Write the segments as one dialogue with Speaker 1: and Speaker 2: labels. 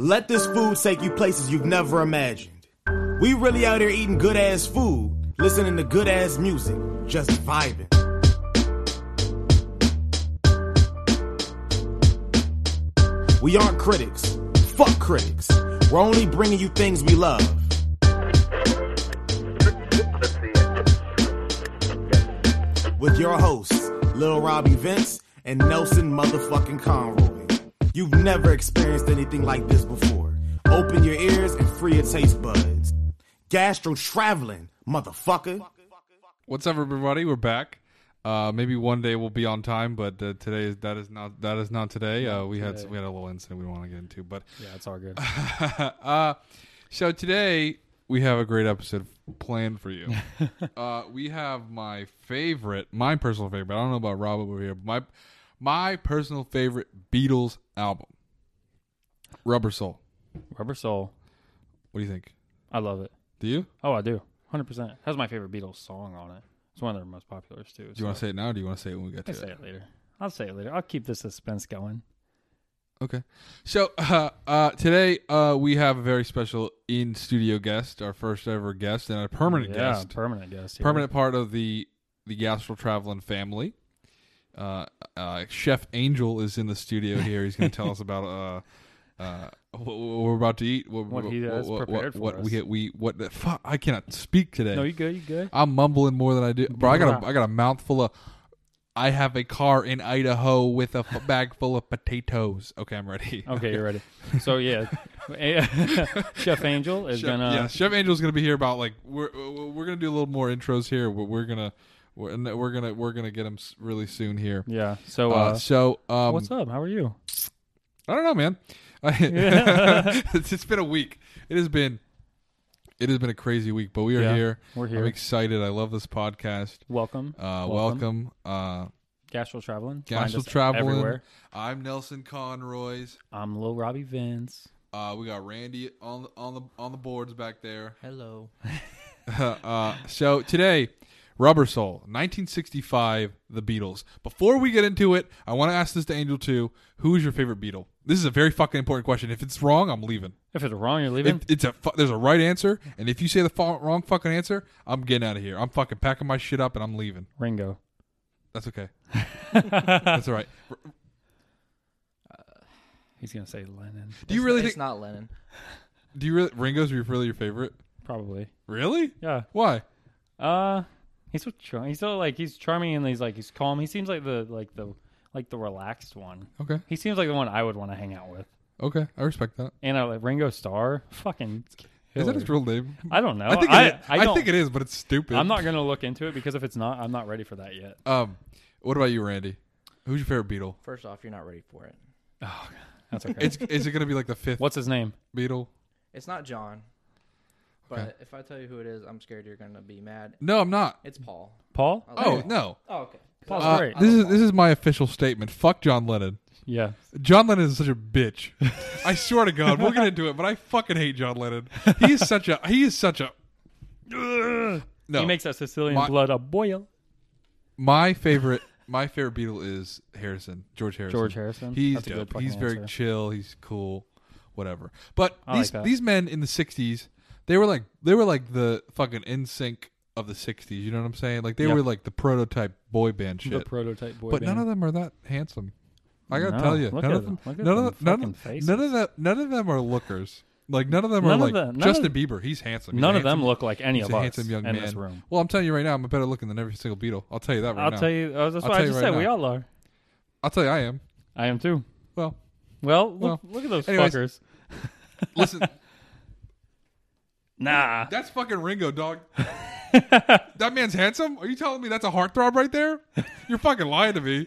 Speaker 1: Let this food take you places you've never imagined. We really out here eating good ass food, listening to good ass music, just vibing. We aren't critics. Fuck critics. We're only bringing you things we love. With your hosts, Lil Robbie Vince and Nelson motherfucking Conroy. You've never experienced anything like this before. Open your ears and free your taste buds. Gastro traveling, motherfucker.
Speaker 2: What's up, everybody? We're back. Uh, maybe one day we'll be on time, but uh, today is that is not that is not today. Uh, we had we had a little incident we don't want to get into, but
Speaker 3: Yeah, it's all good.
Speaker 2: uh, so today we have a great episode planned for you. uh, we have my favorite, my personal favorite. I don't know about Rob over here, but my my personal favorite Beatles album, Rubber Soul.
Speaker 3: Rubber Soul.
Speaker 2: What do you think?
Speaker 3: I love it.
Speaker 2: Do you?
Speaker 3: Oh, I do. 100%. Has my favorite Beatles song on it. It's one of their most populars, too.
Speaker 2: Do you want to say it now? or Do you want to say it when we get
Speaker 3: I
Speaker 2: to
Speaker 3: say it later. I'll say it later. I'll keep the suspense going.
Speaker 2: Okay. So uh, uh, today uh, we have a very special in studio guest, our first ever guest, and a permanent
Speaker 3: yeah,
Speaker 2: guest,
Speaker 3: permanent guest. here.
Speaker 2: permanent part of the the Gastrel Traveling family. Uh, uh, Chef Angel is in the studio here. He's going to tell us about uh, uh, what, what we're about to eat.
Speaker 3: What he has
Speaker 2: what, what,
Speaker 3: prepared for
Speaker 2: what we
Speaker 3: us.
Speaker 2: we what the fuck? I cannot speak today.
Speaker 3: No, you good? You good?
Speaker 2: I'm mumbling more than I do, bro. I got a,
Speaker 3: Bruh.
Speaker 2: I got a mouthful of. I have a car in Idaho with a f- bag full of potatoes. Okay, I'm ready.
Speaker 3: Okay, you're ready. So, yeah. Chef Angel is
Speaker 2: Chef,
Speaker 3: going to.
Speaker 2: yeah, Chef Angel's gonna be here about like we're we're we're gonna do a little more intros here. We're, we're gonna we're, and we're gonna we're gonna get him s- really soon here.
Speaker 3: Yeah. So,
Speaker 2: Uh,
Speaker 3: uh,
Speaker 2: so um,
Speaker 3: what's up? How are you?
Speaker 2: I don't know, man. it's, it's been a week. It has been it has been a crazy week, but we are
Speaker 3: Yeah,
Speaker 2: here.
Speaker 3: we're
Speaker 2: I'm
Speaker 3: here.
Speaker 2: excited. I love this podcast.
Speaker 3: Welcome.
Speaker 2: Uh, welcome. Uh,
Speaker 3: Gastro Traveling. Find
Speaker 2: Gastro
Speaker 3: us
Speaker 2: traveling.
Speaker 3: Everywhere.
Speaker 2: I'm Nelson Conroy's.
Speaker 3: I'm Lil Robbie Vince.
Speaker 2: Uh, we got Randy on the, on the on the boards back there.
Speaker 4: Hello.
Speaker 2: uh, so today, Rubber Soul, 1965, The Beatles. Before we get into it, I want to ask this to Angel too. Who is your favorite Beatle? This is a very fucking important question. If it's wrong, I'm leaving.
Speaker 3: If it's wrong, you're leaving.
Speaker 2: If it's a fu- there's a right answer, and if you say the fa- wrong fucking answer, I'm getting out of here. I'm fucking packing my shit up and I'm leaving.
Speaker 3: Ringo.
Speaker 2: That's okay. That's all right.
Speaker 3: He's going to say Lennon.
Speaker 2: Do you really
Speaker 4: It's
Speaker 2: think?
Speaker 4: not Lennon.
Speaker 2: do you really Ringo's your- really your favorite?
Speaker 3: Probably.
Speaker 2: Really?
Speaker 3: Yeah.
Speaker 2: Why?
Speaker 3: Uh, he's so char- he's so like he's charming and he's like he's calm. He seems like the like the like the relaxed one.
Speaker 2: Okay.
Speaker 3: He seems like the one I would want to hang out with.
Speaker 2: Okay. I respect that.
Speaker 3: And I like Ringo Starr, fucking.
Speaker 2: Is that
Speaker 3: killer.
Speaker 2: his real name?
Speaker 3: I don't know.
Speaker 2: I think it
Speaker 3: I,
Speaker 2: is.
Speaker 3: I,
Speaker 2: I
Speaker 3: don't,
Speaker 2: think it is, but it's stupid.
Speaker 3: I'm not gonna look into it because if it's not, I'm not ready for that yet.
Speaker 2: Um, what about you, Randy? Who's your favorite Beatle?
Speaker 4: First off, you're not ready for it.
Speaker 3: That's okay.
Speaker 2: It's is it gonna be like the fifth
Speaker 3: What's his name?
Speaker 2: Beatle?
Speaker 4: It's not John. But
Speaker 2: Okay.
Speaker 4: if I tell you who it is, I'm scared you're going to be mad.
Speaker 2: No, I'm not.
Speaker 4: It's Paul.
Speaker 3: Paul.
Speaker 4: I
Speaker 2: Oh
Speaker 4: like it.
Speaker 2: no.
Speaker 4: Oh, okay. 'Cause
Speaker 3: Paul's
Speaker 4: I
Speaker 2: Uh,
Speaker 4: was-
Speaker 3: great.
Speaker 4: I
Speaker 2: this
Speaker 4: love
Speaker 2: is
Speaker 4: Paul.
Speaker 2: this is my official statement. Fuck John Lennon.
Speaker 3: Yeah.
Speaker 2: John Lennon is such a bitch. I swear to God, we'll get into it, but I fucking hate John Lennon. He is such a he is such a. Ugh. No,
Speaker 3: He makes that Sicilian
Speaker 2: My-
Speaker 3: blood a boil.
Speaker 2: my favorite my favorite Beatle is Harrison George Harrison.
Speaker 3: George Harrison?
Speaker 2: He's
Speaker 3: That's a good
Speaker 2: dope.
Speaker 3: fucking
Speaker 2: he's very
Speaker 3: answer.
Speaker 2: chill. He's cool. Whatever. But
Speaker 3: I like
Speaker 2: these
Speaker 3: that.
Speaker 2: these men in the '60s, they were like they were like the fucking in sync of the '60s. You know what I'm saying? Like they
Speaker 3: Yeah.
Speaker 2: were like the prototype boy band shit.
Speaker 3: The prototype boy.
Speaker 2: but
Speaker 3: band.
Speaker 2: none of them are that handsome. I gotta
Speaker 3: No,
Speaker 2: tell you,
Speaker 3: look
Speaker 2: none
Speaker 3: at
Speaker 2: of them,
Speaker 3: them. Look at
Speaker 2: none
Speaker 3: them
Speaker 2: of none
Speaker 3: fucking
Speaker 2: of
Speaker 3: faces.
Speaker 2: none of that, none of them are lookers. Like none of them
Speaker 3: None
Speaker 2: are
Speaker 3: of
Speaker 2: like
Speaker 3: the- none
Speaker 2: Justin
Speaker 3: of-
Speaker 2: Bieber. He's handsome. He's
Speaker 3: None
Speaker 2: a
Speaker 3: of them
Speaker 2: handsome-
Speaker 3: look like any
Speaker 2: he's
Speaker 3: of
Speaker 2: a
Speaker 3: us
Speaker 2: handsome young
Speaker 3: in
Speaker 2: man.
Speaker 3: this room.
Speaker 2: Well, I'm telling you right now, I'm better looking than every single Beatle. I'll tell you that right
Speaker 3: I'll
Speaker 2: now.
Speaker 3: tell you. uh, That's
Speaker 2: I'll
Speaker 3: what
Speaker 2: tell
Speaker 3: I
Speaker 2: you
Speaker 3: just
Speaker 2: right
Speaker 3: said. We
Speaker 2: now.
Speaker 3: all are.
Speaker 2: I'll tell you, I am.
Speaker 3: I am too.
Speaker 2: Well,
Speaker 3: Well, look,
Speaker 2: Well,
Speaker 3: look at those
Speaker 2: anyways.
Speaker 3: fuckers.
Speaker 2: listen,
Speaker 3: Nah.
Speaker 2: that's fucking Ringo, dog. that man's handsome. Are you telling me that's a heartthrob right there? You're fucking lying to me.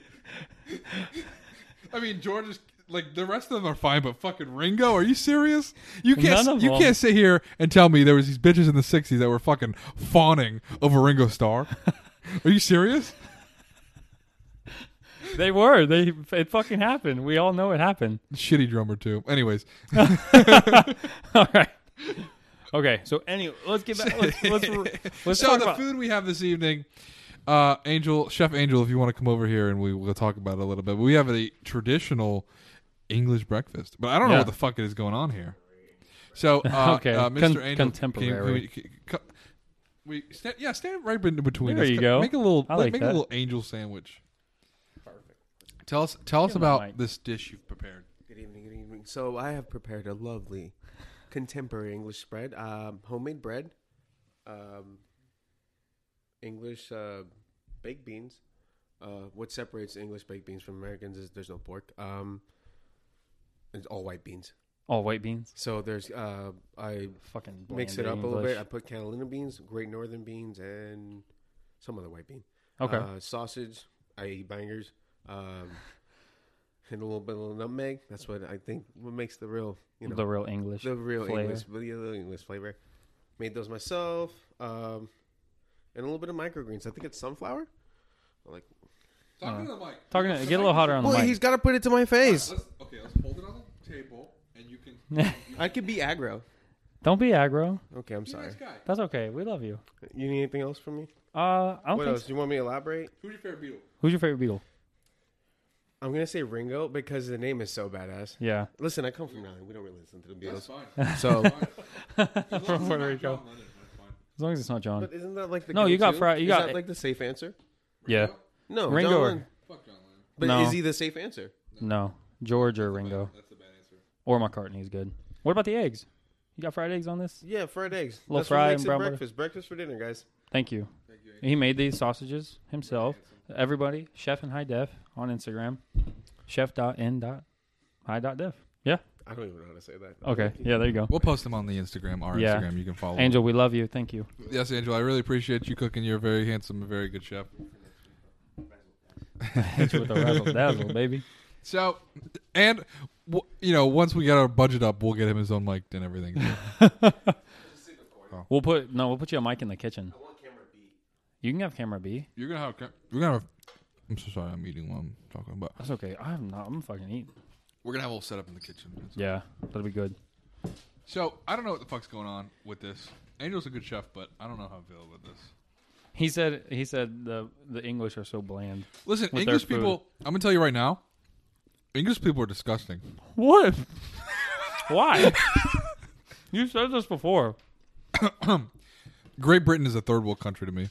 Speaker 2: I mean, George is like the rest of them are fine, but fucking Ringo, are you serious? You can't
Speaker 3: None of
Speaker 2: you
Speaker 3: them.
Speaker 2: can't sit here and tell me there was these bitches in the '60s that were fucking fawning over Ringo Starr. are you serious?
Speaker 3: They were. They it fucking happened. We all know it happened.
Speaker 2: Shitty drummer too. Anyways,
Speaker 3: all right. Okay. So anyway, let's get back. Let's let's, let's
Speaker 2: so
Speaker 3: talk
Speaker 2: the
Speaker 3: about.
Speaker 2: food we have this evening Uh, Angel, Chef Angel, if you want to come over here and we will talk about it a little bit. We have a traditional English breakfast, but I don't know
Speaker 3: Yeah.
Speaker 2: what the fuck it is going on here. So, uh,
Speaker 3: Okay,
Speaker 2: uh, Mr.
Speaker 3: con-
Speaker 2: Angel, Can
Speaker 3: contemporary.
Speaker 2: you- can we, can- co- we stand, yeah, stand right in between.
Speaker 3: There
Speaker 2: us.
Speaker 3: you
Speaker 2: Co-
Speaker 3: go.
Speaker 2: Make a little,
Speaker 3: I like
Speaker 2: make a
Speaker 3: that.
Speaker 2: little angel sandwich. Perfect. Tell us, tell us
Speaker 3: Give him that
Speaker 2: about
Speaker 3: mic.
Speaker 2: this dish you've prepared.
Speaker 5: Good evening, good evening. So I have prepared a lovely contemporary English spread, um, homemade bread, um, English uh, baked beans. Uh, what separates English baked beans from Americans is there's no pork. Um, it's all white beans.
Speaker 3: All Oh, white beans.
Speaker 5: So there's uh, I
Speaker 3: Fucking
Speaker 5: mix it
Speaker 3: bland
Speaker 5: up a little
Speaker 3: English.
Speaker 5: bit. I put Catalina beans, Great Northern beans, and some other white bean.
Speaker 3: Okay.
Speaker 5: Uh, sausage. I eat bangers. Um, and a little bit of nutmeg. That's what I think. What makes the real, you know,
Speaker 3: the
Speaker 5: the,
Speaker 3: real English.
Speaker 5: real
Speaker 3: flavor.
Speaker 5: English, the real English flavor. Made those myself. Um, and a little bit of microgreens. I think it's sunflower. I'm like,
Speaker 2: Talk
Speaker 3: Uh,
Speaker 2: to the mic.
Speaker 3: Talking. Get a little hotter on the
Speaker 5: boy,
Speaker 3: mic.
Speaker 5: he's got to put it to my face.
Speaker 2: Let's- okay, let's hold it on the table, and you can.
Speaker 5: I could be aggro.
Speaker 3: Don't be aggro.
Speaker 5: Okay, I'm
Speaker 2: Be a nice
Speaker 5: sorry.
Speaker 2: guy.
Speaker 3: That's okay. We love you.
Speaker 5: You need anything else from me?
Speaker 3: Uh, I don't
Speaker 5: What
Speaker 3: think.
Speaker 5: else?
Speaker 3: So.
Speaker 5: Do you want me to elaborate?
Speaker 2: Who's your favorite beetle?
Speaker 3: Who's your favorite Beatle?
Speaker 5: I'm gonna say Ringo because the name is so badass.
Speaker 3: Yeah.
Speaker 5: Listen, I come from Nottingham. We don't really listen to the
Speaker 2: That's
Speaker 5: Beatles.
Speaker 2: fine.
Speaker 5: So,
Speaker 2: As long
Speaker 3: From
Speaker 2: as
Speaker 3: Puerto
Speaker 2: it's not
Speaker 3: Rico.
Speaker 2: John Lennon, that's fine.
Speaker 3: As long as it's not John.
Speaker 5: but isn't that like the
Speaker 3: No, you got
Speaker 5: go-to?
Speaker 3: fri- you
Speaker 5: Is
Speaker 3: got-
Speaker 5: that like the safe answer?
Speaker 3: yeah.
Speaker 5: No,
Speaker 3: Ringo
Speaker 5: John
Speaker 3: or-
Speaker 5: Lennon.
Speaker 2: Fuck John Lennon.
Speaker 5: But
Speaker 3: No.
Speaker 5: is he the safe answer?
Speaker 3: No. George or Ringo
Speaker 2: That's the bad answer.
Speaker 3: or McCartney's good. What about the eggs? You got fried eggs on this?
Speaker 5: Yeah, fried eggs.
Speaker 3: Little
Speaker 5: That's
Speaker 3: fry
Speaker 5: what makes
Speaker 3: and
Speaker 5: it
Speaker 3: brown butter.
Speaker 5: breakfast. Breakfast for dinner, guys.
Speaker 3: Thank you.
Speaker 2: Thank you.
Speaker 3: He made these sausages himself. Everybody, chef and high def on Instagram. Chef dot n dot high dot def. Yeah.
Speaker 5: I don't even know how to say that.
Speaker 3: Okay. Yeah. There you go.
Speaker 2: We'll post them on the Instagram, our
Speaker 3: Yeah.
Speaker 2: Instagram. You can follow.
Speaker 3: Angel, we love you. Thank you.
Speaker 2: them. Yes, Angel. I really appreciate you cooking. You're a very handsome, and very good chef.
Speaker 3: Hit you with a razzle dazzle, baby.
Speaker 2: So, and w- you know, once we get our budget up, we'll get him his own mic and everything.
Speaker 3: We'll put no. We'll put you a mic in the kitchen. You can have camera B.
Speaker 2: You're gonna have. ca- We're gonna have. I'm so sorry. I'm eating while I'm talking, but
Speaker 3: That's okay. I'm not. I'm fucking eating.
Speaker 2: we're gonna have a little setup in the kitchen.
Speaker 3: Yeah, that'll be good.
Speaker 2: So I don't know what the fuck's going on with this. Angel's a good chef, but I don't know how I feel about this.
Speaker 3: He said. He said the the English are so bland.
Speaker 2: Listen,
Speaker 3: With their
Speaker 2: English
Speaker 3: food.
Speaker 2: people. I'm gonna tell you right now. English people are disgusting.
Speaker 3: What? Why? you said this before.
Speaker 2: Great Britain is a third world country to me.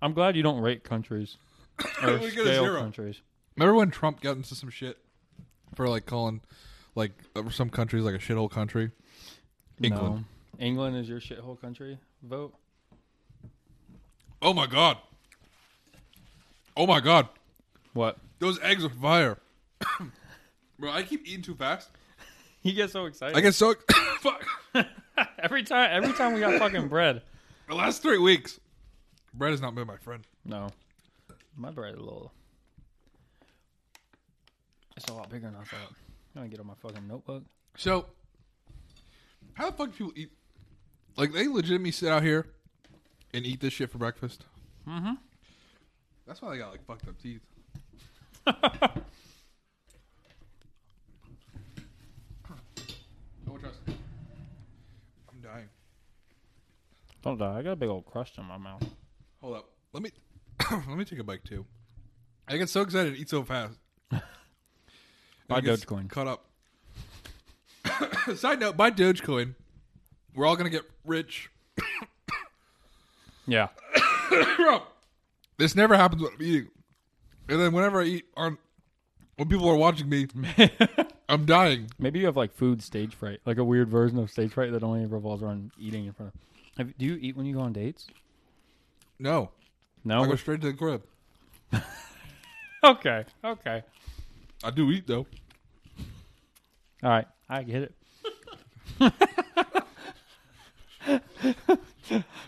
Speaker 3: I'm glad you don't rate countries or
Speaker 2: We get a
Speaker 3: scale
Speaker 2: zero.
Speaker 3: countries.
Speaker 2: Remember when Trump got into some shit for like calling like uh, some countries like a shithole country? England.
Speaker 3: No. England is your shithole country. Vote.
Speaker 2: Oh my god. Oh my god.
Speaker 3: What?
Speaker 2: Those eggs are fire. Bro, I keep eating too fast.
Speaker 3: You get so excited.
Speaker 2: I get so fuck.
Speaker 3: every time. Every time we got fucking bread.
Speaker 2: The last three weeks, bread has not been my friend.
Speaker 3: No, my bread a little. It's a lot bigger than I thought. I'm gonna get on my fucking notebook.
Speaker 2: So, how the fuck do people eat? Like they legitimately sit out here and eat this shit for breakfast. Mm-hmm. That's why they got like fucked up teeth. no trust. I'm dying.
Speaker 3: Don't die. I got a big old crust in my mouth.
Speaker 2: Hold up. Let me let me take a bite too. I get so excited and eat so fast.
Speaker 3: Buy
Speaker 2: I guess
Speaker 3: Dogecoin.
Speaker 2: Cut up. Side note: Buy Dogecoin. We're all gonna get rich.
Speaker 3: Yeah.
Speaker 2: Bro, this never happens when I'm eating. And then whenever I eat on, when people are watching me, I'm dying.
Speaker 3: Maybe you have like food stage fright, like a weird version of stage fright that only revolves around eating in front of. Have, do you eat when you go on dates?
Speaker 2: No,
Speaker 3: No.
Speaker 2: I go straight to the crib.
Speaker 3: Okay. Okay.
Speaker 2: I do eat though.
Speaker 3: All right. I get it.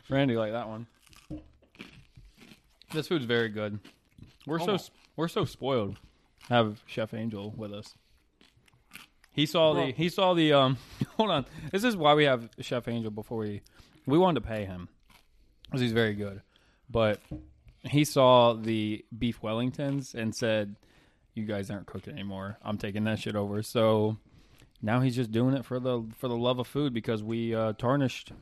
Speaker 3: Randy like that one. This food's very good. We're so
Speaker 2: Almost.
Speaker 3: we're so spoiled. to Have Chef Angel with us. He saw the he saw the um hold on. This is why we have Chef Angel before we we wanted to pay him because he's very good. But he saw the beef Wellingtons and said, "You guys aren't cooking anymore. I'm taking that shit over." So now he's just doing it for the for the love of food because we uh, tarnished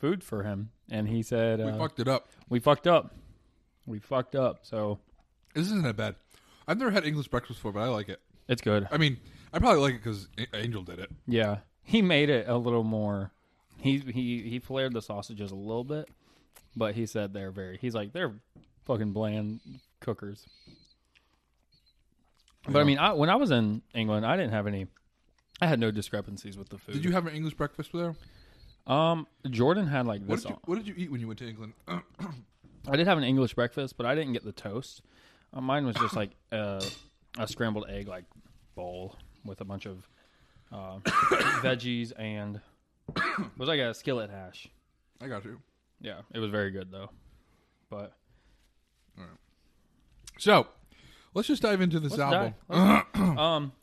Speaker 3: food for him, and he said
Speaker 2: We
Speaker 3: uh,
Speaker 2: fucked it up.
Speaker 3: we fucked up, we fucked up. So
Speaker 2: This isn't that bad. I've never had English breakfast before, but I like it.
Speaker 3: it's good.
Speaker 2: I mean, I probably like it because Angel did it.
Speaker 3: Yeah, he made it a little more. He he he flared the sausages a little bit, but he said they're very. He's like they're fucking bland cookers. But I mean, I, when I was in England, I didn't have any. I had no discrepancies with the food.
Speaker 2: Did you have an English breakfast there?
Speaker 3: Um, Jordan had like
Speaker 2: What
Speaker 3: this.
Speaker 2: did you What did you eat when you went to England?
Speaker 3: I did have an English breakfast, but I didn't get the toast. Uh, mine was just like uh, a scrambled egg like bowl with a bunch of uh, veggies and it was like a skillet hash.
Speaker 2: I got you.
Speaker 3: Yeah, it was very good though. But
Speaker 2: So, let's just dive into this
Speaker 3: Let's
Speaker 2: album.
Speaker 3: dive. Let's- um,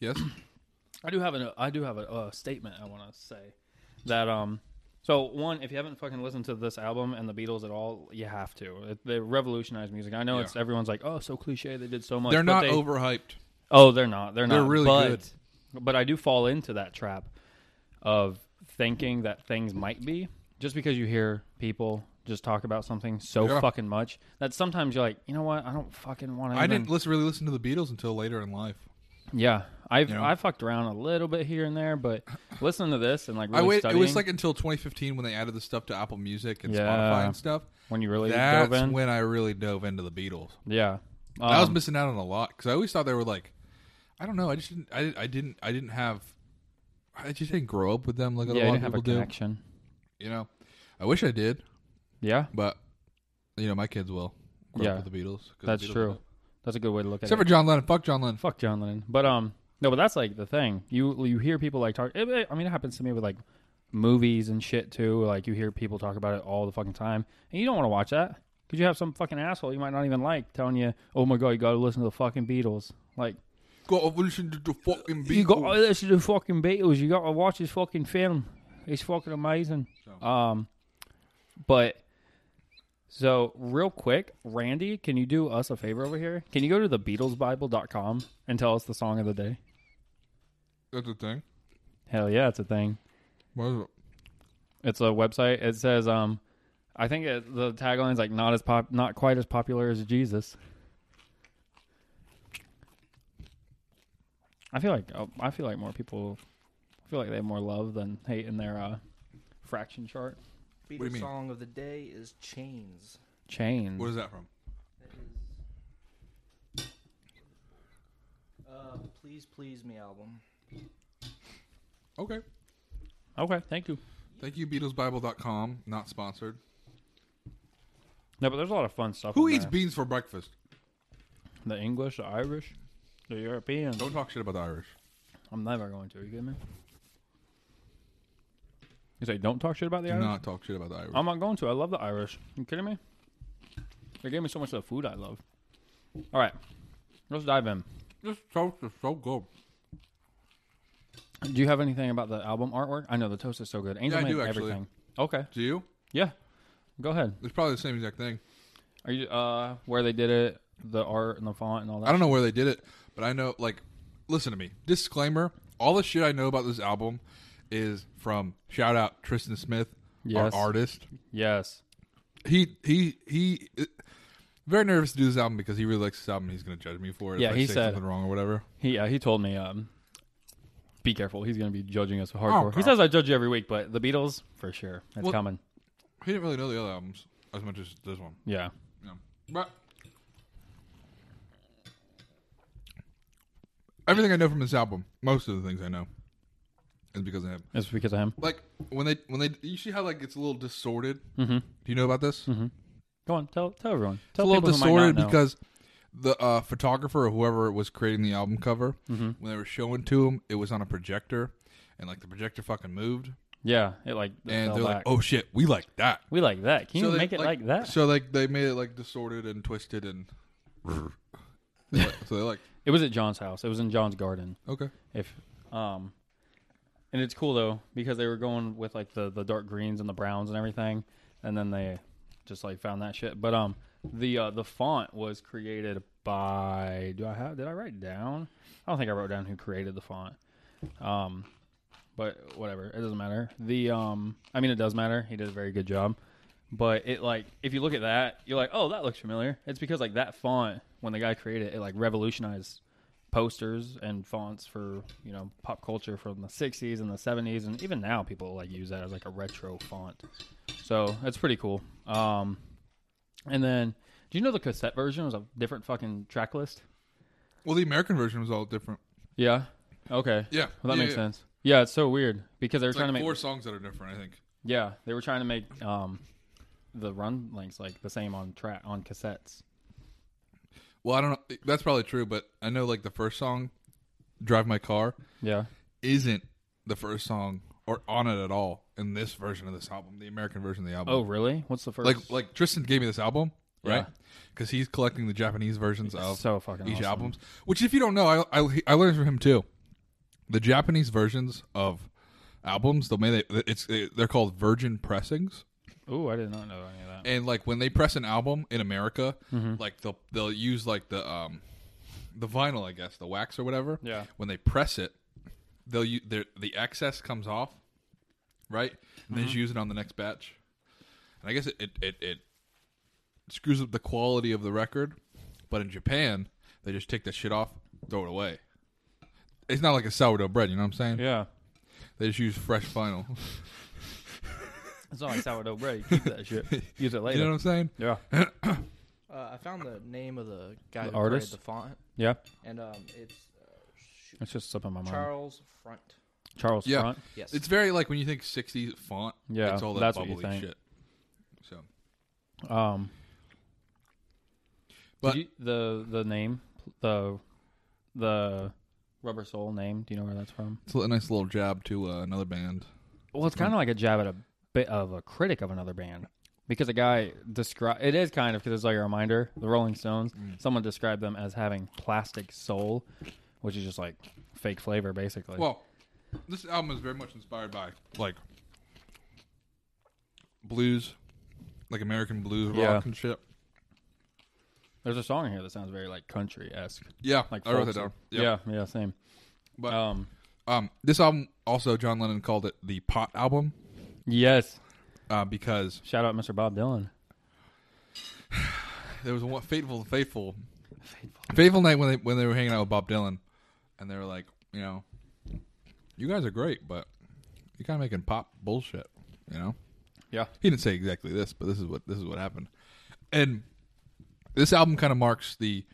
Speaker 2: Yes.
Speaker 3: I do have an I do have a, uh statement I want to say that um. So one, if you haven't fucking listened to this album and the Beatles at all, you have to. It, they revolutionized music. I know it's everyone's like, oh, so cliche. They did so much.
Speaker 2: They're
Speaker 3: but
Speaker 2: not
Speaker 3: they-
Speaker 2: overhyped.
Speaker 3: Oh, they're not. They're not.
Speaker 2: They're really
Speaker 3: but,
Speaker 2: good.
Speaker 3: But I do fall into that trap of thinking that things might be just because you hear people just talk about something so
Speaker 2: Yeah.
Speaker 3: fucking much that sometimes you're like, you know what? I don't fucking want to.
Speaker 2: I didn't listen, really listen to the Beatles until later in life.
Speaker 3: Yeah, I've
Speaker 2: Yeah.
Speaker 3: I fucked around a little bit here and there, but listening to this and like really
Speaker 2: I wait.
Speaker 3: studying
Speaker 2: It was like until 2015 when they added the stuff to Apple Music and
Speaker 3: Yeah.
Speaker 2: Spotify and stuff.
Speaker 3: when you really
Speaker 2: That's
Speaker 3: dove in.
Speaker 2: when I really dove into the Beatles.
Speaker 3: yeah, um,
Speaker 2: I was missing out on a lot because I always thought they were like, I don't know. I just didn't. I, didn't- I didn't. I didn't have. I just didn't grow up with them like
Speaker 3: yeah,
Speaker 2: a
Speaker 3: I
Speaker 2: lot
Speaker 3: didn't
Speaker 2: of
Speaker 3: have a
Speaker 2: people do.
Speaker 3: connection.
Speaker 2: You know, I wish I did,
Speaker 3: Yeah,
Speaker 2: but you know, my kids will grow
Speaker 3: Yeah.
Speaker 2: up with the Beatles. 'cause the
Speaker 3: that's
Speaker 2: Beatles
Speaker 3: true.
Speaker 2: will.
Speaker 3: That's a good way to look at
Speaker 2: Except
Speaker 3: it.
Speaker 2: for John Lennon. Fuck John Lennon.
Speaker 3: fuck John Lennon. But um, no, but that's like the thing. You you hear people like talk. It, it- I mean, it happens to me with like movies and shit too. Like you hear people talk about it all the fucking time, and you don't want to watch that because you have some fucking asshole you might not even like telling you, "Oh my god, you got to listen to the fucking Beatles." Like
Speaker 2: Got to listen to the fucking Beatles.
Speaker 3: you got to listen to the fucking Beatles. You got to watch this fucking film. It's fucking amazing. Um, but so real quick, Randy, can you do us a favor over here? Can you go to the BeatlesBible.com and tell us the song of the day?
Speaker 2: That's the thing.
Speaker 3: Hell yeah, it's a thing.
Speaker 2: What is it?
Speaker 3: It's a website. It says, um, I think it, the tagline's like not as pop, not quite as popular as Jesus. I feel like oh, I feel like more people. I feel like they have more love than hate in their uh, fraction chart.
Speaker 2: do you
Speaker 4: Beatles
Speaker 2: mean?
Speaker 4: song of the day is Chains.
Speaker 3: Chains.
Speaker 2: What is that from?
Speaker 4: That is. Uh, Please Please Me album.
Speaker 2: Okay.
Speaker 3: Okay, thank you.
Speaker 2: Thank you, BeatlesBible.com. Not sponsored.
Speaker 3: No, but there's a lot of fun stuff.
Speaker 2: Who
Speaker 3: in
Speaker 2: eats
Speaker 3: there.
Speaker 2: beans for breakfast?
Speaker 3: the English, the Irish, the Europeans?
Speaker 2: Don't talk shit about the Irish.
Speaker 3: I'm never going to. Are you kidding me? You say don't talk shit about the
Speaker 2: Do
Speaker 3: Irish.
Speaker 2: not talk shit about the Irish.
Speaker 3: I'm not going to. I love the Irish. You kidding me? They gave me so much of the food I love. All right, let's dive in.
Speaker 2: This toast is so good.
Speaker 3: Do you have anything about the album artwork? I know the toast is so good. Angel
Speaker 2: I
Speaker 3: made
Speaker 2: do, actually.
Speaker 3: everything. Okay,
Speaker 2: Do you?
Speaker 3: yeah, go ahead.
Speaker 2: It's probably the same exact thing.
Speaker 3: Are you uh where they did it, the art and the font and all that?
Speaker 2: I don't know where they did it, but I know, like, listen to me. Disclaimer all the shit I know about this album is from shout out Tristan Smith,
Speaker 3: Yes.
Speaker 2: our artist.
Speaker 3: Yes,
Speaker 2: He, he, he, very nervous to do this album because he really likes this album. and He's going to judge me for it
Speaker 3: Yeah,
Speaker 2: if I
Speaker 3: he
Speaker 2: say
Speaker 3: said-
Speaker 2: something wrong or whatever.
Speaker 3: he yeah he told me um be careful. He's gonna be judging us
Speaker 2: Oh,
Speaker 3: hardcore. he
Speaker 2: God.
Speaker 3: says I judge you every week, but the Beatles for sure. It's
Speaker 2: Well-
Speaker 3: coming.
Speaker 2: He didn't really know the other albums as much as this one.
Speaker 3: Yeah.
Speaker 2: Yeah. But everything I know from this album, most of the things I know, is because of him.
Speaker 3: It's because of him.
Speaker 2: Like when they when they you see how like it's a little distorted. Mm-hmm. Do you know about this? It's
Speaker 3: Go on, tell tell everyone.
Speaker 2: a
Speaker 3: Tell
Speaker 2: little
Speaker 3: people who might not
Speaker 2: distorted
Speaker 3: know.
Speaker 2: because the uh, photographer or whoever was creating the album cover,
Speaker 3: Mm-hmm.
Speaker 2: when they were showing to him, it was on a projector, and like the projector fucking moved,
Speaker 3: yeah, it like
Speaker 2: and
Speaker 3: fell
Speaker 2: they're
Speaker 3: back.
Speaker 2: like, "Oh shit, we like that."
Speaker 3: We like that. Can you make it like, that?
Speaker 2: So like they made it like distorted and twisted and. They like- so they like
Speaker 3: it was at John's house. It was in John's garden.
Speaker 2: okay.
Speaker 3: If um and it's cool though because they were going with like the the dark greens and the browns and everything and then they just like found that shit. But um the uh the font was created by do I have did I write down? I don't think I wrote down who created the font. Um but whatever, it doesn't matter. The um, I mean, it does matter. He did a very good job, but it like if you look at that, you're like, oh, that looks familiar. It's because like that font when the guy created it, it like revolutionized posters and fonts for you know pop culture from the 60s and the 70s and even now people like use that as like a retro font so that's pretty cool um and then do you know the cassette version was a different fucking track list
Speaker 2: Well, the American version was all different.
Speaker 3: yeah. Okay.
Speaker 2: Yeah. Yeah,
Speaker 3: Well, that makes
Speaker 2: yeah.
Speaker 3: sense. Yeah, it's so weird because they were
Speaker 2: It's
Speaker 3: trying
Speaker 2: like
Speaker 3: to make.
Speaker 2: four songs that are different, I think.
Speaker 3: Yeah, they were trying to make um, the run lengths like the same on track on cassettes.
Speaker 2: Well, I don't know. That's probably true, but I know like the first song, "Drive My Car,"
Speaker 3: Yeah.
Speaker 2: isn't the first song or on it at all in this version of this album, the American version of the album.
Speaker 3: Oh, really? What's the first?
Speaker 2: like like Tristan gave me this album, right?
Speaker 3: Yeah.
Speaker 2: Because he's collecting the Japanese versions of
Speaker 3: so fucking
Speaker 2: each
Speaker 3: awesome.
Speaker 2: albums. Which, if you don't know, I, I I learned from him too. The Japanese versions of albums, the way they it's they're called virgin pressings.
Speaker 3: Ooh, I did not know any of that.
Speaker 2: and like when they press an album in America,
Speaker 3: Mm-hmm.
Speaker 2: like they'll they'll use like the um the vinyl, I guess, the wax or whatever.
Speaker 3: Yeah.
Speaker 2: When they press it, they'll u- their the excess comes off, right? And they just
Speaker 3: Mm-hmm.
Speaker 2: use it on the next batch. And I guess it it, it it screws up the quality of the record, but in Japan, they just take that shit off, throw it away. It's not like a sourdough bread, you know what I'm saying?
Speaker 3: Yeah.
Speaker 2: They just use fresh vinyl.
Speaker 3: It's not like sourdough bread. You keep that shit. Use it later.
Speaker 2: you know what I'm saying?
Speaker 3: yeah.
Speaker 4: Uh, I found the name of the guy
Speaker 3: The
Speaker 4: who created
Speaker 3: artist?
Speaker 4: the font,
Speaker 3: Yeah.
Speaker 4: and um, it's uh, shoot,
Speaker 3: It's just slipping my mind. Charles,
Speaker 4: Charles Front.
Speaker 2: Yeah.
Speaker 3: Front.
Speaker 4: Yes,
Speaker 2: It's very like when you think 60s font.
Speaker 3: Yeah,
Speaker 2: it's all that
Speaker 3: that's what you
Speaker 2: bubbly
Speaker 3: think.
Speaker 2: shit. So
Speaker 3: Um.
Speaker 2: But-
Speaker 3: But the the name the the rubber sole name. Do you know where that's from?
Speaker 2: it's a nice little jab to uh, another band.
Speaker 3: Well, it's kind of like a jab at a bit of a critic of another band because a guy describe it is kind of because it's like a reminder. The Rolling Stones, someone described them as having plastic soul, which is just like fake flavor, basically.
Speaker 2: Well, this album is very much inspired by like blues, like American blues
Speaker 3: Yeah.
Speaker 2: rock and shit.
Speaker 3: There's a song in here that sounds very like country esque,
Speaker 2: Yeah,
Speaker 3: like
Speaker 2: I wrote that
Speaker 3: folksy.
Speaker 2: down. Yeah.
Speaker 3: Yeah, yeah, same.
Speaker 2: But-
Speaker 3: um,
Speaker 2: Um, this album also John Lennon called it the pot album
Speaker 3: yes,
Speaker 2: uh, because
Speaker 3: shout out Mr. Bob Dylan.
Speaker 2: there was one fateful, faithful, faithful night when they when they were hanging out with Bob Dylan, and they were like, you know, you guys are great, but you're kind of making pop bullshit, you know.
Speaker 3: Yeah,
Speaker 2: he didn't say exactly this, but this is what this is what happened. And this album kind of marks the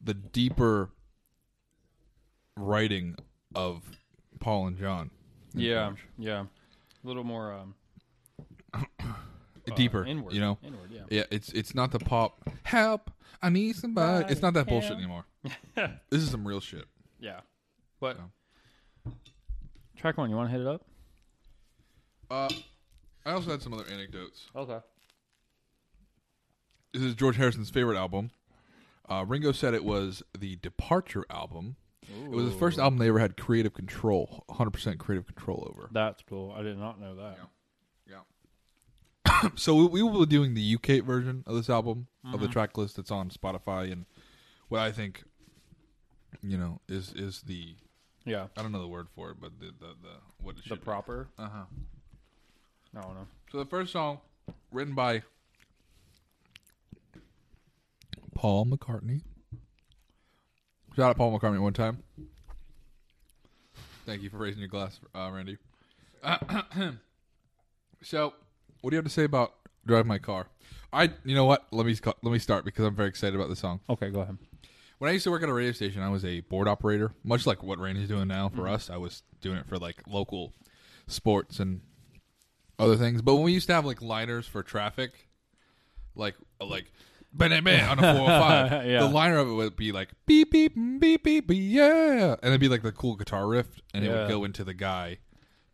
Speaker 2: the deeper writing of Paul and John.
Speaker 3: yeah, yeah. A little more um, uh,
Speaker 2: deeper,
Speaker 3: inward.
Speaker 2: you know.
Speaker 3: inward. Yeah,
Speaker 2: Yeah, it's it's not the pop help. I need somebody. It's not that bullshit anymore. this is some real shit.
Speaker 3: yeah. But
Speaker 2: So.
Speaker 3: track one, you want to hit it up?
Speaker 2: Uh, I also had some other anecdotes.
Speaker 3: Okay.
Speaker 2: This is George Harrison's favorite album. Uh, Ringo said it was the departure album. It was the first album they ever had creative control, 100% creative control over.
Speaker 3: That's cool. I did not know that.
Speaker 2: Yeah. so we, we will be doing the UK version of this album of the track list that's on Spotify and what I think, you know, is is the
Speaker 3: Yeah.
Speaker 2: I don't know the word for it, but the the, the what it
Speaker 3: The
Speaker 2: should
Speaker 3: proper.
Speaker 2: Uh huh.
Speaker 3: I don't know.
Speaker 2: So the first song, written by Paul McCartney. Shout out Paul McCartney one time. Thank you for raising your glass, uh, Randy. so, what do you have to say about "Drive My Car"? I, you know what? Let me sc- let me start because I'm very excited about this song.
Speaker 3: Okay, go ahead.
Speaker 2: When I used to work at a radio station, I was a board operator, much like what Randy's doing now
Speaker 3: Mm-hmm.
Speaker 2: for us. I was doing it for like local sports and other things. But when we used to have like liners for traffic, like uh, like bam, bam, bam, on a 405,
Speaker 3: Yeah.
Speaker 2: the liner of it would be like beep beep mm, beep beep beep, yeah, and it'd be like the cool guitar riff, and it
Speaker 3: Yeah.
Speaker 2: would go into the guy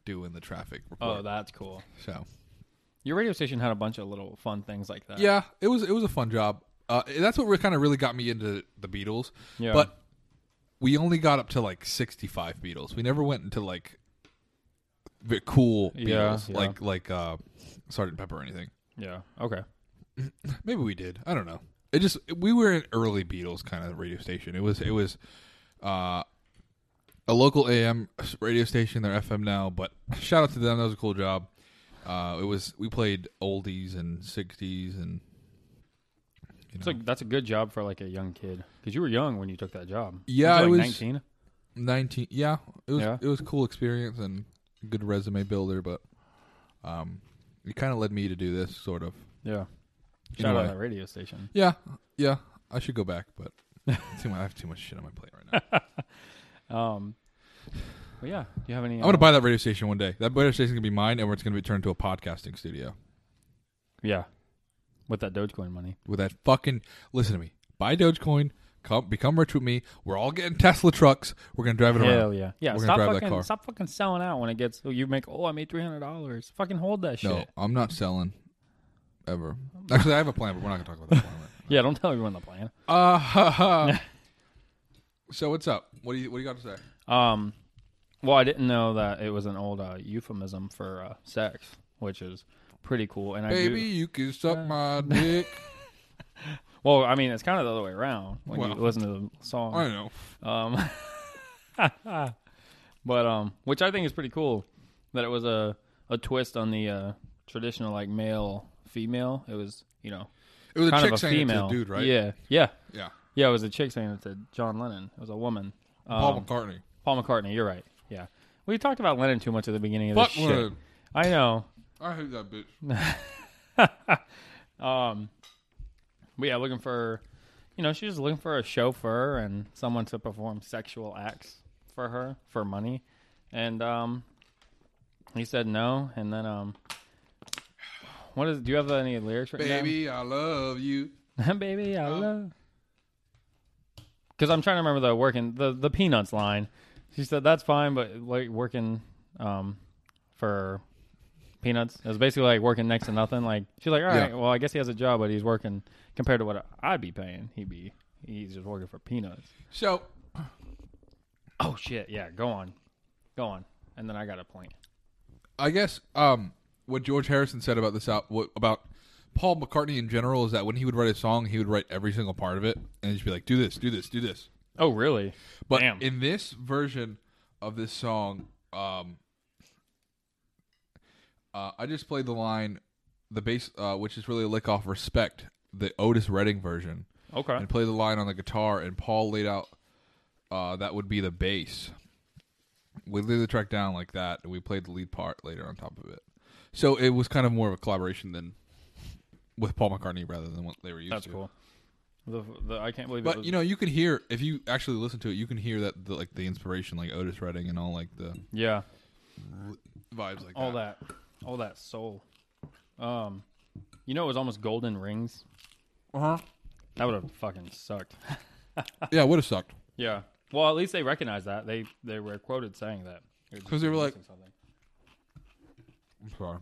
Speaker 2: doing the traffic report.
Speaker 3: Oh, that's cool.
Speaker 2: so
Speaker 3: Your radio station had a bunch of little fun things like that.
Speaker 2: yeah, it was it was a fun job. Uh, that's what kind of really got me into the Beatles.
Speaker 3: Yeah.
Speaker 2: But we only got up to like 65 Beatles. We never went into like the cool
Speaker 3: Yeah,
Speaker 2: Beatles,
Speaker 3: yeah.
Speaker 2: like like uh, Sergeant Pepper or anything.
Speaker 3: Yeah. Okay.
Speaker 2: Maybe we did. I don't know. It just we were an early Beatles kind of radio station. It was it was uh, a local AM radio station. They're FM now, but shout out to them. That was a cool job. Uh, it was we played oldies and '60s and you
Speaker 3: It's
Speaker 2: know,
Speaker 3: like that's a good job for like a young kid because you were young when you took that job.
Speaker 2: Yeah, I
Speaker 3: you were,
Speaker 2: was-
Speaker 3: like nineteen.
Speaker 2: 19. Yeah, it was
Speaker 3: Yeah.
Speaker 2: it was a cool experience and a good resume builder, but um, it kind of led me to do this sort of.
Speaker 3: Yeah,
Speaker 2: In a
Speaker 3: shout out
Speaker 2: way.
Speaker 3: to that radio station.
Speaker 2: Yeah, yeah. I should go back, but too much, I have too much shit on my plate right now.
Speaker 3: Um, but yeah, do you have any?
Speaker 2: I'm gonna buy that radio station one day. That radio station's gonna be mine, and it's gonna be turned into a podcasting studio
Speaker 3: Yeah, with that Dogecoin money.
Speaker 2: with that fucking. Listen to me. Buy Dogecoin. Come, become rich with me. We're all getting Tesla trucks. We're gonna drive it around.
Speaker 3: Hell yeah, yeah.
Speaker 2: We're gonna
Speaker 3: stop
Speaker 2: drive that
Speaker 3: fucking,
Speaker 2: car.
Speaker 3: stop fucking selling out when it gets. oh, You make oh, I made three hundred dollars. Fucking hold that shit.
Speaker 2: No, I'm not selling. Ever. Actually, I have a plan, but we're not gonna talk about that plan. right
Speaker 3: Yeah, don't tell everyone the plan.
Speaker 2: now. Uh, ha, ha. so what's up? What do you what do you got to say?
Speaker 3: Um, well, I didn't know that it was an old uh, euphemism for uh, sex, which is pretty cool. And I do-
Speaker 2: Baby, you can
Speaker 3: Uh,
Speaker 2: suck my dick.
Speaker 3: well, I mean, it's kind of the other way around when you
Speaker 2: Well.
Speaker 3: listen to the song.
Speaker 2: I know.
Speaker 3: Um, but um, which I think is pretty cool that it was a a twist on the uh, traditional like male female. It was you know
Speaker 2: It was a
Speaker 3: kind
Speaker 2: chick
Speaker 3: of a
Speaker 2: saying
Speaker 3: female
Speaker 2: it to a dude, right?
Speaker 3: Yeah, yeah,
Speaker 2: Yeah.
Speaker 3: yeah. It was a chick saying it to John Lennon. It was a woman. Um,
Speaker 2: Paul McCartney.
Speaker 3: Paul McCartney. You're right. Yeah, we talked about Lennon too much at the beginning of
Speaker 2: Fuck
Speaker 3: this oh, shit.
Speaker 2: Lennon.
Speaker 3: I know.
Speaker 2: I hate that bitch.
Speaker 3: Um, but yeah, looking for, you know, she was looking for a chauffeur and someone to perform sexual acts for her for money, and um, he said no, and then um, what is? Do you have any lyrics right
Speaker 2: Baby, I love you.
Speaker 3: now? baby, I love. Because I'm trying to remember the working the the peanuts line. She said that's fine, but like working um for peanuts. It was basically like working next to nothing. Like she's like, all
Speaker 2: Yeah.
Speaker 3: right, well, I guess he has a job, but he's working compared to what I'd be paying. He'd be he's just working for peanuts.
Speaker 2: So
Speaker 3: Oh shit, yeah, go on, go on, and then I got a point.
Speaker 2: I guess um, what George Harrison said about this out what, about Paul McCartney in general is that when he would write a song, he would write every single part of it and just be like, "Do this, do this, do this."
Speaker 3: Oh really?
Speaker 2: But
Speaker 3: Damn.
Speaker 2: in this version of this song, um, uh, I just played the line, the bass, uh, which is really a lick off respect, the Otis Redding version,
Speaker 3: Okay.
Speaker 2: and play the line on the guitar, and Paul laid out uh, that would be the bass. We laid the track down like that, and we played the lead part later on top of it. So it was kind of more of a collaboration than with Paul McCartney rather than what they were used
Speaker 3: That's
Speaker 2: to.
Speaker 3: cool. The, the I can't believe it.
Speaker 2: But
Speaker 3: was-
Speaker 2: you know, you can hear if you actually listen to it, you can hear that the, like the inspiration, like Otis Redding and all like the
Speaker 3: yeah,
Speaker 2: vibes, like
Speaker 3: all that, all that soul. Um, you know, it was almost golden rings.
Speaker 2: Uh-huh.
Speaker 3: That would have fucking sucked.
Speaker 2: Yeah, would have sucked
Speaker 3: Yeah. Well, at least they recognized that. They they were quoted saying that.
Speaker 2: 'Cause they were like-
Speaker 3: Something.
Speaker 2: I'm sorry.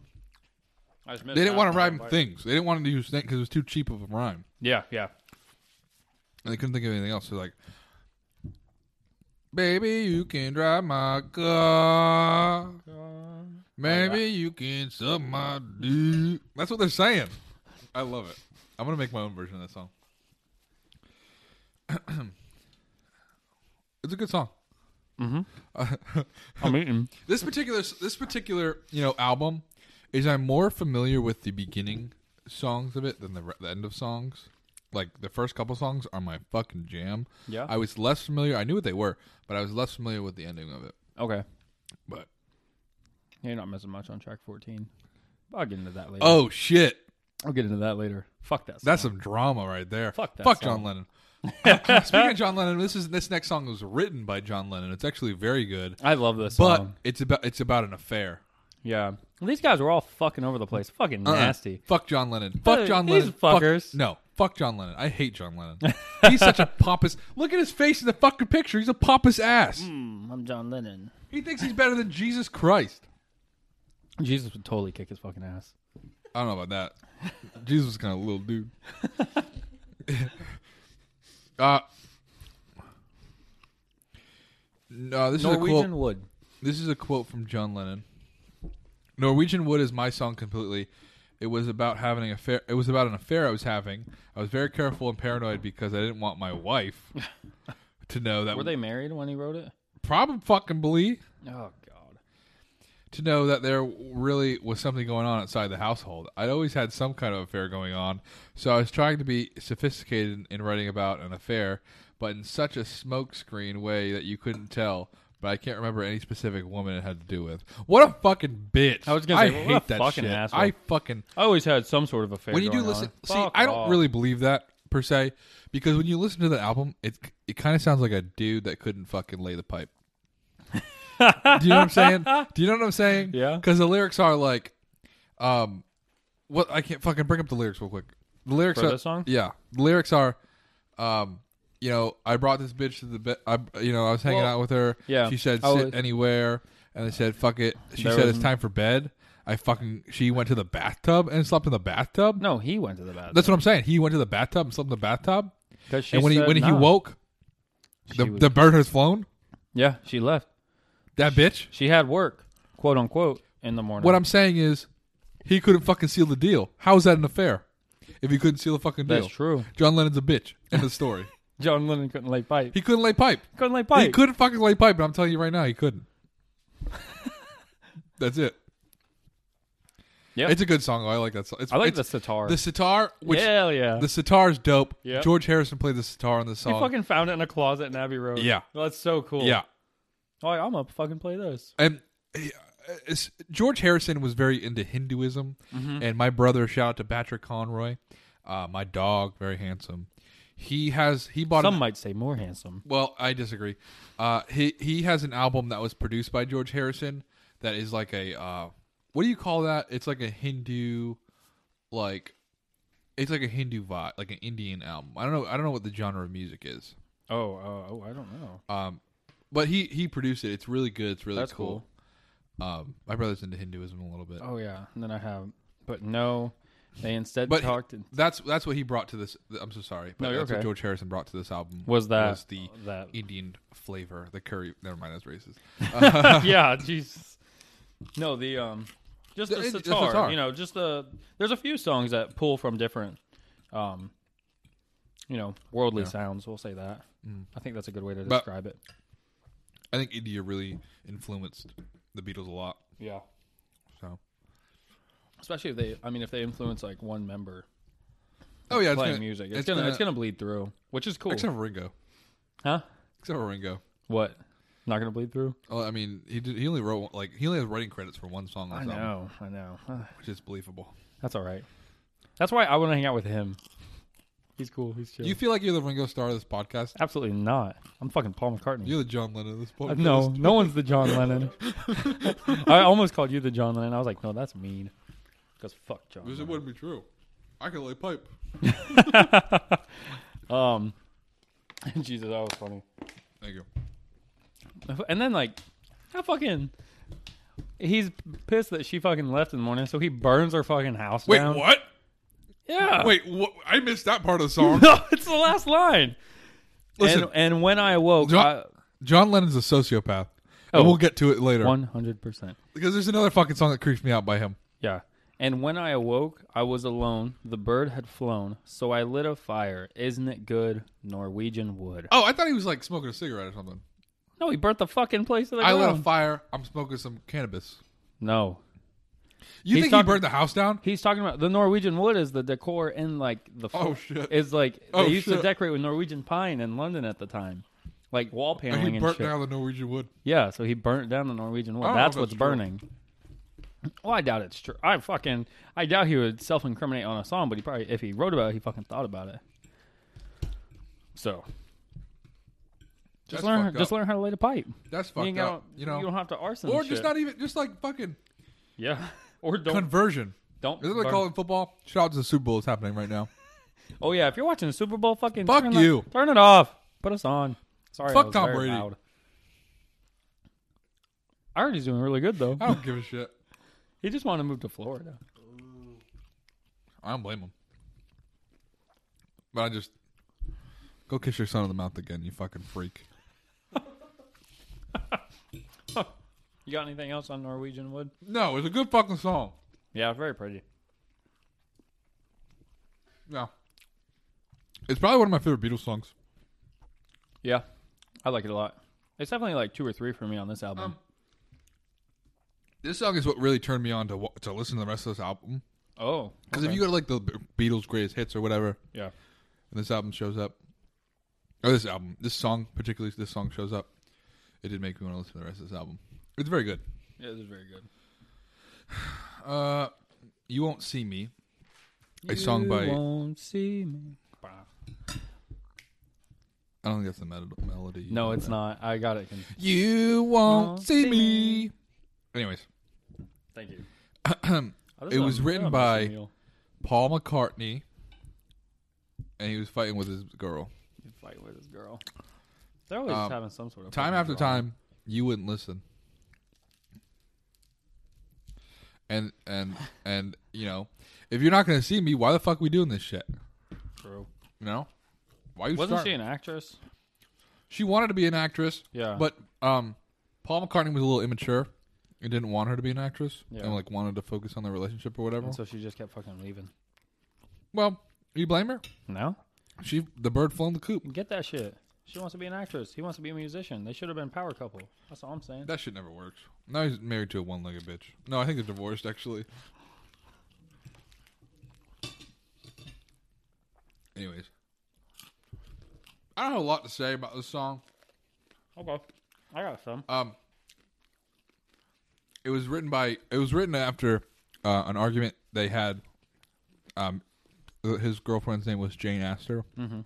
Speaker 3: I just missed
Speaker 2: They didn't
Speaker 3: that.
Speaker 2: want to rhyme
Speaker 3: Like,
Speaker 2: things. They didn't want to use things because it was too cheap of a rhyme,
Speaker 3: Yeah, yeah.
Speaker 2: and they couldn't think of anything else. So like, baby, you can drive my car. Maybe you can suck my dick. That's what they're saying. I love it. I'm gonna make my own version of that song. it's a good song.
Speaker 3: I'm eating.
Speaker 2: this particular this particular you know album is I'm more familiar with the beginning songs of it than the, re- the end of songs. Like the first couple songs are my fucking jam.
Speaker 3: Yeah.
Speaker 2: I was less familiar. I knew what they were, but I was less familiar with the ending of it.
Speaker 3: Okay.
Speaker 2: But
Speaker 3: You're not missing much on track 14. I'll get into that later.
Speaker 2: oh shit,
Speaker 3: I'll get into that later. Fuck that.
Speaker 2: that's some drama right there.
Speaker 3: Fuck that
Speaker 2: John
Speaker 3: song.
Speaker 2: Lennon. Speaking of John Lennon, this is this next song was written by John Lennon. It's actually very good,
Speaker 3: I love this
Speaker 2: but
Speaker 3: song.
Speaker 2: it's about it's about an affair.
Speaker 3: Yeah. These guys were all fucking over the place. Fucking
Speaker 2: Uh-uh.
Speaker 3: nasty.
Speaker 2: Fuck John Lennon. Fuck
Speaker 3: Hey,
Speaker 2: John
Speaker 3: these
Speaker 2: Lennon. Fuck-
Speaker 3: fuckers.
Speaker 2: no, fuck John Lennon. I hate John Lennon. He's such a pompous. Look at his face in the fucking picture. He's a pompous ass.
Speaker 3: I'm John Lennon.
Speaker 2: He thinks he's better than Jesus Christ.
Speaker 3: Jesus would totally kick his fucking ass.
Speaker 2: I don't know about that. Jesus was kind of a little dude. uh, no, this is a
Speaker 3: Norwegian
Speaker 2: quote.
Speaker 3: would.
Speaker 2: This is a quote from John Lennon. Norwegian Wood is my song completely. It was about having an affair. It was about an affair I was having. I was very careful and paranoid because I didn't want my wife to know that.
Speaker 3: Were they married when he wrote it?
Speaker 2: probably fucking believe
Speaker 3: Oh God.
Speaker 2: to know that there really was something going on outside the household. I'd always had some kind of affair going on, so I was trying to be sophisticated in, in writing about an affair, but in such a smokescreen way that you couldn't tell. But I can't remember any specific woman it had to do with. What a fucking bitch!
Speaker 3: I was gonna say, what
Speaker 2: hate
Speaker 3: a
Speaker 2: that
Speaker 3: fucking
Speaker 2: shit.
Speaker 3: asshole.
Speaker 2: I fucking
Speaker 3: I always had some sort of affair.
Speaker 2: when you do
Speaker 3: going
Speaker 2: listen.
Speaker 3: on.
Speaker 2: See,
Speaker 3: Fuck
Speaker 2: I don't
Speaker 3: off.
Speaker 2: really believe that per se because when you listen to the album, it it kind of sounds like a dude that couldn't fucking lay the pipe. do you know what I'm saying? Do you know what I'm saying?
Speaker 3: Yeah.
Speaker 2: Because the lyrics are like, um, what I can't fucking bring up the lyrics real quick. The lyrics
Speaker 3: For
Speaker 2: are
Speaker 3: this song?
Speaker 2: yeah. The lyrics are, um, you know, I brought this bitch to the bed. I you know I was hanging
Speaker 3: Well,
Speaker 2: out with her.
Speaker 3: yeah.
Speaker 2: She said
Speaker 3: I
Speaker 2: sit
Speaker 3: was-
Speaker 2: anywhere, and I said fuck it. She
Speaker 3: There
Speaker 2: said
Speaker 3: was
Speaker 2: it's
Speaker 3: n-
Speaker 2: time for bed. I fucking she went to the bathtub and slept in the bathtub.
Speaker 3: No, he went to the bathroom
Speaker 2: That's what I'm saying. He went to the bathtub and slept in the bathtub.
Speaker 3: 'Cause she
Speaker 2: and when he
Speaker 3: said
Speaker 2: when he
Speaker 3: no.
Speaker 2: woke, the,
Speaker 3: She was-
Speaker 2: the bird has flown.
Speaker 3: yeah, she left.
Speaker 2: That bitch.
Speaker 3: She had work, quote unquote, in the morning.
Speaker 2: What I'm saying is, he couldn't fucking seal the deal. How is that an affair? If he couldn't seal the fucking deal,
Speaker 3: That's true.
Speaker 2: John Lennon's a bitch. End of story.
Speaker 3: John Lennon couldn't lay pipe.
Speaker 2: he couldn't lay pipe.
Speaker 3: couldn't lay pipe.
Speaker 2: He couldn't fucking lay pipe. And I'm telling you right now, he couldn't. That's it.
Speaker 3: Yep.
Speaker 2: it's a good song. though. I like that song. It's,
Speaker 3: I like
Speaker 2: it's-
Speaker 3: the sitar.
Speaker 2: The sitar, which
Speaker 3: Hell yeah.
Speaker 2: the sitar's dope.
Speaker 3: Yep.
Speaker 2: George Harrison played the sitar on this
Speaker 3: he
Speaker 2: song.
Speaker 3: fucking found it in a closet in Abbey Road.
Speaker 2: Yeah.
Speaker 3: That's so cool.
Speaker 2: yeah,
Speaker 3: Oh, I'm gonna fucking play this.
Speaker 2: and he- uh, it's- George Harrison was very into Hinduism,
Speaker 3: Mm-hmm.
Speaker 2: and my brother, shout out to Patrick Conroy, uh, my dog, very handsome. He has he bought
Speaker 3: Some
Speaker 2: an,
Speaker 3: might say more handsome.
Speaker 2: well, I disagree. Uh, he he has an album that was produced by George Harrison that is like a uh, what do you call that? It's like a Hindu, like it's like a Hindu vibe, like an Indian album. I don't know. I don't know what the genre of music is.
Speaker 3: Oh, oh, oh, I don't know.
Speaker 2: Um, but he he produced it. It's really good. It's really
Speaker 3: That's
Speaker 2: cool. Um, my brother's into Hinduism a little bit.
Speaker 3: Oh yeah. And then I have, but no, they instead
Speaker 2: But-
Speaker 3: talked.
Speaker 2: That's that's what he brought to this. I'm so sorry, but
Speaker 3: No, you're
Speaker 2: that's what
Speaker 3: okay.
Speaker 2: George Harrison brought to this album.
Speaker 3: Was that- Oh,
Speaker 2: was the
Speaker 3: that-
Speaker 2: Indian flavor, the curry? Never mind, that's racist.
Speaker 3: yeah, Jesus. No, the um, just the,
Speaker 2: The- the
Speaker 3: sitar,
Speaker 2: sitar.
Speaker 3: You know, just the there's a few songs that pull from different, um, you know, worldly sounds. We'll say that. I think that's a good way to
Speaker 2: Mm. But-
Speaker 3: describe it.
Speaker 2: I think India really influenced the Beatles a lot.
Speaker 3: Yeah,
Speaker 2: So,
Speaker 3: especially if they, I mean, if they influence like one member
Speaker 2: oh yeah, it's
Speaker 3: playing
Speaker 2: gonna,
Speaker 3: music, it's,
Speaker 2: it's
Speaker 3: gonna,
Speaker 2: gonna-
Speaker 3: it's gonna bleed through, which is cool.
Speaker 2: except for Ringo.
Speaker 3: huh?
Speaker 2: Except for Ringo.
Speaker 3: What? Not gonna bleed through?
Speaker 2: Oh, I mean, he did, he only wrote one- like he only has writing credits for one song on
Speaker 3: I
Speaker 2: this album,
Speaker 3: know, I know.
Speaker 2: which is believable.
Speaker 3: That's all right. That's why I want to hang out with him. He's cool. He's chill.
Speaker 2: You feel like you're the Ringo star of this podcast.
Speaker 3: Absolutely not. I'm fucking Paul McCartney.
Speaker 2: You're the John Lennon of this
Speaker 3: Uh,
Speaker 2: podcast.
Speaker 3: No, no one's the John Lennon. I almost called you the John Lennon. I was like, no, that's mean. Because fuck John.
Speaker 2: because it
Speaker 3: Lennon.
Speaker 2: wouldn't be true. I can lay pipe.
Speaker 3: Um, Jesus, that was funny.
Speaker 2: Thank you.
Speaker 3: And then like, how fucking. He's pissed that she fucking left in the morning, so he burns her fucking house
Speaker 2: Wait,
Speaker 3: down.
Speaker 2: what?
Speaker 3: Yeah.
Speaker 2: Wait, wh- I missed that part of the song.
Speaker 3: No, it's the last line.
Speaker 2: Listen.
Speaker 3: and, and when I awoke,
Speaker 2: John, John Lennon's a sociopath.
Speaker 3: Oh.
Speaker 2: And we'll get to it later.
Speaker 3: one hundred percent.
Speaker 2: Because there's another fucking song that creeps me out by him.
Speaker 3: Yeah. And when I awoke, I was alone. The bird had flown, so I lit a fire. Isn't it good, Norwegian wood?
Speaker 2: Oh, I thought he was like smoking a cigarette or something.
Speaker 3: No, he burnt the fucking place to the
Speaker 2: I
Speaker 3: ground.
Speaker 2: lit a fire. I'm smoking some cannabis.
Speaker 3: No,
Speaker 2: You
Speaker 3: He's
Speaker 2: think
Speaker 3: talking-
Speaker 2: he burned the house down?
Speaker 3: he's talking about the Norwegian wood is the decor in like the. fl-
Speaker 2: Oh, shit.
Speaker 3: Is like they
Speaker 2: Oh,
Speaker 3: used to
Speaker 2: shit.
Speaker 3: decorate with Norwegian pine in London at the time, like wall paneling
Speaker 2: he
Speaker 3: and
Speaker 2: burnt
Speaker 3: shit.
Speaker 2: down the Norwegian wood.
Speaker 3: Yeah, so he burnt down the Norwegian wood.
Speaker 2: I don't know
Speaker 3: That's
Speaker 2: if
Speaker 3: what's
Speaker 2: that's true.
Speaker 3: burning. Well, I doubt it's true. I fucking I doubt he would self incriminate on a song, but he probably if he wrote about it, he fucking thought about it. So
Speaker 2: That's
Speaker 3: just learn
Speaker 2: fucked
Speaker 3: just
Speaker 2: up.
Speaker 3: learn how to light a pipe.
Speaker 2: That's
Speaker 3: You,
Speaker 2: fucked
Speaker 3: ain't
Speaker 2: up.
Speaker 3: got,
Speaker 2: You know,
Speaker 3: you don't have to arson.
Speaker 2: or
Speaker 3: shit.
Speaker 2: just not even just like fucking
Speaker 3: yeah. Or don't
Speaker 2: conversion.
Speaker 3: don't.
Speaker 2: Is that what they
Speaker 3: burn.
Speaker 2: call it in football? Shout out to the Super Bowl. It's happening right now.
Speaker 3: Oh yeah, if you're watching the Super Bowl, fucking
Speaker 2: Fuck
Speaker 3: turn
Speaker 2: you.
Speaker 3: It, turn it off. Put us on. Sorry,
Speaker 2: Fuck
Speaker 3: I was
Speaker 2: Tom
Speaker 3: very
Speaker 2: Brady.
Speaker 3: Loud. Ireland's doing really good though.
Speaker 2: I don't give a shit.
Speaker 3: He just wanted to move to Florida.
Speaker 2: I don't blame him. But I just go kiss your son in the mouth again. You fucking freak.
Speaker 3: You got anything else on Norwegian wood?
Speaker 2: No, it's a good fucking song.
Speaker 3: Yeah, very pretty.
Speaker 2: Yeah. It's probably one of my favorite Beatles songs.
Speaker 3: Yeah, I like it a lot. It's definitely like two or three for me on this album.
Speaker 2: This song is what really turned me on to wa- to listen to the rest of this album.
Speaker 3: oh,
Speaker 2: Because if
Speaker 3: okay.
Speaker 2: you go to like the Be- Beatles' greatest hits or whatever,
Speaker 3: yeah,
Speaker 2: and this album shows up, or this album, this song particularly, this song shows up, it did make me want to listen to the rest of this album. It's very good.
Speaker 3: yeah, this is very good.
Speaker 2: Uh, you won't see me. A song by
Speaker 3: You won't see me.
Speaker 2: I don't think that's the mel- melody.
Speaker 3: No, it's not. I got it.
Speaker 2: You won't see me. Anyways,
Speaker 3: Thank you. Oh,
Speaker 2: It was written by- Paul McCartney, and he was fighting with his girl.
Speaker 3: Fight with this girl. They're always
Speaker 2: Um,
Speaker 3: having some sort of
Speaker 2: Time
Speaker 3: fucking
Speaker 2: after
Speaker 3: drama.
Speaker 2: time, you wouldn't listen. And and and you know, if you're not gonna see me, why the fuck we doing this shit?
Speaker 3: True.
Speaker 2: You know, why you?
Speaker 3: Wasn't she
Speaker 2: starting?
Speaker 3: an actress?
Speaker 2: She wanted to be an actress,
Speaker 3: Yeah.
Speaker 2: but um, Paul McCartney was a little immature and didn't want her to be an actress,
Speaker 3: Yeah.
Speaker 2: and like wanted to focus on their relationship or whatever.
Speaker 3: And so she just kept fucking leaving.
Speaker 2: well, you blame her.
Speaker 3: No,
Speaker 2: She the bird flown the coop.
Speaker 3: get that shit. She wants to be an actress. He wants to be a musician. They should have been power couple. That's all I'm saying.
Speaker 2: That shit never works. Now he's married to a one-legged bitch. No, I think they're divorced actually. Anyways, I don't have a lot to say about this song.
Speaker 3: Okay, I got some.
Speaker 2: Um, it was written by. It was written after uh, an argument they had. Um, his girlfriend's name was Jane Astor. Mm-hmm.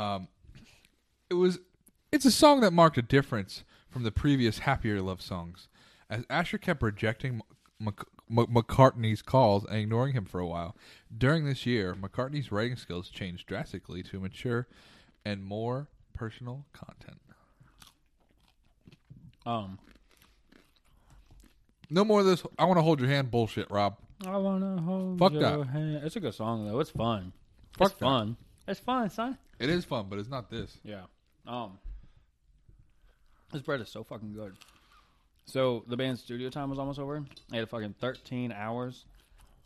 Speaker 2: Um, it was. It's a song that marked a difference from the previous happier love songs, as Asher kept rejecting M- M- McCartney's calls and ignoring him for a while. During this year, McCartney's writing skills changed drastically to mature and more personal content.
Speaker 3: Um,
Speaker 2: No more of this. I want to hold your hand bullshit, Rob.
Speaker 3: I wanna hold
Speaker 2: Fuck
Speaker 3: your
Speaker 2: that.
Speaker 3: hand. It's a good song though. It's fun.
Speaker 2: Fuck
Speaker 3: it's
Speaker 2: that.
Speaker 3: fun. It's fun, son.
Speaker 2: It is fun, but it's not this.
Speaker 3: Yeah. Um. This bread is so fucking good. So the band's studio time was almost over. They had fucking thirteen hours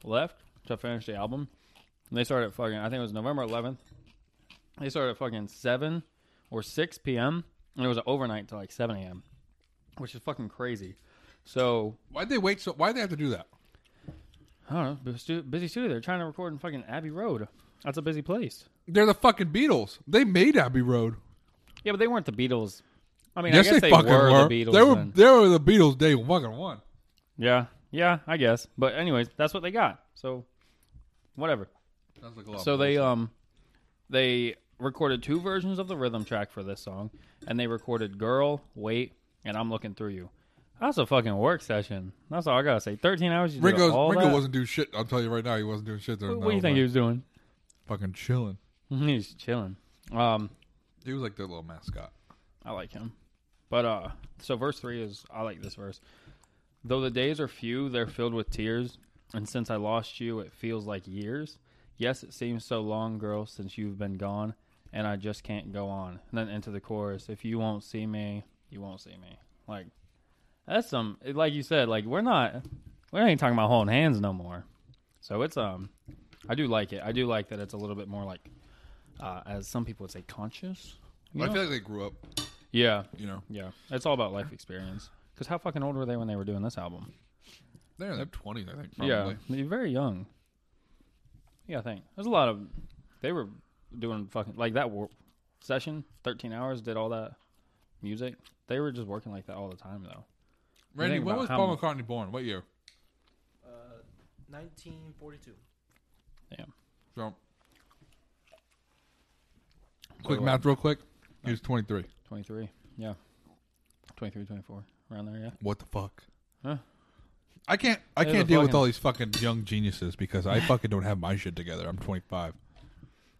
Speaker 3: left to finish the album. And they started at fucking. I think it was November eleventh. They started at fucking seven or six p.m. and it was an overnight to like seven a.m., which is fucking crazy. So
Speaker 2: Why'd they wait so? Why'd they have to do that?
Speaker 3: I don't know. bu- stu- Busy studio. They're trying to record in fucking Abbey Road. That's a busy place.
Speaker 2: They're the fucking Beatles. They made Abbey Road.
Speaker 3: Yeah, but they weren't the Beatles. I mean,
Speaker 2: yes,
Speaker 3: I guess
Speaker 2: they,
Speaker 3: they,
Speaker 2: fucking were.
Speaker 3: were, the Beatles.
Speaker 2: they were.
Speaker 3: then.
Speaker 2: They were the Beatles. Day fucking one.
Speaker 3: Yeah, yeah, I guess. But anyways, that's what they got. So whatever.
Speaker 2: Sounds like a lot.
Speaker 3: So
Speaker 2: of
Speaker 3: they
Speaker 2: bullshit.
Speaker 3: um they recorded two versions of the rhythm track for this song, and they recorded "Girl," "Wait," and "I'm Looking Through You." That's a fucking work session. That's all I gotta say. Thirteen hours. You did
Speaker 2: Ringo's,
Speaker 3: uh, all
Speaker 2: Ringo
Speaker 3: that?
Speaker 2: wasn't doing shit. I'll tell you right now, he wasn't doing shit.
Speaker 3: What, what do you think he was doing?
Speaker 2: fucking chilling?
Speaker 3: He's chilling. Um,
Speaker 2: He was like their little mascot.
Speaker 3: I like him. But uh so verse 3 is I like this verse. Though the days are few, they're filled with tears, and since I lost you, it feels like years. Yes, it seems so long, girl, since you've been gone, and I just can't go on. And then into the chorus, if you won't see me, you won't see me. Like that's some like you said, like we're not we ain't talking about holding hands no more. So it's um I do like it. I do like that it's a little bit more like uh as some people would say conscious. you
Speaker 2: I
Speaker 3: know?
Speaker 2: feel like they grew up.
Speaker 3: yeah.
Speaker 2: You know,
Speaker 3: Yeah, it's all about life experience. Because how fucking old were they when they were doing this album?
Speaker 2: they're in their twenties, I think. Probably.
Speaker 3: Yeah, they're very young. Yeah, I think there's a lot of they were doing fucking like that wor- session, thirteen hours, did all that music. They were just working like that all the time though.
Speaker 2: Randy,
Speaker 3: think
Speaker 2: when
Speaker 3: about
Speaker 2: was
Speaker 3: how
Speaker 2: Paul
Speaker 3: much-
Speaker 2: McCartney born? What year?
Speaker 4: Uh, 1942.
Speaker 3: Damn.
Speaker 2: So, quick
Speaker 3: what?
Speaker 2: math, real quick. He was twenty-three.
Speaker 3: 23. Yeah. 23, 24. Around there, yeah.
Speaker 2: What the fuck?
Speaker 3: Huh?
Speaker 2: I can't. I
Speaker 3: They're
Speaker 2: can't
Speaker 3: the
Speaker 2: deal with
Speaker 3: fucking-
Speaker 2: all these fucking young geniuses because I fucking don't have my shit together. I'm 25.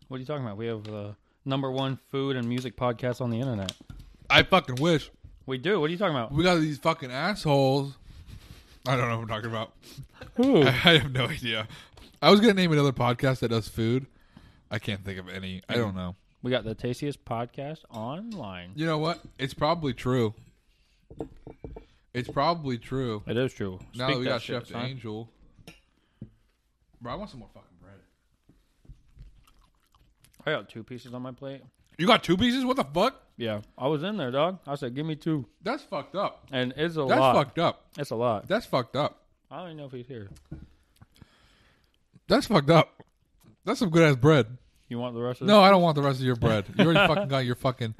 Speaker 3: What are you talking about? We have the number one food and music podcast on the internet.
Speaker 2: I fucking wish
Speaker 3: We do. What are you talking about?
Speaker 2: we got these fucking assholes. I don't know what I'm talking about. I have no idea. I was gonna name another podcast that does food. I can't think of any. I don't know.
Speaker 3: We got the tastiest podcast online.
Speaker 2: You know what? It's probably true. It's probably true.
Speaker 3: It is true.
Speaker 2: Now
Speaker 3: Speak
Speaker 2: that we
Speaker 3: that
Speaker 2: got
Speaker 3: shit,
Speaker 2: Chef
Speaker 3: son.
Speaker 2: Angel. Bro, I want some more fucking bread.
Speaker 3: I got two pieces on my plate.
Speaker 2: You got two pieces? What the fuck?
Speaker 3: Yeah, I was in there, dog. I said, "Give me two.
Speaker 2: That's fucked up.
Speaker 3: and it's a
Speaker 2: That's
Speaker 3: lot.
Speaker 2: fucked up.
Speaker 3: It's a lot.
Speaker 2: That's fucked up.
Speaker 3: I don't even know if he's here.
Speaker 2: That's fucked up. That's some good ass bread.
Speaker 3: You want the rest of
Speaker 2: No, I don't want the rest of your bread. You already fucking got your fucking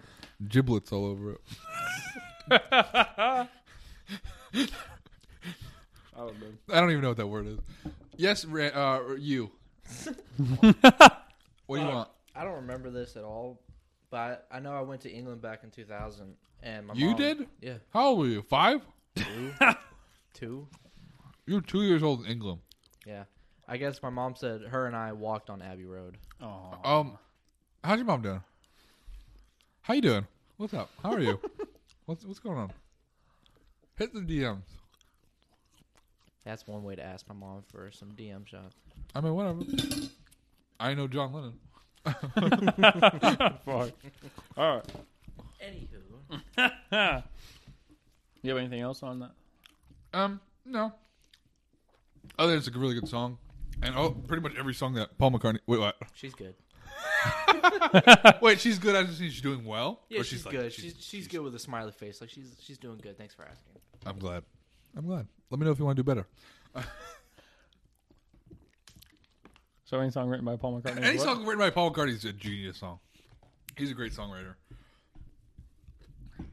Speaker 2: giblets all over it.
Speaker 3: I don't know.
Speaker 2: I don't even know what that word is. Yes, Ra- uh, you. what do
Speaker 3: Uh,
Speaker 2: you want?
Speaker 4: I don't remember this at all, but I know I went to England back in 2000, and my
Speaker 2: You
Speaker 4: mom-
Speaker 2: did?
Speaker 4: Yeah,
Speaker 2: How old were you? Five?
Speaker 4: two, two.
Speaker 2: You were two years old in England.
Speaker 4: Yeah, I guess my mom said her and I walked on Abbey Road.
Speaker 3: Oh,
Speaker 2: Um, how's your mom doing? How you doing? What's up? How are you? what's what's going on? Hit the DMs.
Speaker 4: That's one way to ask my mom for some DM shots.
Speaker 2: I mean, whatever. I know John Lennon.
Speaker 3: fuck. All right.
Speaker 4: Anywho,
Speaker 3: You have anything else on that?
Speaker 2: Um, no. Other than it's a really good song, and oh, pretty much every song that Paul McCartney. Wait, what?
Speaker 4: she's good.
Speaker 2: Wait, she's good. I just mean she's doing well.
Speaker 4: Yeah,
Speaker 2: Or
Speaker 4: she's,
Speaker 2: like-
Speaker 4: good. She's, she's good with a smiley face. Like she's she's doing good. Thanks for asking.
Speaker 2: I'm glad. I'm glad. Let me know if you want to do better.
Speaker 3: So any song written by Paul McCartney?
Speaker 2: Any
Speaker 3: as well?
Speaker 2: song written by Paul McCartney is a genius song. He's a great songwriter.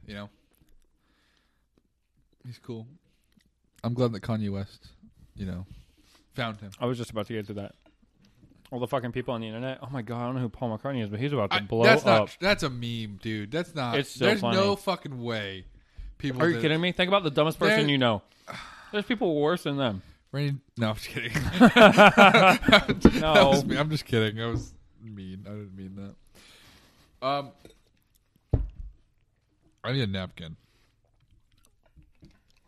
Speaker 2: You know, he's cool. I'm glad that Kanye West, you know, found him.
Speaker 3: I was just about to get to that. All the fucking people on the internet. Oh my god, I don't know who Paul McCartney is, but he's about to
Speaker 2: I-
Speaker 3: blow
Speaker 2: that's
Speaker 3: up.
Speaker 2: not. That's a meme, dude. That's not.
Speaker 3: It's so
Speaker 2: there's no
Speaker 3: funny.
Speaker 2: fucking way. People
Speaker 3: Are you
Speaker 2: that-
Speaker 3: kidding me? Think about the dumbest person
Speaker 2: There-
Speaker 3: you know. There's people worse than them.
Speaker 2: Rain. No, I'm just kidding. That
Speaker 3: No.
Speaker 2: was me. I'm just kidding. I was mean. I didn't mean that. Um, I need a napkin.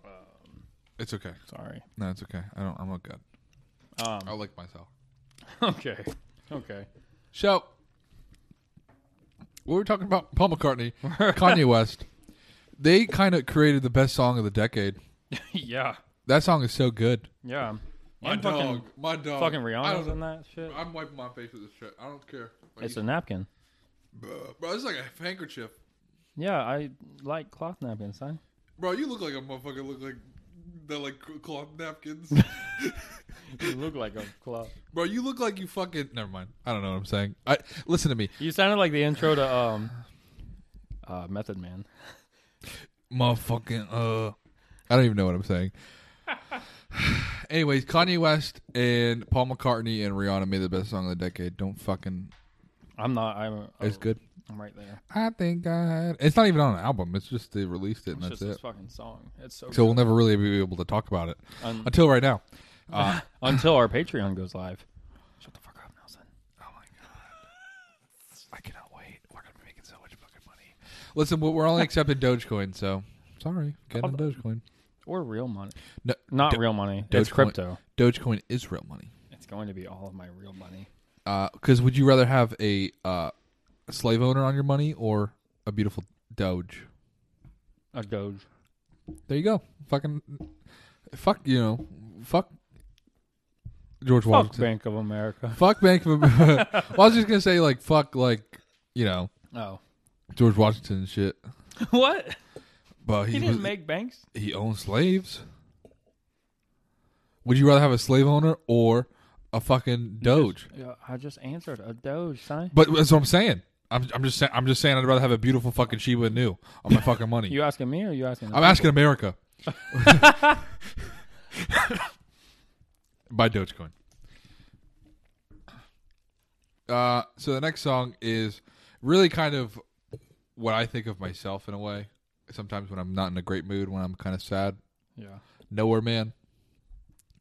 Speaker 2: Um, it's okay.
Speaker 3: Sorry.
Speaker 2: No, it's okay. I don't. I'm not good.
Speaker 3: Um,
Speaker 2: I'll lick myself.
Speaker 3: okay. Okay.
Speaker 2: So, we were talking about Paul McCartney, Kanye West. They kind of created the best song of the decade.
Speaker 3: yeah.
Speaker 2: That song is so good.
Speaker 3: Yeah.
Speaker 2: My
Speaker 3: And
Speaker 2: dog. My dog.
Speaker 3: Fucking, fucking
Speaker 2: I
Speaker 3: Rihanna's
Speaker 2: don't
Speaker 3: in
Speaker 2: know.
Speaker 3: that shit.
Speaker 2: I'm wiping my face with this shit. I don't care. Like,
Speaker 3: It's a napkin.
Speaker 2: bro, bro, this is like a handkerchief.
Speaker 3: Yeah, I like cloth napkins, son.
Speaker 2: Bro, you look like a motherfucker. Look like the like cloth napkins.
Speaker 3: You look like a cloth.
Speaker 2: Bro, you look like you fucking. Never mind. I don't know what I'm saying. I listen to me,
Speaker 3: You sounded like the intro to um, uh, Method Man.
Speaker 2: motherfucking. Uh, I don't even know what I'm saying. Anyways, Kanye West and Paul McCartney and Rihanna made the best song of the decade. Don't fucking.
Speaker 3: I'm not. I'm.
Speaker 2: It's
Speaker 3: oh,
Speaker 2: good.
Speaker 3: I'm right there.
Speaker 2: I think I. Had, it's not even on an album. It's just they released it and
Speaker 3: It's
Speaker 2: that's
Speaker 3: just this
Speaker 2: it.
Speaker 3: fucking song. It's so.
Speaker 2: So we'll never really be able to talk about it
Speaker 3: Un-
Speaker 2: until right now. Uh,
Speaker 3: until our Patreon goes live. Shut the fuck up, Nelson.
Speaker 2: Oh my god. I cannot wait. We're gonna be making so much fucking money. Listen, we- we're only accepting Dogecoin, so sorry. Get on Dogecoin.
Speaker 3: Or real money.
Speaker 2: No,
Speaker 3: Not
Speaker 2: Do-
Speaker 3: real money.
Speaker 2: Dogecoin.
Speaker 3: It's crypto.
Speaker 2: Dogecoin is real money.
Speaker 3: It's going to be all of my real money.
Speaker 2: Because would you rather have a uh, slave owner on your money or a beautiful Doge?
Speaker 3: A Doge.
Speaker 2: There you go. Fucking fuck. You know, fuck George
Speaker 3: Fuck
Speaker 2: Washington.
Speaker 3: Bank of America.
Speaker 2: Fuck Bank of America. well, I was just gonna say like fuck like you know
Speaker 3: Oh.
Speaker 2: George Washington and shit,
Speaker 3: what?
Speaker 2: but he,
Speaker 3: He
Speaker 2: was,
Speaker 3: didn't make banks.
Speaker 2: he owns slaves. Would you rather have a slave owner or a fucking doge?
Speaker 3: Yeah, I just answered a Doge, son.
Speaker 2: But that's what I'm saying. I'm, I'm just saying. I'm just saying. I'd rather have a beautiful fucking Shiba Inu on my fucking money.
Speaker 3: You asking me or you asking? the
Speaker 2: I'm asking America. Buy Dogecoin. Uh, so the next song is really kind of what I think of myself in a way. Sometimes when I'm not in a great mood, when I'm kind of sad,
Speaker 3: people? Yeah.
Speaker 2: Nowhere Man.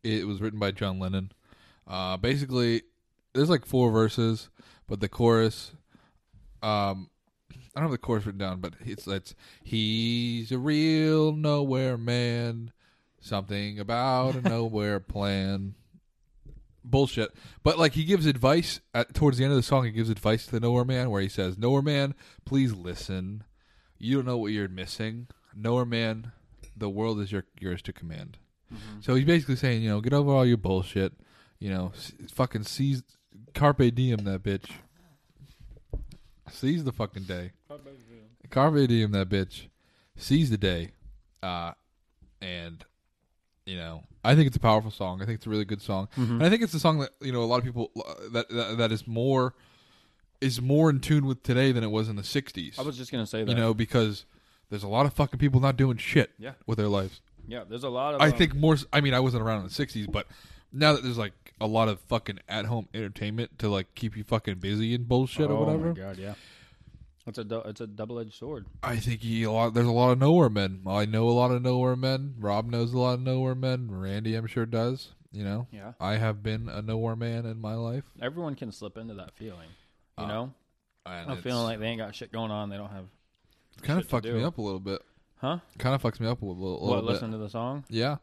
Speaker 2: It was written by John Lennon. Uh, basically, there's like four verses, but the chorus, um, I don't have the chorus written down, but it's it's he's a real nowhere man, something about a nowhere plan. Bullshit. But like he gives advice at, towards the end of the song. He gives advice to the nowhere man, where he says, "Nowhere man, please listen. You don't know what you're missing. Nowhere man, the world is your yours to command."
Speaker 3: Mm-hmm.
Speaker 2: So he's basically saying, you know, get over all your bullshit. You know, s- fucking seize carpe diem that bitch. Seize the fucking day. Carpe diem, that bitch, seize the day, uh, and you know, I think it's a powerful song. I think it's a really good song,
Speaker 3: Mm-hmm.
Speaker 2: and I think it's a song that you know a lot of people uh, that that, that is more is more in tune with today than it was in the '60s.
Speaker 3: I was just gonna say that.
Speaker 2: you know, because there's a lot of fucking people not doing shit
Speaker 3: Yeah.
Speaker 2: with their lives.
Speaker 3: yeah, there's a lot of.
Speaker 2: I
Speaker 3: um,
Speaker 2: think more. s- I mean, I wasn't around in the '60s, but now that there's like a lot of fucking at-home entertainment to like keep you fucking busy and bullshit or
Speaker 3: Oh
Speaker 2: whatever,
Speaker 3: my god, yeah. It's a dou- it's a double edged sword.
Speaker 2: I think he, a lot, there's a lot of nowhere men. I know a lot of nowhere men. Rob knows a lot of nowhere men. Randy, I'm sure does. You know,
Speaker 3: Yeah.
Speaker 2: I have been a nowhere man in my life.
Speaker 3: Everyone can slip into that feeling. You know,
Speaker 2: Uh, And
Speaker 3: I'm feeling like they ain't got shit going on. They don't have.
Speaker 2: kind
Speaker 3: shit
Speaker 2: of
Speaker 3: to
Speaker 2: fucked me
Speaker 3: do.
Speaker 2: up a little bit.
Speaker 3: Huh?
Speaker 2: Kind of fucks me up a little, a little
Speaker 3: What?
Speaker 2: bit.
Speaker 3: Listen to the song.
Speaker 2: Yeah,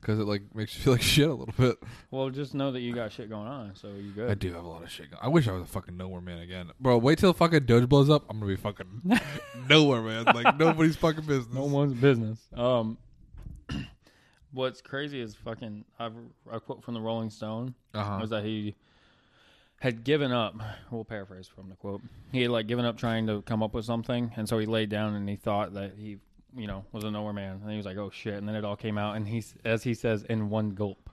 Speaker 2: because it like makes you feel like shit a little bit.
Speaker 3: Well, just know that you got shit going on, so you good.
Speaker 2: I do have a lot of shit. Going. I wish I was a fucking nowhere man again, bro. Wait till fucking Doge blows up. I'm gonna be fucking nowhere man. Like nobody's fucking business.
Speaker 3: No one's business. Um, what's crazy is fucking. I've a quote from the Rolling Stone
Speaker 2: Uh-huh.
Speaker 3: was that he had given up. We'll paraphrase from the quote. He had like given up trying to come up with something, and so he laid down and he thought that he, you know, was a nowhere man. And he was like, "Oh shit!" And then it all came out, and he's as he says in one gulp,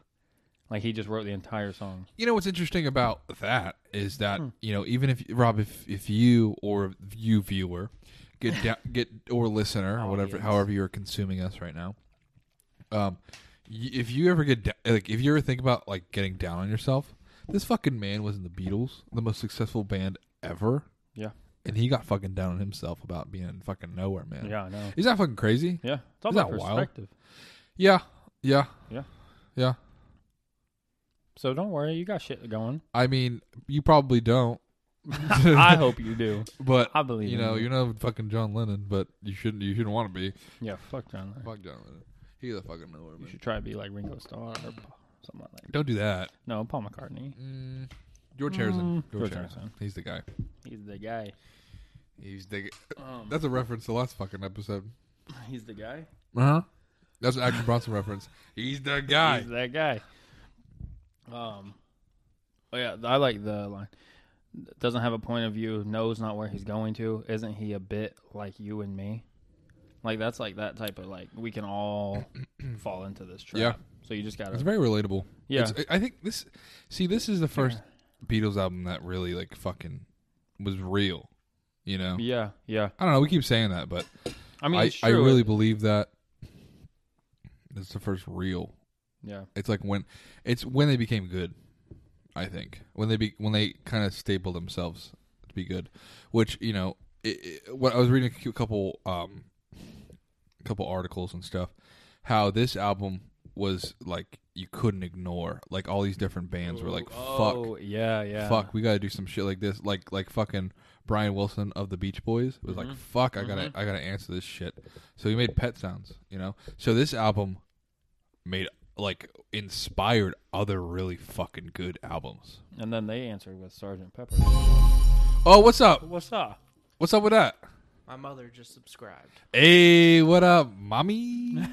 Speaker 3: like he just wrote the entire song.
Speaker 2: You know what's interesting about that is
Speaker 3: Hmm.
Speaker 2: that you know even if Rob, if if you or you viewer get down, get or listener, or whatever,
Speaker 3: Audience.
Speaker 2: however you're consuming us right now, um, y- if you ever get da- like if you ever think about like getting down on yourself, this fucking man was in the Beatles, the most successful band ever,
Speaker 3: Yeah,
Speaker 2: and he got fucking down on himself about being in fucking nowhere, man.
Speaker 3: yeah, I know.
Speaker 2: is that fucking crazy?
Speaker 3: Yeah, it's all
Speaker 2: Isn't
Speaker 3: about
Speaker 2: that wild?
Speaker 3: perspective.
Speaker 2: Yeah, yeah,
Speaker 3: Yeah.
Speaker 2: yeah.
Speaker 3: So don't worry, you got shit going.
Speaker 2: I mean, you probably don't,
Speaker 3: I hope you do.
Speaker 2: but
Speaker 3: I believe
Speaker 2: you
Speaker 3: in
Speaker 2: know,
Speaker 3: you.
Speaker 2: you're not fucking John Lennon, but you shouldn't. You shouldn't want to be.
Speaker 3: Yeah, fuck John. Lennon.
Speaker 2: Fuck John Lennon. He's a fucking nowhere
Speaker 3: You
Speaker 2: man.
Speaker 3: should try to be like Ringo Starr or something like that.
Speaker 2: Don't do that.
Speaker 3: No, Paul McCartney.
Speaker 2: Mm, George Harrison.
Speaker 3: Mm,
Speaker 2: George
Speaker 3: George
Speaker 2: Harrison.
Speaker 3: Harrison.
Speaker 2: He's the guy.
Speaker 3: He's the guy.
Speaker 2: He's the. g-
Speaker 3: Um,
Speaker 2: That's a reference to last fucking episode.
Speaker 3: he's the guy.
Speaker 2: Uh huh. That's an Action Bronson reference. He's the guy.
Speaker 3: He's that guy. Um, oh yeah, I like the line. Doesn't have a point of view. Knows not where he's going to. Isn't he a bit like you and me? Like that's like that type of like we can all fall into this trap.
Speaker 2: Yeah.
Speaker 3: So you just gotta.
Speaker 2: It's very relatable.
Speaker 3: Yeah.
Speaker 2: It's- I think this. See, this is the first Beatles album that really like fucking was real. You know.
Speaker 3: yeah, yeah.
Speaker 2: I don't know. We keep saying that, but
Speaker 3: I
Speaker 2: I
Speaker 3: mean, it's
Speaker 2: I
Speaker 3: true.
Speaker 2: really believe that. It's the first real
Speaker 3: yeah.
Speaker 2: It's like when it's when they became good. I think when they be when they kind of stapled themselves to be good, which you know, it, it, what I was reading a cou- couple um, couple articles and stuff, how this album was like you couldn't ignore. Like all these different bands were like, "Fuck,
Speaker 3: Oh, yeah, yeah.
Speaker 2: fuck, we got to do some shit like this." Like like fucking Brian Wilson of the Beach Boys was like, "Fuck, I gotta I gotta answer this shit." So he made Pet Sounds, you know. So this album made like inspired other really fucking good albums.
Speaker 3: And then they answered with Sergeant Pepper.
Speaker 2: Oh, what's up?
Speaker 3: What's up?
Speaker 2: What's up with that?
Speaker 4: My mother just subscribed.
Speaker 2: Hey, what up, mommy?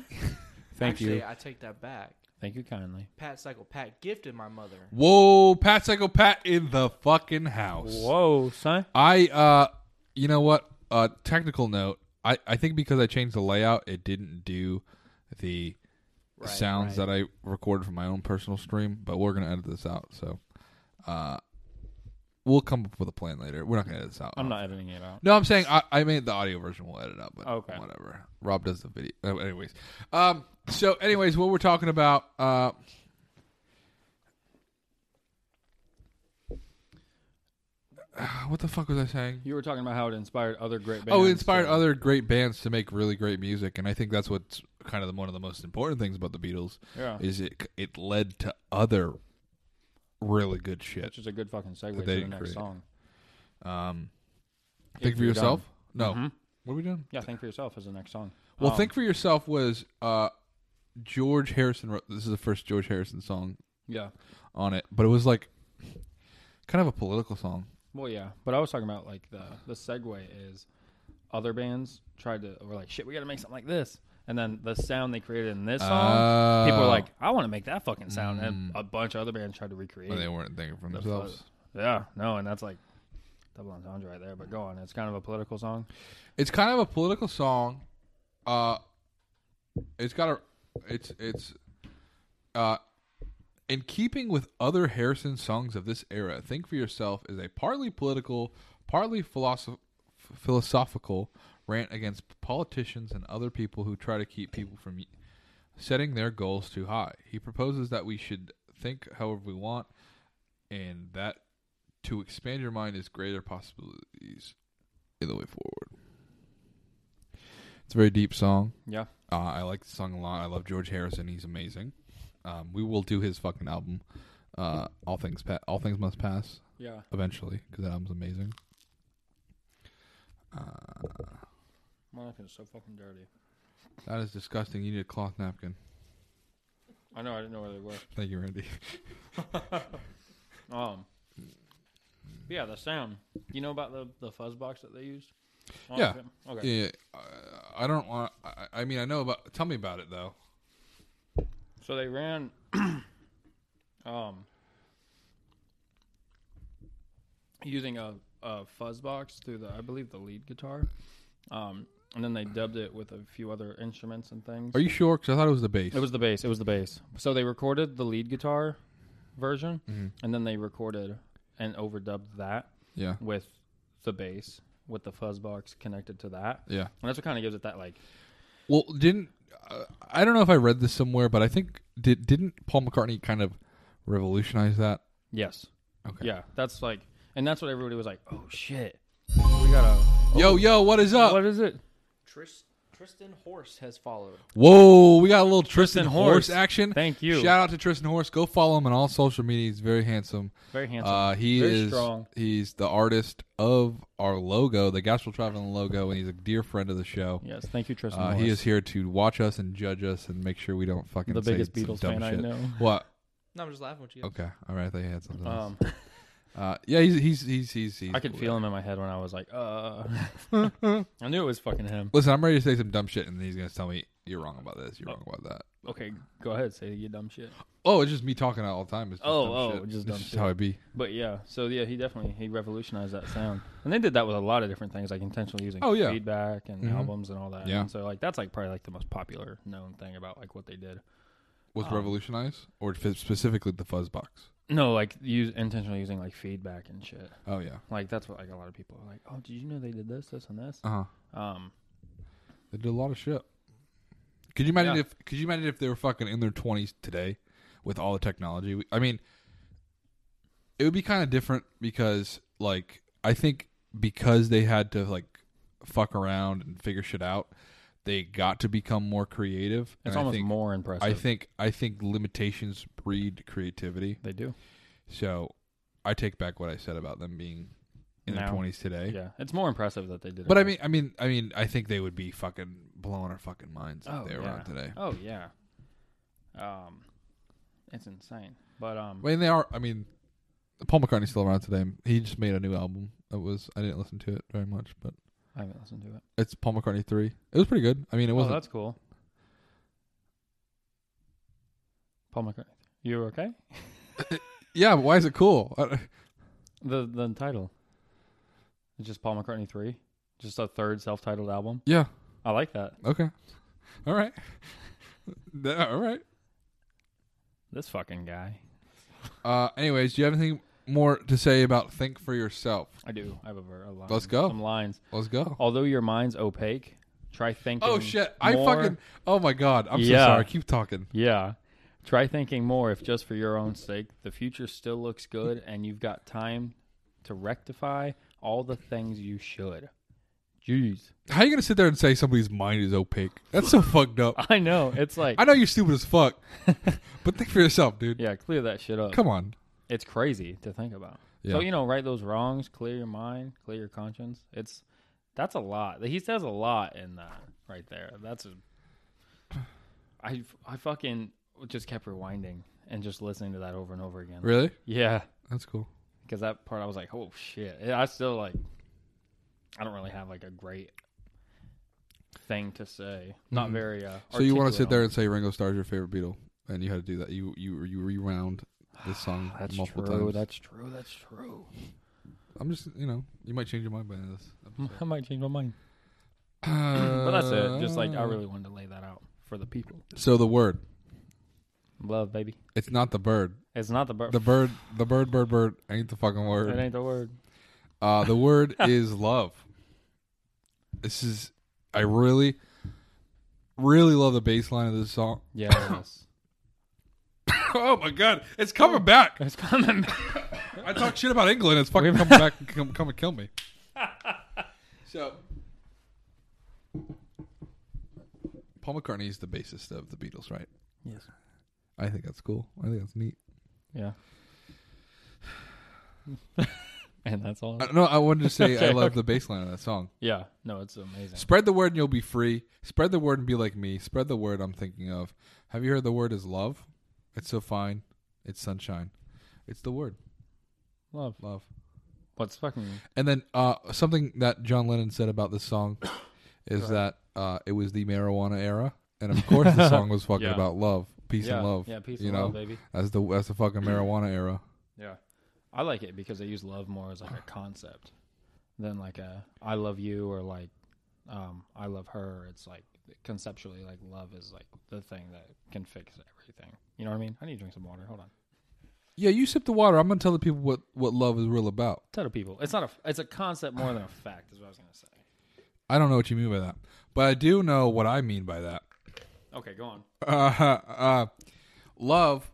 Speaker 3: Thank
Speaker 4: Actually,
Speaker 3: you.
Speaker 4: I take that back.
Speaker 3: Thank you kindly.
Speaker 4: Pat Cycle Pat gifted my mother.
Speaker 2: Whoa, Pat Psycho Pat in the fucking house.
Speaker 3: Whoa, son.
Speaker 2: I uh you know what? Uh technical note. I I think because I changed the layout, it didn't do the sounds that I recorded from my own personal stream, but we're going to edit this out. So uh we'll come up with a plan later. We're not going to edit this out.
Speaker 3: I'm not editing it out.
Speaker 2: No, I'm saying I, I made the audio version. We'll edit up, but
Speaker 3: Okay.
Speaker 2: whatever. Rob does the video. Oh, anyways, um, so anyways, what we're talking about, uh, what the fuck was I saying?
Speaker 3: You were talking about how it inspired other great bands.
Speaker 2: Oh, it inspired
Speaker 3: to-
Speaker 2: other great bands to make really great music, and I think that's what's kind of the, one of the most important things about the Beatles
Speaker 3: Yeah.
Speaker 2: is it it led to other really good
Speaker 3: Which
Speaker 2: shit.
Speaker 3: is a good fucking segue to
Speaker 2: they
Speaker 3: the
Speaker 2: didn't
Speaker 3: next
Speaker 2: create.
Speaker 3: song.
Speaker 2: Um, think
Speaker 3: If
Speaker 2: for
Speaker 3: You're
Speaker 2: yourself.
Speaker 3: Done.
Speaker 2: No,
Speaker 3: Mhm.
Speaker 2: what are we doing?
Speaker 3: Yeah, Think for Yourself is the next song.
Speaker 2: Well,
Speaker 3: Um,
Speaker 2: think for yourself was uh, George Harrison wrote. This is the first George Harrison song
Speaker 3: Yeah.
Speaker 2: on it, but it was like kind of a political song.
Speaker 3: Well, yeah. But I was talking about, like, the, the segue is other bands tried to, were like, shit, we got to make something like this. And then the sound they created in this song, people were
Speaker 2: Oh.
Speaker 3: like, I want to make that fucking sound.
Speaker 2: mm.
Speaker 3: And a bunch of other bands tried to recreate
Speaker 2: But they
Speaker 3: it.
Speaker 2: weren't thinking for
Speaker 3: That's
Speaker 2: themselves.
Speaker 3: what- Yeah, no, and that's like Double entendre right there, but go on. It's kind of a political song.
Speaker 2: It's kind of a political song. Uh, it's got a, it's it's, uh, in keeping with other Harrison songs of this era. Think for yourself is a partly political, partly philosoph- philosophical rant against politicians and other people who try to keep people from y- setting their goals too high. He proposes that we should think however we want, and that to expand your mind is greater possibilities in the way forward. It's a very deep song.
Speaker 3: Yeah.
Speaker 2: Uh, I like the song a lot. I love George Harrison. He's amazing. Um, we will do his fucking album. Uh, all things pa- all things must pass
Speaker 3: Yeah.
Speaker 2: eventually because that album's amazing. Uh,
Speaker 3: My napkin's so fucking dirty.
Speaker 2: that is disgusting. You need a cloth napkin.
Speaker 3: I know. I didn't know where they were.
Speaker 2: Thank you, Randy.
Speaker 3: Um. but Yeah, the sound. You know about the the fuzz box that they used? Oh,
Speaker 2: Yeah.
Speaker 3: Okay.
Speaker 2: Yeah, uh, I don't want. I, I mean, I know about. Tell me about it though.
Speaker 3: So they ran. um. Using a, a fuzz box through the, I believe, the lead guitar, um, and then they dubbed it with a few other instruments and things.
Speaker 2: Are you sure? Because I thought it was the bass.
Speaker 3: It was the bass. It was the bass. So they recorded the lead guitar version,
Speaker 2: Mhm.
Speaker 3: and then they recorded and overdubbed that
Speaker 2: Yeah.
Speaker 3: with the bass, with the fuzz box connected to that.
Speaker 2: Yeah.
Speaker 3: And that's what kind of gives it that like.
Speaker 2: Well, didn't uh, I don't know if I read this somewhere, but I think did didn't Paul McCartney kind of revolutionize that?
Speaker 3: Yes.
Speaker 2: Okay.
Speaker 3: Yeah. That's like, and that's what everybody was like. Oh shit. We gotta.
Speaker 2: Yo, yo, what is up?
Speaker 3: what is it?
Speaker 4: Tris- Tristan Horse has followed.
Speaker 2: Whoa, we got a little Tristan,
Speaker 3: Tristan
Speaker 2: Horse
Speaker 3: Horse.
Speaker 2: action.
Speaker 3: Thank you.
Speaker 2: Shout out to Tristan Horse. Go follow him on all social media. He's very handsome.
Speaker 3: Very handsome.
Speaker 2: Uh, he
Speaker 3: Very
Speaker 2: is
Speaker 3: strong.
Speaker 2: he's the artist of our logo, the Gospel Traveling logo, and he's a dear friend of the show.
Speaker 3: yes. Thank you, Tristan.
Speaker 2: Uh, he
Speaker 3: Morris.
Speaker 2: is here to watch us and judge us and make sure we don't fucking
Speaker 3: The
Speaker 2: say
Speaker 3: biggest
Speaker 2: some
Speaker 3: Beatles
Speaker 2: dumb
Speaker 3: fan I
Speaker 2: shit.
Speaker 3: know.
Speaker 2: What?
Speaker 4: No, I'm just laughing with you.
Speaker 2: Okay, all right. I thought you had something. else.
Speaker 3: Um,
Speaker 2: Uh, yeah, he's he's he's he's. he's
Speaker 3: I could feel him in my head when I was like, uh. I knew it was fucking him.
Speaker 2: Listen, I'm ready to say some dumb shit, and then he's gonna tell me you're wrong about this.
Speaker 3: Oh.
Speaker 2: You're wrong about that.
Speaker 3: Okay, go ahead, say your dumb shit.
Speaker 2: Oh, it's just me talking all the time. It's just
Speaker 3: Oh,
Speaker 2: dumb
Speaker 3: oh,
Speaker 2: shit.
Speaker 3: just
Speaker 2: It's
Speaker 3: dumb
Speaker 2: just
Speaker 3: shit.
Speaker 2: how I be.
Speaker 3: But yeah, so yeah, he definitely he revolutionized that sound, and they did that with a lot of different things, like intentionally using
Speaker 2: Oh, yeah.
Speaker 3: feedback and
Speaker 2: Mhm.
Speaker 3: albums and all that.
Speaker 2: Yeah.
Speaker 3: And so like that's like probably like the most popular known thing about like what they did.
Speaker 2: Was
Speaker 3: Um,
Speaker 2: revolutionized, or f- specifically the fuzz box?
Speaker 3: No, like use intentionally using like feedback and shit.
Speaker 2: Oh yeah.
Speaker 3: Like that's what like a lot of people are like, oh, did you know they did this, this, and this?
Speaker 2: Uh huh.
Speaker 3: Um,
Speaker 2: They did a lot of shit. Could you imagine
Speaker 3: Yeah.
Speaker 2: if? Could you imagine if they were fucking in their twenties today, with all the technology? We- I mean, it would be kind of different because, like, I think because they had to like fuck around and figure shit out, they got to become more creative.
Speaker 3: it's
Speaker 2: and
Speaker 3: almost
Speaker 2: I think,
Speaker 3: more impressive.
Speaker 2: I think I think limitations breed creativity.
Speaker 3: they do.
Speaker 2: So I take back what I said about them being in their
Speaker 3: Now.
Speaker 2: twenties today.
Speaker 3: Yeah, it's more impressive that they did. it
Speaker 2: But I
Speaker 3: now.
Speaker 2: mean, I mean, I mean, I think they would be fucking blowing our fucking minds if
Speaker 3: Oh,
Speaker 2: they were
Speaker 3: yeah.
Speaker 2: on today.
Speaker 3: oh yeah, um, it's insane. But um,
Speaker 2: I mean, they are. I mean, Paul McCartney's still around today. He just made a new album. It was I didn't listen to it very much, but
Speaker 3: I haven't listened to it.
Speaker 2: it's Paul McCartney three. It was pretty good. I mean, it
Speaker 3: Oh,
Speaker 2: wasn't.
Speaker 3: that's cool. Paul McCartney. You okay?
Speaker 2: yeah, but why is it cool? Uh, I,
Speaker 3: The the title. It's just Paul McCartney three. Just a third self titled album.
Speaker 2: yeah.
Speaker 3: I like that.
Speaker 2: Okay. All right. Yeah, All right.
Speaker 3: This fucking guy.
Speaker 2: Uh, anyways, do you have anything more to say about think for yourself?
Speaker 3: I do. I have a, ver- a line.
Speaker 2: Let's go.
Speaker 3: Some lines.
Speaker 2: Let's go.
Speaker 3: Although your mind's opaque, try thinking.
Speaker 2: Oh shit! I
Speaker 3: more-
Speaker 2: fucking. Oh my god! I'm so
Speaker 3: Yeah.
Speaker 2: sorry. Keep talking.
Speaker 3: Yeah. Try thinking more if just for your own sake. The future still looks good and you've got time to rectify all the things you should. Jeez.
Speaker 2: How you gonna sit there and say somebody's mind is opaque? That's so fucked up.
Speaker 3: I know. It's like
Speaker 2: I know you're stupid as fuck, but think for yourself, dude.
Speaker 3: Yeah, clear that shit up.
Speaker 2: Come on.
Speaker 3: It's crazy to think about.
Speaker 2: Yeah.
Speaker 3: So you know, right those wrongs, clear your mind, clear your conscience. It's that's a lot. He says a lot in that right there. That's a I I fucking just kept rewinding and just listening to that over and over again.
Speaker 2: Really?
Speaker 3: Yeah,
Speaker 2: That's cool.
Speaker 3: because that part I was like, oh shit. I still like I don't really have like a great thing to say. Not
Speaker 2: Mhm.
Speaker 3: very. Uh,
Speaker 2: So you want to sit
Speaker 3: articulate
Speaker 2: there and say Ringo Starr's your favorite Beatle, and you had to do that. You you you rewound this song
Speaker 3: That's
Speaker 2: multiple
Speaker 3: true.
Speaker 2: times.
Speaker 3: That's true. That's true.
Speaker 2: I'm just, you know, you might change your mind by the end of this. Episode.
Speaker 3: I might change my mind.
Speaker 2: but
Speaker 3: But that's it. Just like I really wanted to lay that out for the people.
Speaker 2: Uh, So the word.
Speaker 3: Love, baby.
Speaker 2: It's not the bird.
Speaker 3: It's not the bird.
Speaker 2: The bird. The bird. Bird. Bird. Ain't the fucking
Speaker 3: it
Speaker 2: word.
Speaker 3: ain't the word.
Speaker 2: Uh, the word is love. This is. I really, really love the bass line of this song.
Speaker 3: Yeah, it is.
Speaker 2: oh my god, it's coming back.
Speaker 3: it's coming. back.
Speaker 2: I talk shit about England. It's fucking coming back. Come, come and kill me. so, Paul McCartney is the bassist of the Beatles, right?
Speaker 3: Yes.
Speaker 2: I think that's cool. I think that's neat.
Speaker 3: Yeah. and that's all.
Speaker 2: I, no, I wanted to say I love the bass line of that song.
Speaker 3: yeah. No, it's amazing.
Speaker 2: Spread the word and you'll be free. Spread the word and be like me. Spread the word I'm thinking of. Have you heard the word is love? It's so fine. It's sunshine. It's the word
Speaker 3: Love.
Speaker 2: love.
Speaker 3: What's fucking?
Speaker 2: And then uh, something that John Lennon said about this song is that uh, it was the marijuana era, and of course the song was fucking
Speaker 3: Yeah.
Speaker 2: about love, peace
Speaker 3: yeah.
Speaker 2: and love.
Speaker 3: Yeah. Peace
Speaker 2: you
Speaker 3: and
Speaker 2: know,
Speaker 3: love, baby.
Speaker 2: That's the that's the fucking marijuana era.
Speaker 3: Yeah. I like it because they use love more as like a concept than like a I love you or like um I love her. It's like conceptually like love is like the thing that can fix everything. You know what I mean? I need to drink some water. Hold on.
Speaker 2: Yeah, you sip the water. I'm gonna tell the people what what love is real about.
Speaker 3: Tell the people. It's not a it's a concept more than a fact is what I was going to say.
Speaker 2: I don't know what you mean by that, but I do know what I mean by that.
Speaker 3: Okay, go on.
Speaker 2: Uh, uh, love,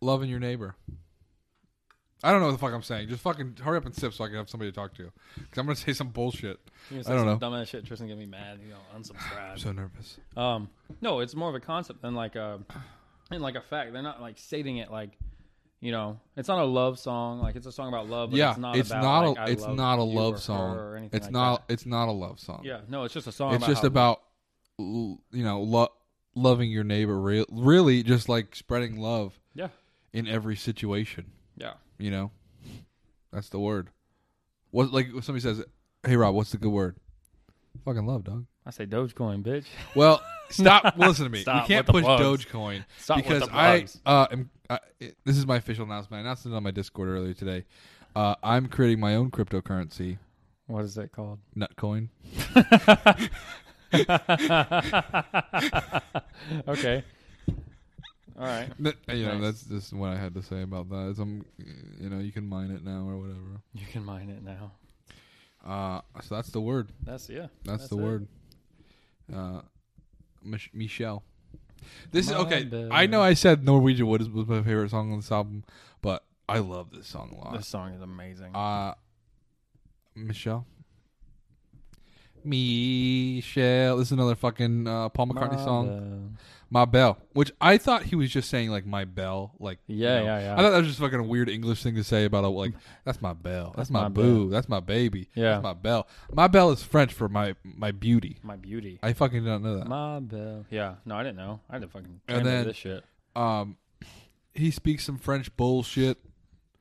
Speaker 2: loving your neighbor. I don't know what the fuck I'm saying. Just fucking hurry up and sip so I can have somebody to talk to. Because I'm gonna say some bullshit.
Speaker 3: You're gonna
Speaker 2: I
Speaker 3: say
Speaker 2: don't know.
Speaker 3: some Dumb ass shit. Tristan get me mad. You know, unsubscribe.
Speaker 2: I'm so nervous.
Speaker 3: Um, no, it's more of a concept than like a, and like a fact. They're not like stating it like, you know, it's not a love song. Like it's a song about love. But
Speaker 2: yeah,
Speaker 3: it's not. about,
Speaker 2: not
Speaker 3: like, I
Speaker 2: a it's
Speaker 3: love
Speaker 2: not a
Speaker 3: you or
Speaker 2: love
Speaker 3: her
Speaker 2: song.
Speaker 3: Or anything
Speaker 2: it's
Speaker 3: like
Speaker 2: not
Speaker 3: that.
Speaker 2: it's not a love song.
Speaker 3: Yeah, no, it's just a song.
Speaker 2: it's
Speaker 3: about
Speaker 2: just
Speaker 3: how-
Speaker 2: about l- you know lo- loving your neighbor. Re- really, just like spreading love
Speaker 3: Yeah,
Speaker 2: in every situation.
Speaker 3: yeah.
Speaker 2: You know, that's the word. What like somebody says, "Hey Rob, what's the good word?" Fucking love, dog.
Speaker 3: I say Dogecoin, bitch.
Speaker 2: Well, stop. listen to me. we
Speaker 3: Stop
Speaker 2: can't
Speaker 3: with the
Speaker 2: push
Speaker 3: plugs.
Speaker 2: Dogecoin
Speaker 3: Stop with
Speaker 2: because
Speaker 3: the
Speaker 2: I
Speaker 3: plugs.
Speaker 2: uh, am. I, it- this is my official announcement. I announced it on my Discord earlier today. Uh, I'm creating my own cryptocurrency,
Speaker 3: What is that called?
Speaker 2: Nutcoin.
Speaker 3: okay. All right.
Speaker 2: That- you know,
Speaker 3: Nice.
Speaker 2: that's just what I had to say about that. Is I'm, you know, you can mine it now or whatever.
Speaker 3: You can mine it now.
Speaker 2: Uh, so that's the word.
Speaker 3: That's yeah.
Speaker 2: That's, the
Speaker 3: it.
Speaker 2: word. Uh, Mich- Michelle. This is
Speaker 3: My
Speaker 2: okay.
Speaker 3: bad.
Speaker 2: I know I said Norwegian Wood is- was my favorite song on this album, but I love this song a lot.
Speaker 3: This song is amazing.
Speaker 2: Uh, Michelle. Michelle. This is another fucking uh, Paul McCartney song. My bell, which I thought he was just saying like my bell, like you
Speaker 3: Yeah,
Speaker 2: know.
Speaker 3: yeah, yeah.
Speaker 2: I thought that was just fucking a weird English thing to say about a, like that's my bell, that's, my,
Speaker 3: my
Speaker 2: boo, that's my baby,
Speaker 3: Yeah.
Speaker 2: that's my bell. My bell is French for my my beauty.
Speaker 3: My beauty.
Speaker 2: I fucking don't know that.
Speaker 3: My bell. Yeah. No, I didn't know. I had to fucking
Speaker 2: And
Speaker 3: translate
Speaker 2: then-
Speaker 3: this shit.
Speaker 2: um, he speaks some French bullshit.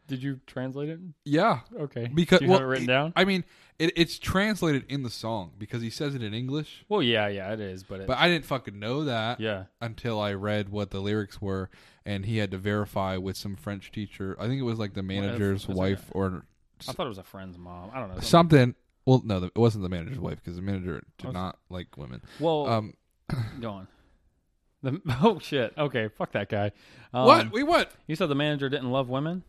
Speaker 3: Did you translate it?
Speaker 2: Yeah,
Speaker 3: Okay.
Speaker 2: because
Speaker 3: Do you
Speaker 2: well,
Speaker 3: have it written
Speaker 2: it-
Speaker 3: down?
Speaker 2: I mean, it, it's translated in the song because he says it in English,
Speaker 3: well, yeah, yeah, it is, but, it,
Speaker 2: but I didn't fucking know that.
Speaker 3: yeah,
Speaker 2: until I read what the lyrics were, and he had to verify with some French teacher. I think it was like the
Speaker 3: if-
Speaker 2: manager's
Speaker 3: is it
Speaker 2: wife or
Speaker 3: I thought it was a friend's mom. I don't know. Some,
Speaker 2: something. Well, no, the- it wasn't the manager's wife because the manager did
Speaker 3: was-
Speaker 2: not like women.
Speaker 3: well,
Speaker 2: Um,
Speaker 3: go on. The, oh shit. Okay, fuck that guy. Um,
Speaker 2: what we what?
Speaker 3: You said the manager didn't love women.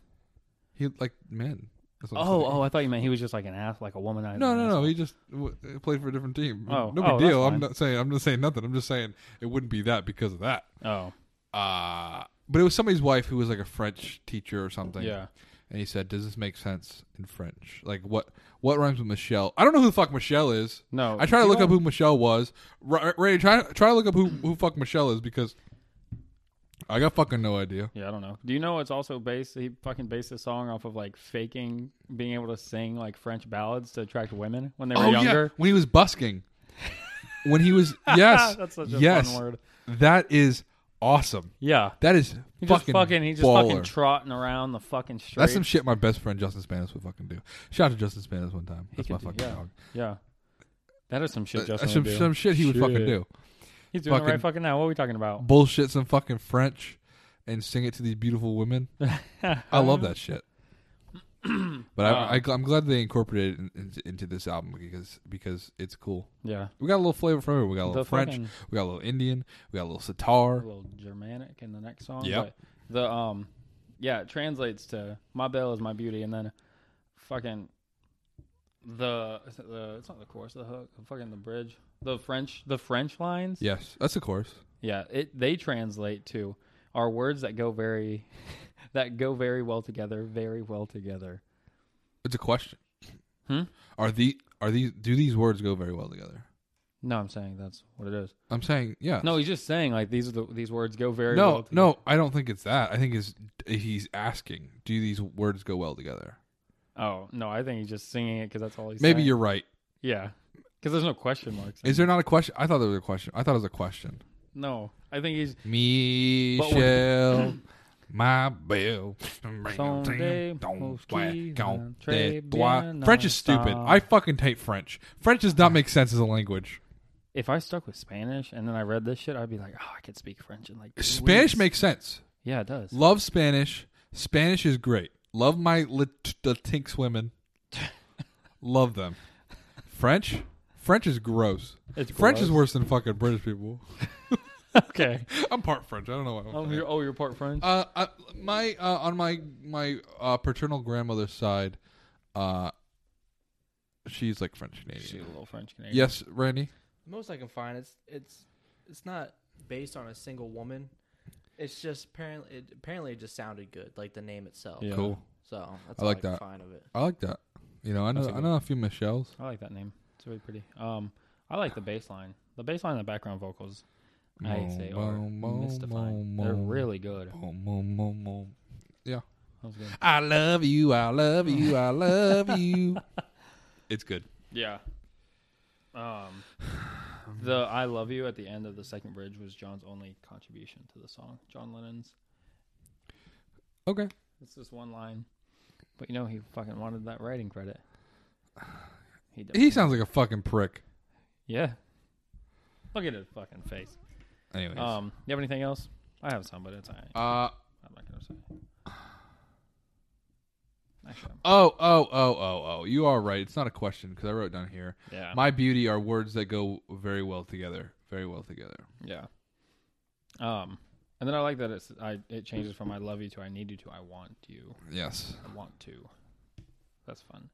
Speaker 2: He liked men. That's what I'm
Speaker 3: Oh,
Speaker 2: saying.
Speaker 3: oh, I thought you meant he was just like an ass, like a womanizer.
Speaker 2: No, no, no.
Speaker 3: asshole.
Speaker 2: He just w- played for a different team. no
Speaker 3: Oh, oh,
Speaker 2: big
Speaker 3: that's
Speaker 2: deal. I'm
Speaker 3: fine.
Speaker 2: not saying. I'm not saying nothing. I'm just saying it wouldn't be that because of that.
Speaker 3: Oh,
Speaker 2: Uh but it was somebody's wife who was like a French teacher or something.
Speaker 3: yeah.
Speaker 2: and he said, "Does this make sense in French? Like what what rhymes with Michelle? I don't know who the fuck Michelle is.
Speaker 3: No,
Speaker 2: I try to
Speaker 3: you
Speaker 2: look up
Speaker 3: don't-
Speaker 2: who Michelle was. R- Ray, try try to look up who who fuck Michelle is because I got fucking no idea.
Speaker 3: Yeah, I don't know. Do you know it's also based? He fucking based the song off of like faking being able to sing like French ballads to attract women when they were
Speaker 2: oh yeah,
Speaker 3: younger.
Speaker 2: when he was busking, when he was yes,
Speaker 3: That's such a
Speaker 2: yes,
Speaker 3: fun word.
Speaker 2: that is awesome.
Speaker 3: Yeah.
Speaker 2: That is
Speaker 3: He just
Speaker 2: fucking
Speaker 3: fucking, he just
Speaker 2: baller.
Speaker 3: fucking trotting around the fucking street.
Speaker 2: That's some shit my best friend Justin Spanis would fucking do. Shout out to Justin Spanis one time. That's my
Speaker 3: could do-
Speaker 2: fucking
Speaker 3: yeah.
Speaker 2: dog.
Speaker 3: yeah. That is some shit Justin
Speaker 2: That's some,
Speaker 3: would do.
Speaker 2: some shit he would fucking
Speaker 3: Shit.
Speaker 2: do.
Speaker 3: He's doing it
Speaker 2: fucking-
Speaker 3: right fucking now. What are we talking about?
Speaker 2: bullshit some fucking French and sing it to these beautiful women. I love that shit. But
Speaker 3: Wow.
Speaker 2: I, I, I'm glad they incorporated it in, in- into this album because because it's cool.
Speaker 3: Yeah.
Speaker 2: We got a little flavor from it. We got a little
Speaker 3: The
Speaker 2: French.
Speaker 3: fucking-
Speaker 2: We got a little Indian. We got a little
Speaker 3: a
Speaker 2: sitar.
Speaker 3: little Germanic in the next song.
Speaker 2: Yep.
Speaker 3: but The um, yeah, it translates to "My Belle is My Beauty," and then fucking the the it's not the chorus, the hook, fucking the bridge, the French, the French lines.
Speaker 2: Yes, that's a chorus.
Speaker 3: Yeah, it they translate to are words that go very that go very well together, very well together.
Speaker 2: It's a question.
Speaker 3: Hmm?
Speaker 2: Are the are these do these words go very well together?
Speaker 3: No, I'm saying that's what it is.
Speaker 2: I'm saying yeah.
Speaker 3: No, he's just saying like these are the these words go very well
Speaker 2: no,
Speaker 3: together.
Speaker 2: no. I don't think it's that. I think it's he's asking, do these words go well together?
Speaker 3: Oh, no, I think he's just singing it cuz that's all he's
Speaker 2: Maybe
Speaker 3: saying.
Speaker 2: you're right.
Speaker 3: Yeah. Cuz there's no question marks. in
Speaker 2: Is there not a question? I thought there was a question. I thought it was a question.
Speaker 3: No, I think he's
Speaker 2: Michelle, my belle.
Speaker 3: Someday
Speaker 2: Don't
Speaker 3: most
Speaker 2: whack on that
Speaker 3: très
Speaker 2: doigt.
Speaker 3: bien
Speaker 2: French is stupid.
Speaker 3: ensemble.
Speaker 2: I fucking hate French. French does not make sense as a language.
Speaker 3: if I stuck with Spanish and then I read this shit, I'd be like, oh, I could speak French in like two
Speaker 2: Spanish
Speaker 3: weeks."
Speaker 2: makes sense.
Speaker 3: yeah, it does.
Speaker 2: Love Spanish. Spanish is great. Love my lit- Latinx women. Love them. French? French is gross.
Speaker 3: It's
Speaker 2: French is
Speaker 3: gross.
Speaker 2: worse than fucking British people.
Speaker 3: okay.
Speaker 2: I'm part French. I don't know why. I'm
Speaker 3: Oh, you're, oh, you're part French.
Speaker 2: Uh, I, my uh, on my my uh, paternal grandmother's side, uh, she's like French
Speaker 3: She's a
Speaker 2: Canadian.
Speaker 3: little French Canadian.
Speaker 2: Yes, Randy.
Speaker 4: The most I can find it's it's it's not based on a single woman. It's just apparently it, apparently it just sounded good, like the name itself.
Speaker 3: Yeah.
Speaker 2: Cool.
Speaker 4: So that's
Speaker 2: I
Speaker 4: all
Speaker 2: like
Speaker 4: I can
Speaker 2: that.
Speaker 4: find of it.
Speaker 2: I like that. You know, I know
Speaker 3: That's a
Speaker 2: I
Speaker 3: good
Speaker 2: know a few Michelles.
Speaker 3: I like that name. It's really pretty. Um, I like the bass line. The bass line and the background vocals, I
Speaker 2: Mo,
Speaker 3: say,
Speaker 2: mo,
Speaker 3: are
Speaker 2: mo,
Speaker 3: mystifying.
Speaker 2: mo,
Speaker 3: They're
Speaker 2: mo.
Speaker 3: really good.
Speaker 2: Boom, boom, boom, boom. Yeah.
Speaker 3: That was good.
Speaker 2: I love you. I love you. I love you. It's good.
Speaker 3: Yeah. Um, the "I Love You" at the end of the second bridge was John's only contribution to the song. John Lennon's.
Speaker 2: Okay.
Speaker 3: It's just one line, but you know he fucking wanted that writing credit. He
Speaker 2: He
Speaker 3: definitely-
Speaker 2: sounds like a fucking prick.
Speaker 3: yeah. Look at his fucking face.
Speaker 2: Anyways.
Speaker 3: Um, you have anything else? I have some, but it's all right.
Speaker 2: uh
Speaker 3: I'm not gonna say. Actually,
Speaker 2: oh oh oh oh oh. You are right. It's not a question because I wrote down here.
Speaker 3: yeah,
Speaker 2: My beauty are words that go very well together. Very well together.
Speaker 3: yeah. Um, and then I like that it's I it changes from I love you to I need you to I want you.
Speaker 2: Yes.
Speaker 3: I want to. That's fun.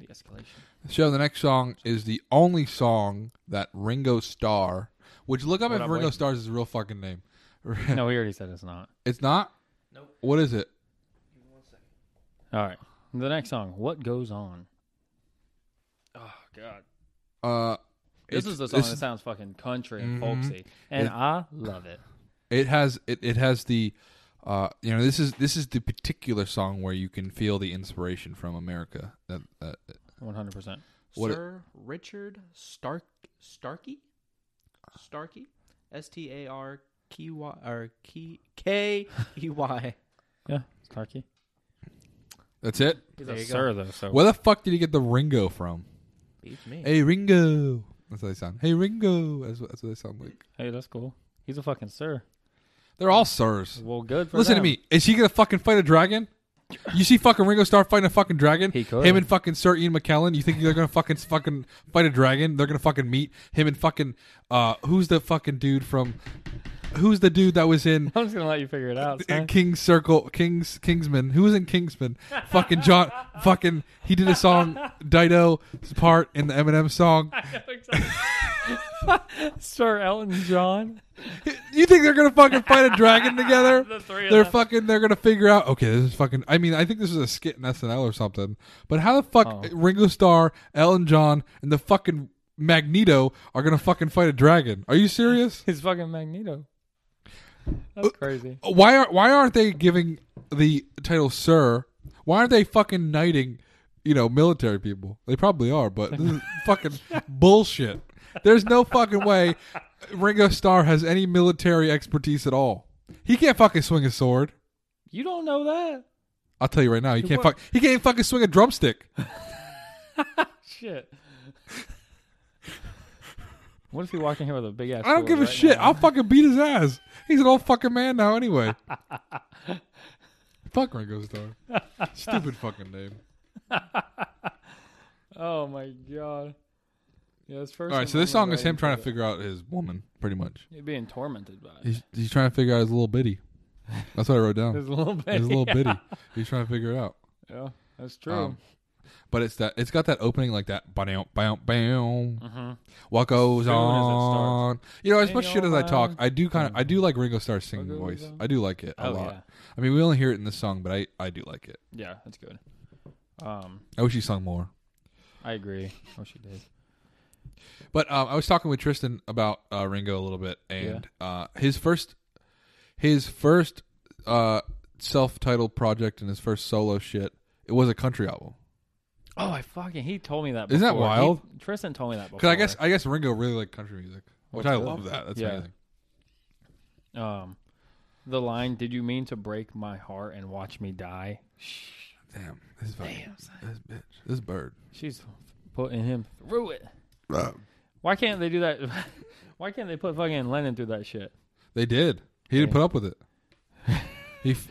Speaker 3: The escalation.
Speaker 2: So the next song is the only song that Ringo Starr, which look up
Speaker 3: What
Speaker 2: if
Speaker 3: I'm
Speaker 2: Ringo
Speaker 3: waiting-
Speaker 2: Starr is his real fucking name.
Speaker 3: no, we already said it's not.
Speaker 2: It's not.
Speaker 4: Nope.
Speaker 2: What is it?
Speaker 3: All right. The next song, What Goes On? Oh God.
Speaker 2: Uh,
Speaker 3: This
Speaker 2: it's-
Speaker 3: is the song
Speaker 2: this
Speaker 3: that
Speaker 2: is-
Speaker 3: sounds fucking country and folksy. And
Speaker 2: It-
Speaker 3: I love it.
Speaker 2: It has it, it has the uh you know this is this is the particular song where you can feel the inspiration from America. That, that
Speaker 3: One hundred percent.
Speaker 2: What it-
Speaker 4: Sir Richard Stark Starkey, Starkey, S T A R K Y or K K E Y.
Speaker 3: Yeah. It's Tarky.
Speaker 2: that's it.
Speaker 3: He's
Speaker 4: There
Speaker 3: a
Speaker 4: you go.
Speaker 3: sir though, so
Speaker 2: Where the fuck did he get the Ringo from?
Speaker 4: Beats me.
Speaker 2: Hey Ringo. That's how they sound. Hey Ringo. That's what, that's what they sound like.
Speaker 3: hey, that's cool. He's a fucking sir.
Speaker 2: They're all sirs.
Speaker 3: Well, good. For
Speaker 2: Listen
Speaker 3: them.
Speaker 2: to me. Is he gonna fucking fight a dragon? You see fucking Ringo Starr fighting a fucking dragon.
Speaker 3: He could.
Speaker 2: Him and fucking Sir Ian McKellen. You think they're gonna fucking fucking fight a dragon? They're gonna fucking meet him and fucking uh who's the fucking dude from who's the dude that was in
Speaker 3: I'm just gonna let you figure it out.
Speaker 2: in
Speaker 3: son.
Speaker 2: King's Circle, King's Kingsman. Who was in Kingsman? fucking John. Fucking. He did a song, Dido's part in the Eminem song.
Speaker 3: sir Elton John.
Speaker 2: You think they're gonna fucking fight a dragon together?
Speaker 3: The three of
Speaker 2: they're
Speaker 3: them.
Speaker 2: fucking. They're gonna figure out. Okay, this is fucking. I mean, I think this is a skit in SNL or something. But how the fuck
Speaker 3: Oh.
Speaker 2: Ringo Starr, Elton John, and the fucking Magneto are gonna fucking fight a dragon? Are you serious?
Speaker 3: He's fucking Magneto.
Speaker 2: Uh,
Speaker 3: That's crazy.
Speaker 2: why are why aren't they giving the title sir? Why aren't they fucking knighting, you know, military people? They probably are, but this is fucking bullshit. There's no fucking way Ringo Starr has any military expertise at all. He can't fucking swing a sword.
Speaker 3: You don't know that
Speaker 2: I'll tell you right now, he can't fuck. He can't fucking swing a drumstick.
Speaker 3: shit. what if you walk in here with a big ass?
Speaker 2: I don't give a shit. I'll fucking beat his ass. He's an old fucking man now, anyway. Fuck Ringo Starr. Stupid fucking name.
Speaker 3: Oh my god. Yeah, his first.
Speaker 2: All right, so
Speaker 3: and
Speaker 2: this
Speaker 3: only
Speaker 2: song is
Speaker 3: way
Speaker 2: him trying to
Speaker 3: that-
Speaker 2: figure out his woman, pretty much.
Speaker 3: You're being tormented by it.
Speaker 2: He's, he's trying to figure out his little bitty. That's what I wrote down.
Speaker 3: There's a little bit.
Speaker 2: His little
Speaker 3: yeah.
Speaker 2: bitty. He's trying to figure it out.
Speaker 3: Yeah, that's true.
Speaker 2: Um, but it's that it's got that opening like that. Bam, bam, bam.
Speaker 3: Mhm.
Speaker 2: What goes
Speaker 3: Soon as it
Speaker 2: on? You know, as
Speaker 3: Hey,
Speaker 2: much
Speaker 3: yo,
Speaker 2: shit as I talk,
Speaker 3: man.
Speaker 2: I do kind of I do like Ringo Starr's singing
Speaker 3: goes
Speaker 2: voice.
Speaker 3: on?
Speaker 2: I do like it a
Speaker 3: Oh,
Speaker 2: lot.
Speaker 3: yeah.
Speaker 2: I mean, we only hear it in this song, but I I do like it.
Speaker 3: Yeah, that's good. Um,
Speaker 2: I wish he sung more.
Speaker 3: I agree. Oh, she did.
Speaker 2: But um, I was talking with Tristan about uh, Ringo a little bit, and uh, his first, his first uh, self-titled project and his first solo shit. It was a country album.
Speaker 3: Oh, I fucking. He told me that.
Speaker 2: Isn't that
Speaker 3: before. He-
Speaker 2: wild?
Speaker 3: Tristan told me that before.
Speaker 2: Because I guess I guess Ringo really liked country music, which
Speaker 3: Which
Speaker 2: I
Speaker 3: is-
Speaker 2: love that. That's
Speaker 3: yeah.
Speaker 2: amazing.
Speaker 3: um, the line "Did you mean to break my heart and watch me die?"
Speaker 2: Damn, this fucking, this bitch, this bird.
Speaker 3: She's putting him through it.
Speaker 2: Uh,
Speaker 3: Why can't they do that? Why can't they put fucking Lennon through that shit?
Speaker 2: They did. He didn't
Speaker 3: Yeah.
Speaker 2: put up with it. He f-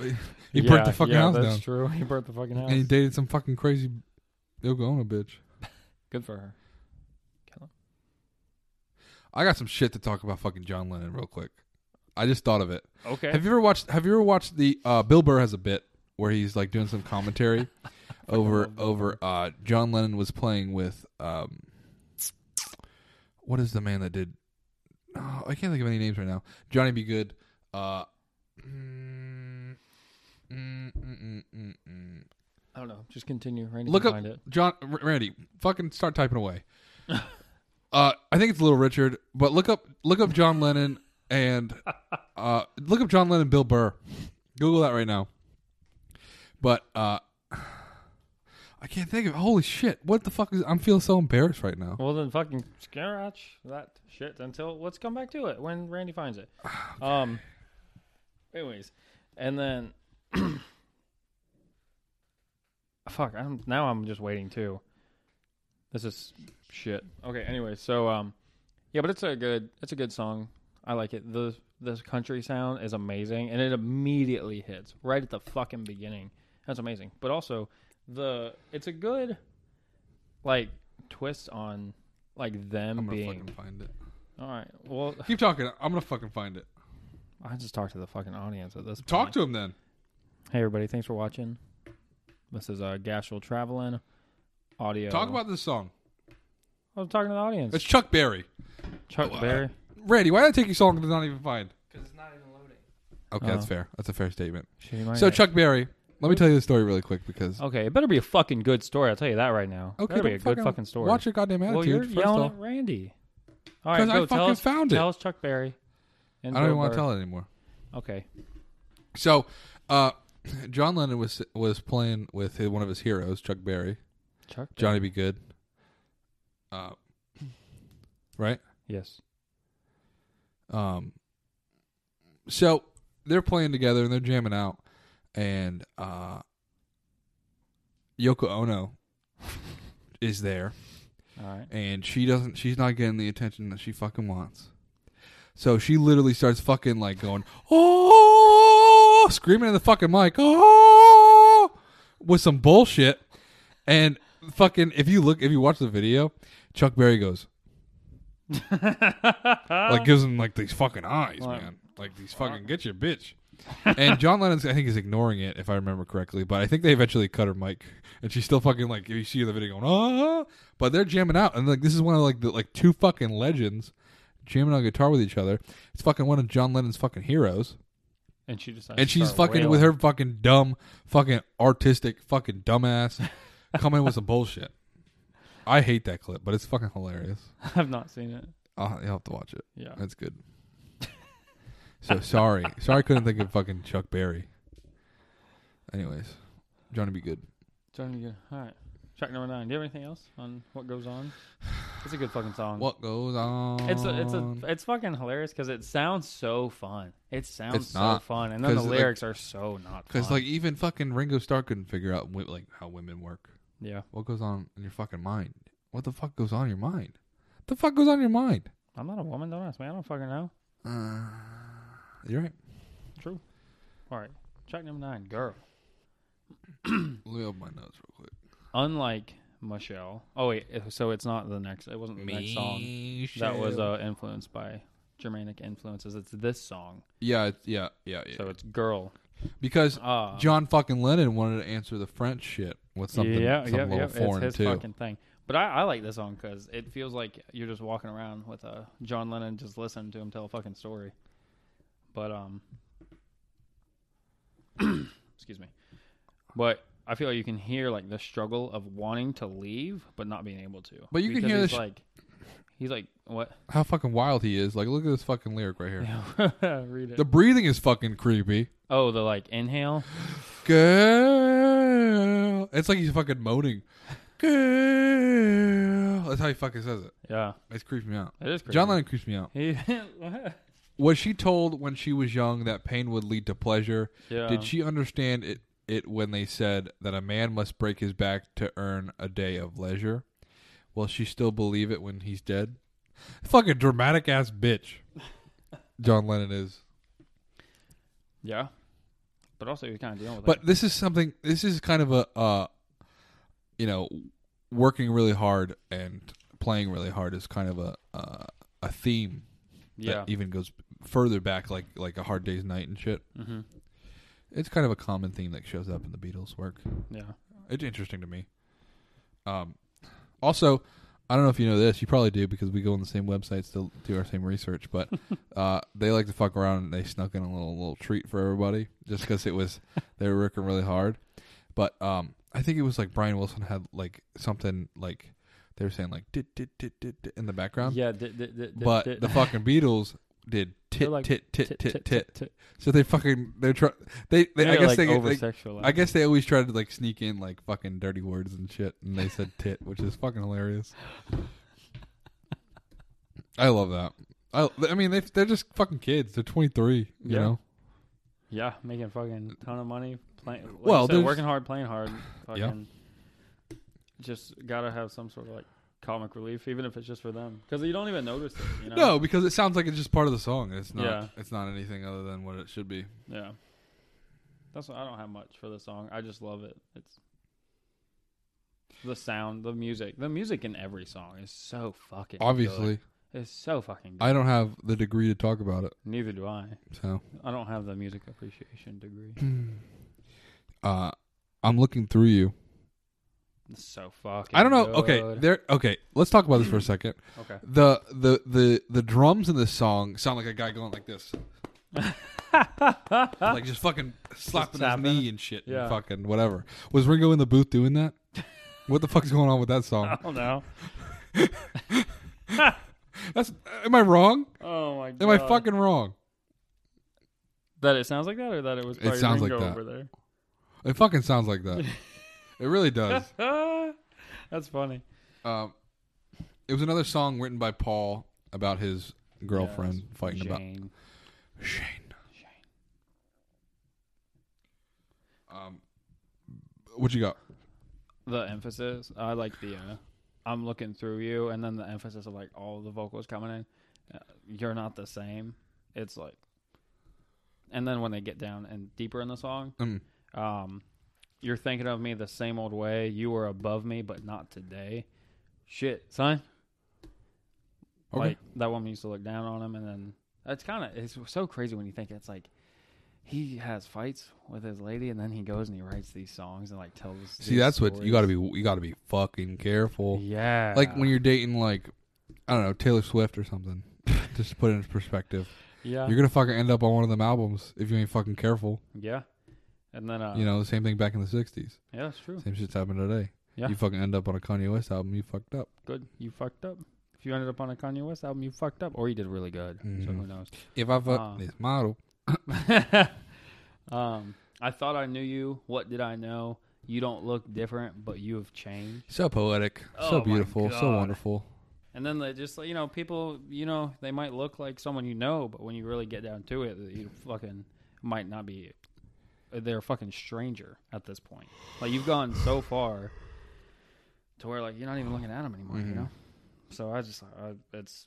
Speaker 2: he burnt the fucking
Speaker 3: yeah,
Speaker 2: house
Speaker 3: that's
Speaker 2: down,
Speaker 3: true. He burnt the fucking house.
Speaker 2: and he dated some fucking crazy Ilgona bitch.
Speaker 3: Good for her.
Speaker 2: I got some shit to talk about fucking John Lennon real quick. I just thought of it.
Speaker 3: Okay.
Speaker 2: Have you ever watched? Have you ever watched the uh, Bill Burr has a bit where he's like doing some commentary over over uh, John Lennon was playing with um, what is the man that did? Oh, I can't think of any names right now. Johnny B. Good. Uh, mm, mm, mm, mm, mm, mm.
Speaker 3: I don't know. Just continue. Randy
Speaker 2: Look
Speaker 3: can
Speaker 2: up
Speaker 3: find it.
Speaker 2: John R- Randy. Fucking start typing away. uh, I think it's Little Richard, but look up look up John Lennon and uh, look up John Lennon Bill Burr. Google that right now. But uh, I can't think of. Holy shit! What the fuck is? I'm feeling so embarrassed right now.
Speaker 3: Well, then fucking scratch that shit until let's come back to it when Randy finds it. Um. Anyways, and then fuck. I'm now. I'm just waiting too. This is shit. Okay. Anyway, so um, yeah, but it's a good. It's a good song. I like it. The this country sound is amazing, and it immediately hits right at the fucking beginning. That's amazing. But also, the it's a good like twist on like them
Speaker 2: I'm gonna
Speaker 3: being
Speaker 2: fucking find it.
Speaker 3: all right. Well,
Speaker 2: Keep talking. I'm gonna fucking find it.
Speaker 3: I just talk to the fucking audience at this.
Speaker 2: Talk
Speaker 3: point.
Speaker 2: to him then.
Speaker 3: Hey everybody, thanks for watching. This is uh Gashel Traveling Audio.
Speaker 2: Talk about this song.
Speaker 3: I was talking to the audience.
Speaker 2: It's Chuck Berry.
Speaker 3: Chuck Berry.
Speaker 2: Randy, why did I take you so long to not even find?
Speaker 4: because it's not even loading.
Speaker 2: Okay,
Speaker 3: Oh.
Speaker 2: that's fair. That's a fair statement.
Speaker 3: Shit, my
Speaker 2: So
Speaker 3: name.
Speaker 2: Chuck Berry, let me tell you the story really quick because
Speaker 3: Okay, it better be a fucking good story. I'll tell you that right now.
Speaker 2: okay,
Speaker 3: better Oh, be
Speaker 2: don't
Speaker 3: a good fucking story.
Speaker 2: Watch your goddamn attitude.
Speaker 3: well, you're
Speaker 2: first
Speaker 3: yelling
Speaker 2: off.
Speaker 3: at Randy. All right,
Speaker 2: 'Cause I
Speaker 3: go, tell
Speaker 2: fucking
Speaker 3: us,
Speaker 2: found it.
Speaker 3: Tell us Chuck Berry.
Speaker 2: I
Speaker 3: And
Speaker 2: don't even want to tell it anymore.
Speaker 3: Okay.
Speaker 2: So, uh, John Lennon was was playing with his, one of his heroes, Chuck Berry,
Speaker 3: Chuck. Berry.
Speaker 2: Johnny Be Good. Uh, right.
Speaker 3: Yes.
Speaker 2: Um, so they're playing together and they're jamming out, and uh, Yoko Ono is there.
Speaker 3: All right.
Speaker 2: and she doesn't she's not getting the attention that she fucking wants so she literally starts fucking like going oh screaming in the fucking mic oh with some bullshit and fucking if you look if you watch the video chuck berry goes like gives him like these fucking eyes man like these fucking get your bitch and John Lennon's, I think, is ignoring it if I remember correctly. But I think they eventually cut her mic, and she's still fucking like you see the video going ah. But they're jamming out, and like this is one of like the like two fucking legends jamming on guitar with each other. It's fucking one of John Lennon's fucking heroes,
Speaker 3: And she decides.
Speaker 2: and
Speaker 3: to
Speaker 2: she's
Speaker 3: start
Speaker 2: fucking with her
Speaker 3: wailing.
Speaker 2: fucking dumb, fucking artistic, fucking dumbass coming with some bullshit. I hate that clip, but it's fucking hilarious.
Speaker 3: I've not seen it.
Speaker 2: I'll, you'll have to watch it.
Speaker 3: Yeah.
Speaker 2: That's good. so sorry. Sorry I couldn't think of fucking Chuck Berry. Anyways, Johnny be good.
Speaker 3: Johnny good. All right. Track number nine. Do you have anything else on what goes on? It's a good fucking song.
Speaker 2: What goes on?
Speaker 3: It's a, it's a, it's fucking hilarious because it sounds so fun. It sounds
Speaker 2: It's
Speaker 3: so
Speaker 2: not,
Speaker 3: fun, and then the
Speaker 2: 'cause, like-
Speaker 3: lyrics are so not.
Speaker 2: because
Speaker 3: fun.
Speaker 2: like even fucking Ringo Starr couldn't figure out wi- like how women work.
Speaker 3: yeah,
Speaker 2: What goes on in your fucking mind? What the fuck goes on in your mind? The fuck goes on in your mind?
Speaker 3: I'm not a woman. Don't ask me. I don't fucking know.
Speaker 2: Uh, you're right.
Speaker 3: True. All right. Track number nine, girl.
Speaker 2: Let me open my notes real quick.
Speaker 3: Unlike Michelle. Oh wait, it- so it's not the next. It wasn't the next song that was uh, influenced by Germanic influences. It's this song.
Speaker 2: Yeah, it's- yeah, yeah, yeah.
Speaker 3: So it's girl.
Speaker 2: because
Speaker 3: Uh,
Speaker 2: John fucking Lennon wanted to answer the French shit with something,
Speaker 3: yeah,
Speaker 2: something
Speaker 3: yeah,
Speaker 2: a little
Speaker 3: yeah. It's
Speaker 2: foreign
Speaker 3: his
Speaker 2: too.
Speaker 3: fucking thing. But I, I like this song because it feels like you're just walking around with uh, John Lennon, just listening to him tell a fucking story. But um, excuse me. But I feel like you can hear like the struggle of wanting to leave but not being able to.
Speaker 2: But you can
Speaker 3: Because
Speaker 2: hear the
Speaker 3: he's
Speaker 2: sh-
Speaker 3: like he's like what?
Speaker 2: How fucking wild he is! Like, look at this fucking lyric right here.
Speaker 3: Read it.
Speaker 2: The breathing is fucking creepy.
Speaker 3: oh, the like inhale.
Speaker 2: Girl, it's like he's fucking moaning. Girl, that's how he fucking says it.
Speaker 3: Yeah,
Speaker 2: It's creeping me out.
Speaker 3: it is crazy.
Speaker 2: John Lennon creeps me out.
Speaker 3: He,
Speaker 2: Was she told when she was young that pain would lead to pleasure?
Speaker 3: yeah.
Speaker 2: Did she understand it, it when they said that a man must break his back to earn a day of leisure? Will she still believe it when he's dead? Fucking dramatic ass bitch. John Lennon is.
Speaker 3: Yeah. But also, you're kind of dealing with
Speaker 2: But
Speaker 3: it.
Speaker 2: this is something. This is kind of a, uh, you know, working really hard and playing really hard is kind of a uh, a theme
Speaker 3: yeah,
Speaker 2: that even goes further back, like like a hard day's night and shit.
Speaker 3: hmm
Speaker 2: It's kind of a common theme that shows up in the Beatles' work.
Speaker 3: yeah.
Speaker 2: It's interesting to me. Um, also, I don't know if you know this. You probably do because we go on the same websites to do our same research. But uh, they like to fuck around and they snuck in a little little treat for everybody just because it was they were working really hard. But um, I think it was like Brian Wilson had like something like they were saying like dit dit dit dit, dit in the background.
Speaker 3: Yeah, d- d- d- d-
Speaker 2: but
Speaker 3: d-
Speaker 2: the fucking Beatles did
Speaker 3: They're
Speaker 2: tit
Speaker 3: like,
Speaker 2: tit tit tit tit.
Speaker 3: tit.
Speaker 2: So they fucking they're try they, they I
Speaker 3: They're,
Speaker 2: guess
Speaker 3: like
Speaker 2: they,
Speaker 3: over
Speaker 2: they
Speaker 3: sexualized.
Speaker 2: I guess they always try to like sneak in like fucking dirty words and shit, and they said tit, which is fucking hilarious. I love that. I I mean they they're just fucking kids. They're twenty three. You
Speaker 3: Yeah.
Speaker 2: know.
Speaker 3: yeah, making fucking ton of money. Playing, like
Speaker 2: Well,
Speaker 3: well,
Speaker 2: there's-
Speaker 3: working hard, playing hard. Fucking
Speaker 2: Yeah.
Speaker 3: Just gotta have some sort of like comic relief, even if it's just for them, because you don't even notice it. You know?
Speaker 2: No, because it sounds like it's just part of the song. It's not.
Speaker 3: Yeah.
Speaker 2: It's not anything other than what it should be.
Speaker 3: Yeah. That's why I don't have much for the song. I just love it. It's the sound, the music, the music in every song is so fucking. good.
Speaker 2: Obviously,
Speaker 3: it's so fucking. Good.
Speaker 2: I don't have the degree to talk about it.
Speaker 3: Neither do I.
Speaker 2: So
Speaker 3: I don't have the music appreciation degree.
Speaker 2: uh, I'm looking through you.
Speaker 3: It's so fucking.
Speaker 2: I don't know. Okay,
Speaker 3: good.
Speaker 2: there. Okay, let's talk about this for a second.
Speaker 3: Okay.
Speaker 2: The the the the drums in this song sound like a guy going like this, like just fucking slapping his
Speaker 3: tapping.
Speaker 2: knee and shit,
Speaker 3: Yeah.
Speaker 2: and fucking whatever. Was Ringo in the booth doing that? what the fuck's going on with that
Speaker 3: I
Speaker 2: song?
Speaker 3: don't know.
Speaker 2: That's am I wrong?
Speaker 3: Oh my god.
Speaker 2: Am I fucking wrong?
Speaker 3: That it sounds like that, or that it was.
Speaker 2: It
Speaker 3: probably
Speaker 2: sounds like
Speaker 3: Ringo
Speaker 2: that.
Speaker 3: over there.
Speaker 2: It fucking sounds like that. it really does.
Speaker 3: Ah, That's funny.
Speaker 2: Um, it was another song written by Paul about his girlfriend fighting about
Speaker 3: Jane.
Speaker 2: Shane. Um, what you got?
Speaker 3: the emphasis. I like the uh, I'm looking through you, and then the emphasis of like all the vocals coming in. Uh, you're not the same. It's like, and then when they get down and deeper in the song,
Speaker 2: Mm.
Speaker 3: um, you're thinking of me the same old way. You were above me, but not today. Shit, son.
Speaker 2: Okay.
Speaker 3: Like that woman used to look down on him, and then it's kind of it's so crazy when you think it's like. He has fights with his lady, and then he goes and he writes these songs and like tells.
Speaker 2: See, that's what you got to be. You got to be fucking careful.
Speaker 3: Yeah.
Speaker 2: Like when you're dating, like I don't know, Taylor Swift or something. Just to put it in perspective,
Speaker 3: Yeah.
Speaker 2: you're gonna fucking end up on one of them albums if you ain't fucking careful.
Speaker 3: yeah. And then uh
Speaker 2: You know, the same thing back in the '60s.
Speaker 3: Yeah, that's true.
Speaker 2: Same shit's happened today.
Speaker 3: Yeah.
Speaker 2: You fucking end up on a Kanye West album, you fucked up.
Speaker 3: Good. You fucked up. If you ended up on a Kanye West album, you fucked up. Or you did really good. So
Speaker 2: Mhm.
Speaker 3: who knows?
Speaker 2: If I fuck
Speaker 3: Uh.
Speaker 2: this model,
Speaker 3: um I thought I knew you. What did I know? You don't look different, but you have changed.
Speaker 2: so poetic,
Speaker 3: Oh
Speaker 2: so
Speaker 3: my
Speaker 2: beautiful, so
Speaker 3: God.
Speaker 2: wonderful.
Speaker 3: And then they just you know, people you know, they might look like someone you know, but when you really get down to it, you fucking might not be they're a fucking stranger at this point. Like you've gone so far to where like you're not even looking at them anymore, you
Speaker 2: Mhm.
Speaker 3: know. So I just I, it's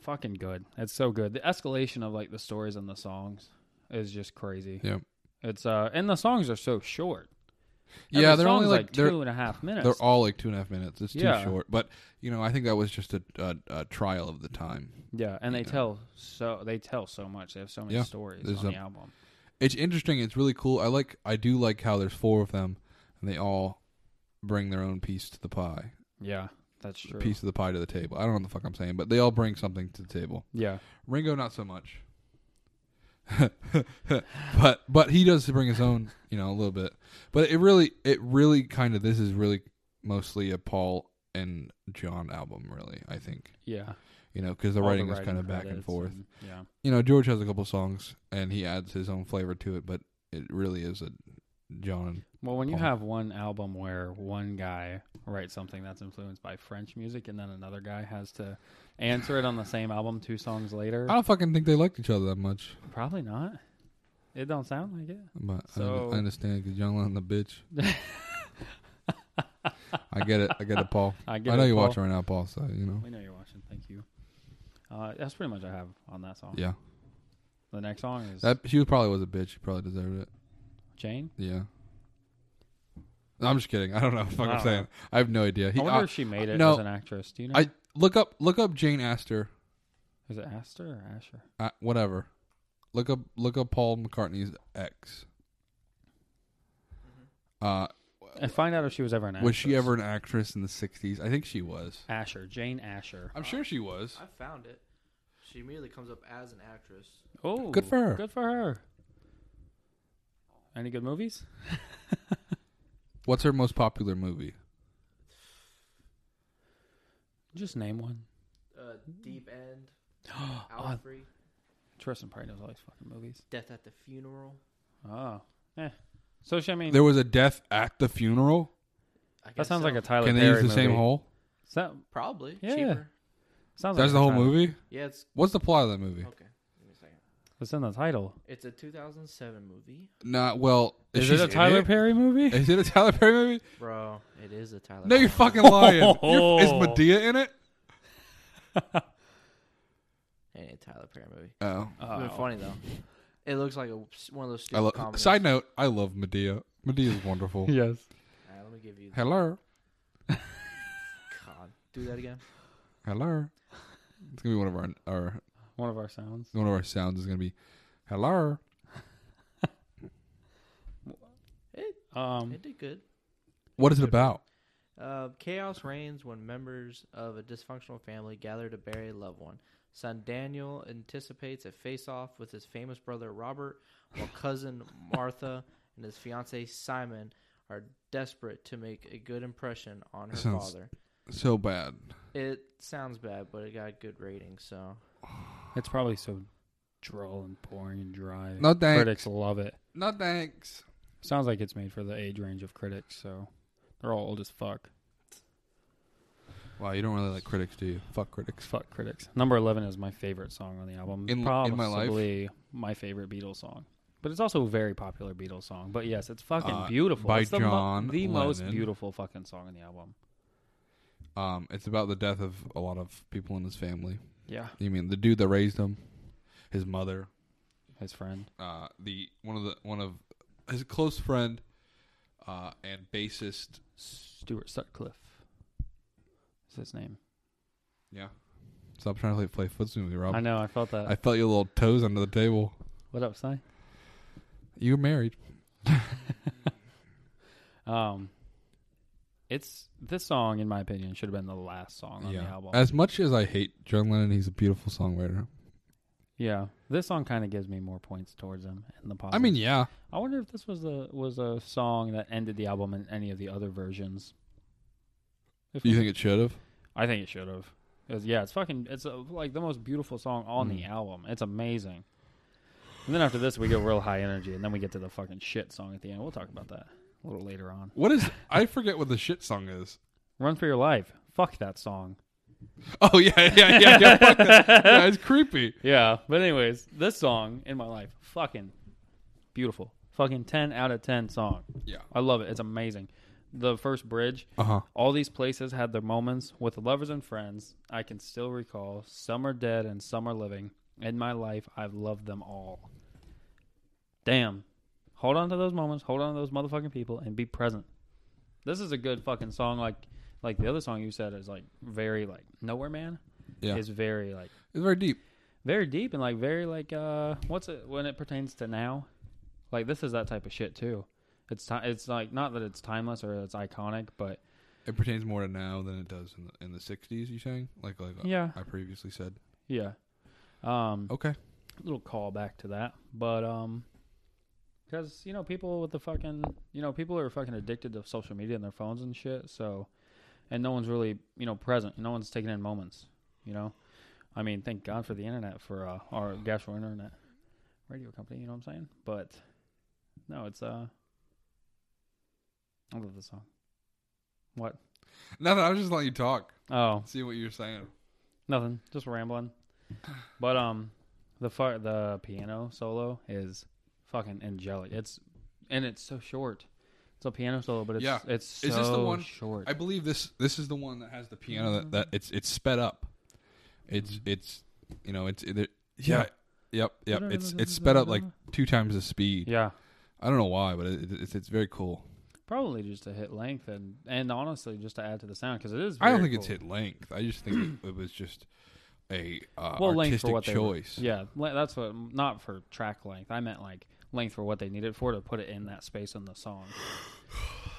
Speaker 3: fucking good. It's so good. The escalation of like the stories and the songs is just crazy.
Speaker 2: Yeah.
Speaker 3: It's uh and the songs are so short. Every
Speaker 2: yeah, they're only
Speaker 3: song's
Speaker 2: like, they're
Speaker 3: two and a half minutes.
Speaker 2: they're all like two and a half minutes. It's too
Speaker 3: Yeah.
Speaker 2: short. But you know, I think that was just a, a, a trial of the time.
Speaker 3: yeah, and they tell so they tell so much. They have so many
Speaker 2: Yeah,
Speaker 3: stories
Speaker 2: there's
Speaker 3: on
Speaker 2: a-
Speaker 3: the album.
Speaker 2: It's interesting. It's really cool. I like. I do like how there's four of them, and they all bring their own piece to the pie,
Speaker 3: Yeah, that's true.
Speaker 2: piece of the pie to the table. I don't know what the fuck I'm saying, but they all bring something to the table.
Speaker 3: Yeah,
Speaker 2: Ringo, not so much. but but he does bring his own, you know, a little bit. But it really, it really kind of this is really mostly a Paul and John album, really. I think
Speaker 3: yeah.
Speaker 2: you know because the,
Speaker 3: All
Speaker 2: writing is kind of back
Speaker 3: credits
Speaker 2: and forth.
Speaker 3: yeah,
Speaker 2: You know, George has a couple songs and he adds his own flavor to it, but it really is a John.
Speaker 3: Well, when you
Speaker 2: Paul.
Speaker 3: have one album where one guy writes something that's influenced by French music, and then another guy has to answer it on the same album two songs later,
Speaker 2: I don't fucking think they liked each other that much,
Speaker 3: probably not. It don't sound like it.
Speaker 2: but I-
Speaker 3: So-
Speaker 2: I understand because John Lennon the bitch. I get it. I get it, Paul.
Speaker 3: I get
Speaker 2: I know
Speaker 3: it,
Speaker 2: you're
Speaker 3: Paul.
Speaker 2: watching right now, Paul. So you know.
Speaker 3: We know you're watching. Thank you. Uh, that's pretty much I have on that song.
Speaker 2: Yeah,
Speaker 3: The next song is
Speaker 2: that she was probably was a bitch. She probably deserved it.
Speaker 3: Jane.
Speaker 2: Yeah. No, I'm just kidding. I don't know what the fuck
Speaker 3: I
Speaker 2: I'm
Speaker 3: don't
Speaker 2: saying. I have no idea. He,
Speaker 3: I wonder
Speaker 2: I,
Speaker 3: if she made it
Speaker 2: no.
Speaker 3: as an actress. Do you know?
Speaker 2: I- look up look up Jane Astor,
Speaker 3: is it Astor or Asher?
Speaker 2: uh, whatever. Look up look up Paul McCartney's ex. Uh,
Speaker 3: And find out if she was ever an Mm-hmm. actress.
Speaker 2: was she ever an actress in the '60s? I think she was.
Speaker 3: Asher? Jane Asher.
Speaker 2: I'm sure she was.
Speaker 4: I found it. She immediately comes up as an actress.
Speaker 3: Oh,
Speaker 2: Good for her.
Speaker 3: Good for her. Any good movies?
Speaker 2: What's her most popular movie?
Speaker 3: Just name one.
Speaker 4: Uh, Deep End,
Speaker 3: oh,
Speaker 4: Alfrey,
Speaker 3: Tristan probably knows all these fucking movies.
Speaker 4: Death at the Funeral.
Speaker 3: Oh, eh. So she, I mean,
Speaker 2: There was a death at the funeral.
Speaker 4: I
Speaker 3: that
Speaker 4: guess
Speaker 3: sounds
Speaker 4: so.
Speaker 3: like a Tyler
Speaker 2: Can they
Speaker 3: Perry
Speaker 2: use the same
Speaker 3: movie.
Speaker 2: hole?
Speaker 3: So-
Speaker 4: probably
Speaker 3: Yeah.
Speaker 4: cheaper.
Speaker 3: sounds like
Speaker 2: That's
Speaker 3: a
Speaker 2: the whole
Speaker 3: Tyler-
Speaker 2: movie.
Speaker 4: Yeah, it's
Speaker 2: What's the plot of that movie?
Speaker 4: okay. Give me a second.
Speaker 3: It's in the title.
Speaker 4: It's a 2007 movie,
Speaker 2: Nah, well,
Speaker 3: Is,
Speaker 2: she's
Speaker 3: it a
Speaker 2: in
Speaker 3: Tyler Perry movie?
Speaker 2: Is it a Tyler Perry movie?
Speaker 4: bro. It is a Tyler.
Speaker 2: No, you're
Speaker 4: Perry
Speaker 2: fucking lying.
Speaker 3: Oh.
Speaker 2: You're- is Medea in it?
Speaker 4: movie. It ain't a Tyler Perry movie.
Speaker 2: Oh,
Speaker 4: It's been
Speaker 3: Oh.
Speaker 4: funny though. It looks like a, one of
Speaker 2: I
Speaker 4: those stupid
Speaker 2: love.
Speaker 4: comedies.
Speaker 2: Side note: I love Medea. Medea is wonderful.
Speaker 3: Yes.
Speaker 4: All right, let me give you. the
Speaker 2: Hello,
Speaker 4: God, do that again.
Speaker 2: hello. It's gonna be one of our our
Speaker 3: One of our sounds.
Speaker 2: one of our sounds is gonna be hello. Mm.
Speaker 3: Um,
Speaker 4: It did good.
Speaker 2: What is it about?
Speaker 4: Uh, chaos reigns when members of a dysfunctional family gather to bury a loved one. Son Daniel anticipates a face-off with his famous brother Robert, while cousin Martha and his fiance Simon are desperate to make a good impression on her
Speaker 2: Sounds-
Speaker 4: father.
Speaker 2: So bad.
Speaker 4: It sounds bad, but it got good ratings, so
Speaker 3: it's probably so droll and boring and dry.
Speaker 2: No thanks.
Speaker 3: Critics love it.
Speaker 2: No thanks.
Speaker 3: Sounds like it's made for the age range of critics, so they're all old as fuck.
Speaker 2: Wow, you don't really like critics, do you? Fuck critics.
Speaker 3: Fuck critics. Number eleven is my favorite song on the album.
Speaker 2: In- in my life?
Speaker 3: Probably my favorite Beatles song, but it's also a very popular Beatles song. But yes, it's fucking
Speaker 2: Uh,
Speaker 3: beautiful.
Speaker 2: by
Speaker 3: it's the, mo-
Speaker 2: John
Speaker 3: the most
Speaker 2: Lennon.
Speaker 3: beautiful fucking song on the album.
Speaker 2: Um, it's about the death of a lot of people in his family.
Speaker 3: Yeah,
Speaker 2: You mean the dude that raised him, his mother,
Speaker 3: his friend.
Speaker 2: uh, the one of the one of his close friend, uh, and bassist.
Speaker 3: Stuart Sutcliffe. Is his name?
Speaker 2: Yeah. Stop trying to play, play footsie with me, Rob.
Speaker 3: I know. I felt that.
Speaker 2: I felt your little toes under the table.
Speaker 3: what up, Si?
Speaker 2: You were married.
Speaker 3: Um, it's this song, in my opinion, should have been the last song on the album.
Speaker 2: As much as I hate John Lennon, he's a beautiful songwriter.
Speaker 3: yeah, this song kind of gives me more points towards him and the positive.
Speaker 2: I mean, yeah.
Speaker 3: I wonder if this was the was a song that ended the album in any of the other versions. If
Speaker 2: You think it should have?
Speaker 3: I think it should have. 'Cause, yeah, it's fucking. It's uh like the most beautiful song on the album. It's amazing. And then after this, we get real high energy, and then we get to the fucking shit song at the end. We'll talk about that a little later on.
Speaker 2: What is? I forget what the shit song is.
Speaker 3: Run for your life. Fuck that song.
Speaker 2: Oh yeah, yeah, yeah, yeah. fuck that. yeah it's creepy.
Speaker 3: Yeah, but anyways, this song in my life, fucking beautiful, fucking ten out of ten song.
Speaker 2: Yeah.
Speaker 3: I love it. It's amazing. The first bridge,
Speaker 2: Uh huh.
Speaker 3: all these places had their moments with lovers and friends. I can still recall some are dead and some are living. In my life, I've loved them all. Damn, Hold on to those moments. Hold on to those motherfucking people and be present. This is a good fucking song. Like like the other song you said is like very like nowhere man.
Speaker 2: Yeah.
Speaker 3: Is very like
Speaker 2: It's very deep.
Speaker 3: very deep and like very like uh what's it when it pertains to now like this is that type of shit too it's ti it's like not that it's timeless or it's iconic but
Speaker 2: It pertains more to now than it does in the, in the '60s. You saying like like
Speaker 3: yeah
Speaker 2: I previously said.
Speaker 3: yeah um
Speaker 2: Okay.
Speaker 3: little call back to that but um because you know people with the fucking you know people are fucking addicted to social media and their phones and shit so and no one's really you know present no one's taking in moments you know i mean thank god for the internet for uh, our gastrointernal internet radio company you know what i'm saying but no it's uh i love the song what
Speaker 2: Nothing. I was just letting you talk.
Speaker 3: oh
Speaker 2: See what you're saying.
Speaker 3: Nothing, just rambling. But um, the fu- the piano solo is fucking angelic. It's and it's so short. It's a piano solo, but it's
Speaker 2: Yeah.
Speaker 3: it's so
Speaker 2: Is this the one-
Speaker 3: short.
Speaker 2: I believe this this is the one that has the piano that, that it's it's sped up. It's
Speaker 3: Mm-hmm.
Speaker 2: it's you know it's it, yeah. Yep, yep. It's it's sped up like two times the speed.
Speaker 3: yeah,
Speaker 2: I don't know why, but it, it's it's very cool.
Speaker 3: probably just to hit length and and honestly just to add to the sound because it is.
Speaker 2: I don't
Speaker 3: very
Speaker 2: think it's
Speaker 3: cool.
Speaker 2: hit length. I just think it, it was just a uh,
Speaker 3: well length for
Speaker 2: artistic
Speaker 3: what they were-
Speaker 2: choice.
Speaker 3: Yeah, le- that's what not for track length. I meant like length for what they needed for to put it in that space in the song.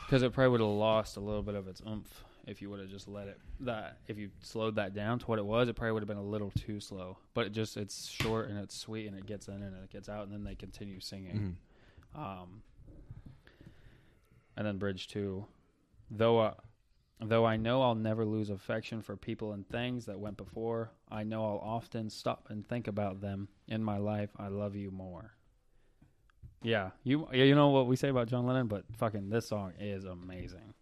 Speaker 3: Because it probably would have lost a little bit of its oomph if you would have just let it that if you slowed that down to what it was, it probably would have been a little too slow. But it just it's short and it's sweet and it gets in and it gets out and then they continue singing. Um, and then bridge two, though. Uh, Though I know I'll never lose affection for people and things that went before, I know I'll often stop and think about them. In my life, I love you more. Yeah, you yeah, you know what we say about John Lennon, but fucking this song is amazing.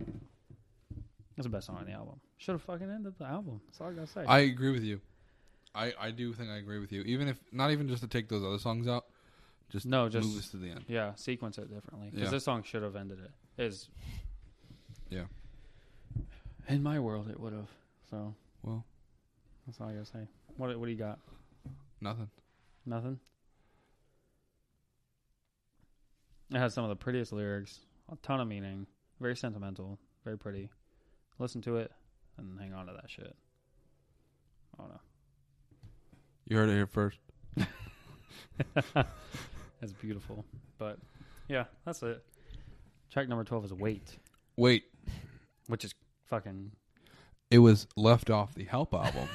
Speaker 3: It's the best song on the album. Should have fucking ended the album. That's all I gotta say.
Speaker 2: I agree with you. I I do think I agree with you. Even if not even just to take those other songs out, just
Speaker 3: no,
Speaker 2: move this
Speaker 3: just
Speaker 2: to the end.
Speaker 3: yeah, sequence it differently because
Speaker 2: Yeah.
Speaker 3: this song should have ended it. Is
Speaker 2: Yeah.
Speaker 3: In my world, it would have. So
Speaker 2: Well,
Speaker 3: that's all I gotta say. What what do you got?
Speaker 2: nothing.
Speaker 3: Nothing. It has some of the prettiest lyrics, a ton of meaning, very sentimental, very pretty. Listen to it and hang on to that shit. Oh
Speaker 2: You heard it here first.
Speaker 3: no. it's beautiful. But yeah, that's it. Track number 12 is Wait,
Speaker 2: Wait,
Speaker 3: which is fucking.
Speaker 2: it was left off the Help album.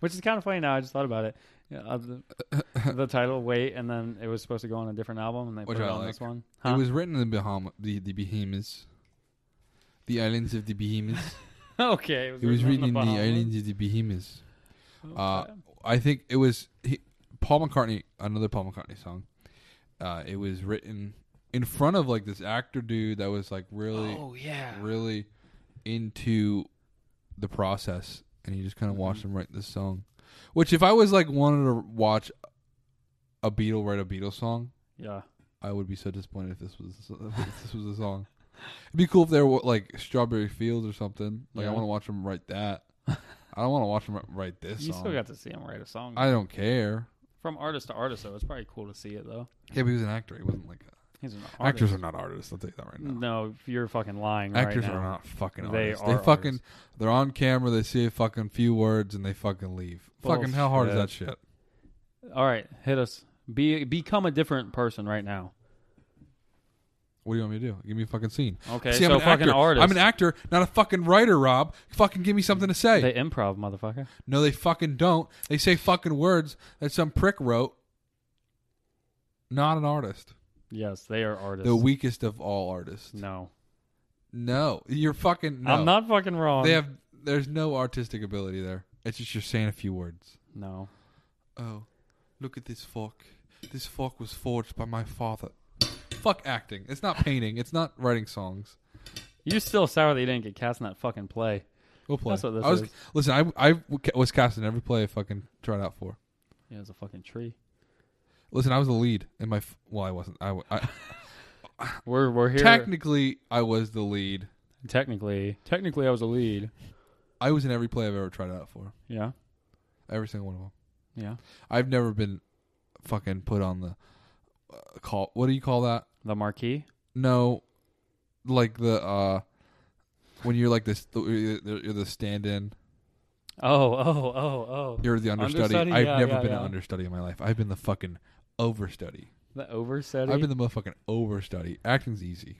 Speaker 3: Which is kind of funny now. I just thought about it. Yeah, uh, the, the title, Wait, and then it was supposed to go on a different album, and they
Speaker 2: Which
Speaker 3: put it
Speaker 2: I
Speaker 3: on
Speaker 2: like.
Speaker 3: this one.
Speaker 2: It was written in the Bahama, the the Bahamas, the islands of the Bahamas.
Speaker 3: okay.
Speaker 2: it was
Speaker 3: written
Speaker 2: written
Speaker 3: on
Speaker 2: in the
Speaker 3: Bahamas.
Speaker 2: islands of the Bahamas. Uh,
Speaker 3: Okay.
Speaker 2: I think it was he, Paul McCartney, another Paul McCartney song. Uh, it was written in front of like this actor dude that was like really,
Speaker 3: oh, yeah.
Speaker 2: really into the process, and you just
Speaker 3: Mm-hmm.
Speaker 2: kind of watched him write this song. Which, if I was like wanted to watch a Beatle write a Beatles song,
Speaker 3: Yeah.
Speaker 2: I would be so disappointed if this was if this was a song. It'd be cool if there were like Strawberry Fields or something. Like
Speaker 3: Yeah.
Speaker 2: I want to watch them write that. I don't want to watch them write this
Speaker 3: You
Speaker 2: song.
Speaker 3: still got to see him write a song.
Speaker 2: I don't care.
Speaker 3: From artist to artist, though, it's probably cool to see it though.
Speaker 2: Yeah, but he was an actor. He wasn't like a-
Speaker 3: He's an
Speaker 2: actors
Speaker 3: artist.
Speaker 2: are not artists. I'll tell you that right now.
Speaker 3: No, you're fucking lying.
Speaker 2: actors
Speaker 3: right now.
Speaker 2: are not fucking
Speaker 3: They
Speaker 2: artists. They,
Speaker 3: are
Speaker 2: fucking
Speaker 3: artists.
Speaker 2: they're on camera. They say a fucking few words and they fucking leave. Fucking how hard is that shit?
Speaker 3: All right, hit us. Be become a different person right now.
Speaker 2: What do you want me to do? Give me a fucking scene.
Speaker 3: Okay,
Speaker 2: See, I'm
Speaker 3: so
Speaker 2: an
Speaker 3: fucking
Speaker 2: actor.
Speaker 3: artist.
Speaker 2: I'm an actor, not a fucking writer, Rob. Fucking give me something to say.
Speaker 3: They improv, motherfucker.
Speaker 2: No, they fucking don't. They say fucking words that some prick wrote. Not an artist.
Speaker 3: Yes, they are artists.
Speaker 2: The weakest of all artists. No,
Speaker 3: no.
Speaker 2: you're fucking. No.
Speaker 3: I'm not fucking wrong.
Speaker 2: They have. There's no artistic ability there. It's just you're saying a few words.
Speaker 3: no.
Speaker 2: Oh, look at this fork. This fork was forged by my father. Fuck acting. It's not painting. It's not writing songs.
Speaker 3: You still sour that you didn't get cast in that fucking play.
Speaker 2: We'll play.
Speaker 3: That's what this
Speaker 2: I was,
Speaker 3: is.
Speaker 2: Listen, I, I was casting every play I fucking tried out for.
Speaker 3: Yeah, it's a fucking tree.
Speaker 2: Listen, I was the lead in my. F- well, I wasn't. I, w- I-
Speaker 3: We're we're here.
Speaker 2: Technically, I was the lead.
Speaker 3: technically, technically, I was a lead.
Speaker 2: I was in every play I've ever tried out for.
Speaker 3: Yeah,
Speaker 2: Every single one of them.
Speaker 3: yeah.
Speaker 2: I've never been fucking put on the uh, call. What do you call that?
Speaker 3: The Marquis.
Speaker 2: No, like the uh, when you're like this, you're the you're the stand-in,
Speaker 3: Oh, oh, oh, oh.
Speaker 2: you're the understudy.
Speaker 3: Understudy,
Speaker 2: I've
Speaker 3: yeah,
Speaker 2: never
Speaker 3: yeah,
Speaker 2: been
Speaker 3: yeah.
Speaker 2: an understudy in my life. I've been the fucking overstudy.
Speaker 3: the overstudy.
Speaker 2: I've been the motherfucking overstudy. Acting's easy.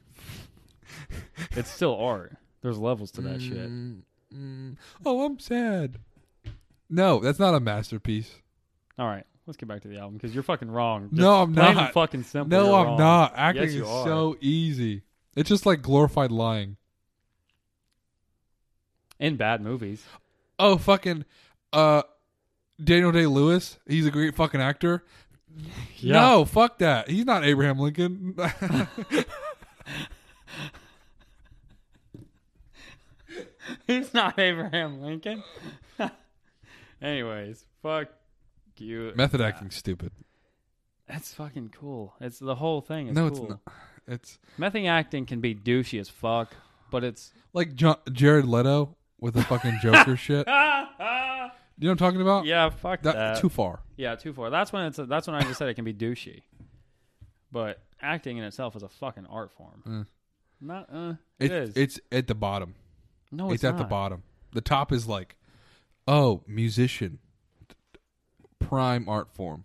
Speaker 3: it's still art. There's levels to that shit.
Speaker 2: Mm, mm. Oh, I'm sad. No, that's not a masterpiece.
Speaker 3: All right, let's get back to the album because you're fucking wrong. Just
Speaker 2: No, I'm
Speaker 3: plain and
Speaker 2: not.
Speaker 3: Fucking simple.
Speaker 2: no,
Speaker 3: you're
Speaker 2: I'm
Speaker 3: wrong.
Speaker 2: not. Acting
Speaker 3: Yes, you
Speaker 2: is
Speaker 3: are.
Speaker 2: so easy. It's just like glorified lying.
Speaker 3: in bad movies.
Speaker 2: Oh, fucking uh Daniel Day Lewis, he's a great fucking actor. No, fuck that. He's not Abraham Lincoln.
Speaker 3: he's not Abraham Lincoln. Anyways, fuck you.
Speaker 2: Method acting's stupid.
Speaker 3: That's fucking cool. It's the whole thing. Is
Speaker 2: no,
Speaker 3: cool.
Speaker 2: it's not. It's
Speaker 3: Method acting can be douchey as fuck, but it's
Speaker 2: like jo- Jared Leto with the fucking Joker shit. You know what I'm talking about?
Speaker 3: yeah, fuck
Speaker 2: That,
Speaker 3: that.
Speaker 2: Too far.
Speaker 3: yeah, too far. That's when it's. that's when I just said it can be douchey, but acting in itself is a fucking art form.
Speaker 2: Mm.
Speaker 3: Not. Uh,
Speaker 2: It,
Speaker 3: it is.
Speaker 2: It's at the bottom.
Speaker 3: no,
Speaker 2: it's,
Speaker 3: it's,
Speaker 2: at the
Speaker 3: not.
Speaker 2: bottom. The top is like, oh, musician, prime art form.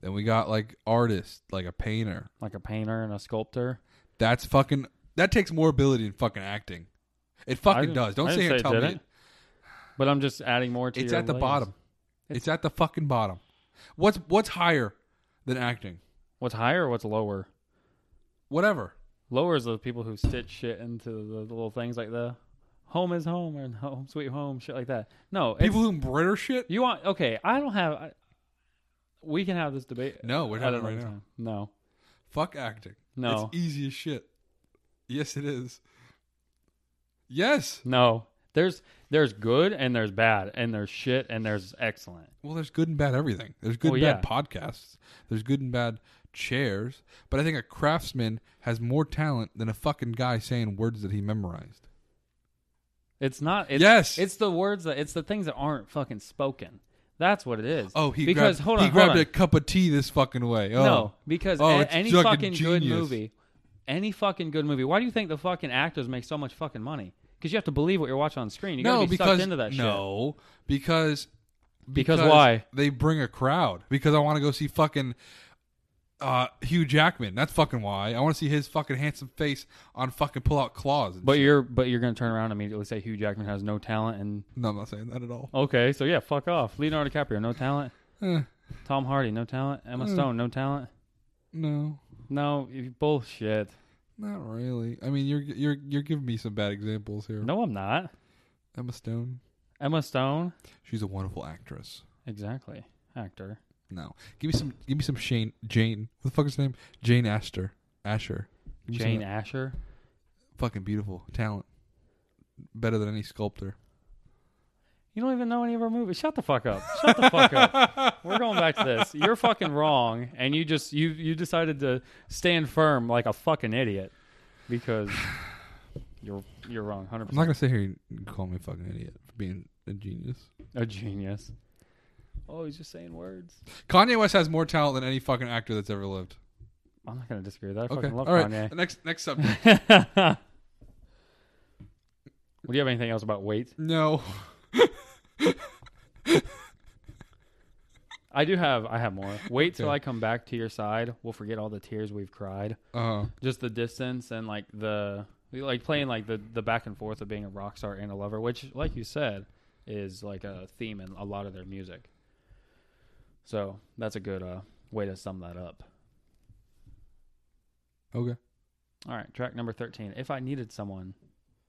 Speaker 2: Then we got like artist, like a painter.
Speaker 3: Like a painter and a sculptor.
Speaker 2: That's fucking. That takes more ability than fucking acting. It fucking
Speaker 3: didn't-
Speaker 2: does. Don't
Speaker 3: I
Speaker 2: sit
Speaker 3: didn't
Speaker 2: here and
Speaker 3: say it
Speaker 2: tell me.
Speaker 3: didn't.
Speaker 2: it-
Speaker 3: But I'm just adding more to.
Speaker 2: It's
Speaker 3: your
Speaker 2: at the
Speaker 3: layers.
Speaker 2: bottom. It's, at the fucking bottom. What's what's higher than acting?
Speaker 3: What's higher? or What's lower?
Speaker 2: Whatever.
Speaker 3: Lower is the people who stitch shit into the little things like the home is home and home sweet home shit like that. No, it's-
Speaker 2: People who embroider shit.
Speaker 3: you want okay. I don't have. I, we can have this debate.
Speaker 2: No, we're
Speaker 3: at
Speaker 2: having it
Speaker 3: another
Speaker 2: right now.
Speaker 3: time. No,
Speaker 2: Fuck acting.
Speaker 3: No.
Speaker 2: It's easy as shit. Yes, it is. Yes.
Speaker 3: no. There's there's good and there's bad and there's shit and there's excellent.
Speaker 2: Well, there's good and bad everything. There's good
Speaker 3: Well,
Speaker 2: and bad
Speaker 3: yeah.
Speaker 2: podcasts. There's good and bad chairs. But I think a craftsman has more talent than a fucking guy saying words that he memorized.
Speaker 3: It's not. It's,
Speaker 2: Yes.
Speaker 3: it's the words that it's the things that aren't fucking spoken. That's what it is.
Speaker 2: Oh, he
Speaker 3: because
Speaker 2: grabbed,
Speaker 3: hold
Speaker 2: he
Speaker 3: on,
Speaker 2: grabbed
Speaker 3: hold on.
Speaker 2: a cup of tea this fucking way. Oh.
Speaker 3: No, because
Speaker 2: Oh,
Speaker 3: a-
Speaker 2: it's
Speaker 3: any
Speaker 2: fucking
Speaker 3: fucking good
Speaker 2: genius.
Speaker 3: movie, any fucking good movie. Why do you think the fucking actors make so much fucking money? Because you have to believe what you're watching on screen. You
Speaker 2: no,
Speaker 3: gotta be
Speaker 2: because
Speaker 3: sucked into that shit.
Speaker 2: no, because
Speaker 3: Because why?
Speaker 2: They bring a crowd. Because I want to go see fucking uh, Hugh Jackman. That's fucking why. I want to see his fucking handsome face on fucking pull out claws. and
Speaker 3: But
Speaker 2: shit.
Speaker 3: you're but you're gonna turn around and immediately say Hugh Jackman has no talent and
Speaker 2: no, I'm not saying that at all.
Speaker 3: okay, so yeah, fuck off. Leonardo DiCaprio, no talent.
Speaker 2: Eh,
Speaker 3: Tom Hardy, no talent. Emma Stone, no talent.
Speaker 2: no.
Speaker 3: No, you- bullshit.
Speaker 2: Not really. I mean, you're you're you're giving me some bad examples here.
Speaker 3: No, I'm not.
Speaker 2: Emma Stone,
Speaker 3: Emma Stone,
Speaker 2: she's a wonderful actress.
Speaker 3: exactly. Actor.
Speaker 2: No, give me some give me some Shane Jane. What the fuck is her name? Jane Astor Asher. Give me some
Speaker 3: Jane
Speaker 2: of that
Speaker 3: Asher.
Speaker 2: fucking beautiful talent, better than any sculptor.
Speaker 3: You don't even know any of our movies. Shut the fuck up. Shut the fuck up. We're going back to this. You're fucking wrong, and you just you you decided to stand firm like a fucking idiot because you're you're wrong. Hundred
Speaker 2: I'm not gonna sit
Speaker 3: percent.
Speaker 2: here and call me a fucking idiot for being a genius.
Speaker 3: A genius. Oh, he's just saying words.
Speaker 2: Kanye West has more talent than any fucking actor that's ever lived.
Speaker 3: I'm not gonna disagree with that. I
Speaker 2: Okay,
Speaker 3: fucking love
Speaker 2: all right.
Speaker 3: Kanye.
Speaker 2: Next next subject.
Speaker 3: Well, do you have anything else about weight?
Speaker 2: no,
Speaker 3: I do have. I have more. Wait till
Speaker 2: Okay.
Speaker 3: I come back to your side. We'll forget all the tears we've cried.
Speaker 2: uh,
Speaker 3: just the distance and like the like playing like the the back and forth of being a rock star and a lover, which like you said is like a theme in a lot of their music. So that's a good uh, way to sum that up.
Speaker 2: okay.
Speaker 3: All right, track number thirteen. If I needed someone,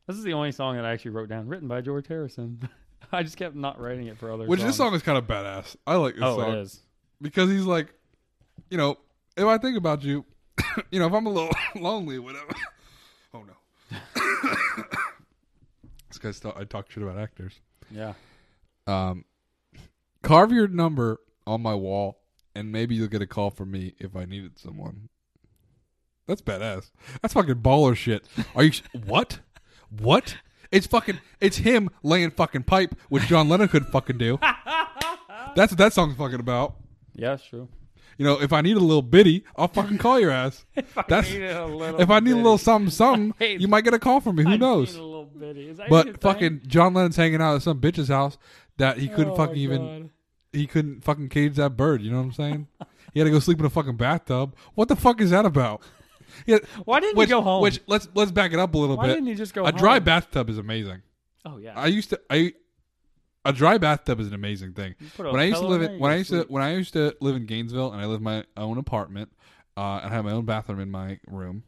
Speaker 3: this is the only song that I actually wrote down, written by George Harrison. I just kept not writing it for others.
Speaker 2: Which this song is kind of badass. I like this
Speaker 3: Oh,
Speaker 2: song.
Speaker 3: it is.
Speaker 2: because he's like, you know, if I think about you, you know, if I'm a little lonely, whatever. Oh no, this guy's talk, I talk shit about actors.
Speaker 3: Yeah.
Speaker 2: Um, carve your number on my wall, and maybe you'll get a call from me if I needed someone. That's badass. That's fucking baller shit. Are you what? What? It's fucking. It's him laying fucking pipe, which John Lennon could fucking do. That's what that song's fucking about.
Speaker 3: Yeah, it's true.
Speaker 2: You know, if I need a little bitty, I'll fucking call your ass. That's
Speaker 3: need a little
Speaker 2: if I need a little
Speaker 3: bitty.
Speaker 2: something, something,
Speaker 3: Wait.
Speaker 2: you might get a call from me. Who knows? But fucking John Lennon's hanging out at some bitch's house that he
Speaker 3: Oh
Speaker 2: couldn't fucking even he couldn't fucking cage that bird. You know what I'm saying? he had to go sleep in a fucking bathtub. What the fuck is that about? Yeah,
Speaker 3: Why didn't
Speaker 2: which,
Speaker 3: you go home?
Speaker 2: Which let's let's back it up a little
Speaker 3: Why
Speaker 2: bit.
Speaker 3: didn't you just go
Speaker 2: a dry
Speaker 3: home?
Speaker 2: bathtub is amazing.
Speaker 3: oh yeah.
Speaker 2: I used to I a dry bathtub is an amazing thing.
Speaker 3: put a
Speaker 2: When I used to
Speaker 3: pillow
Speaker 2: live
Speaker 3: in there,
Speaker 2: in
Speaker 3: you
Speaker 2: when I
Speaker 3: go
Speaker 2: used to
Speaker 3: sleep.
Speaker 2: when I used to live in Gainesville and I lived in my own apartment uh, and I had my own bathroom in my room.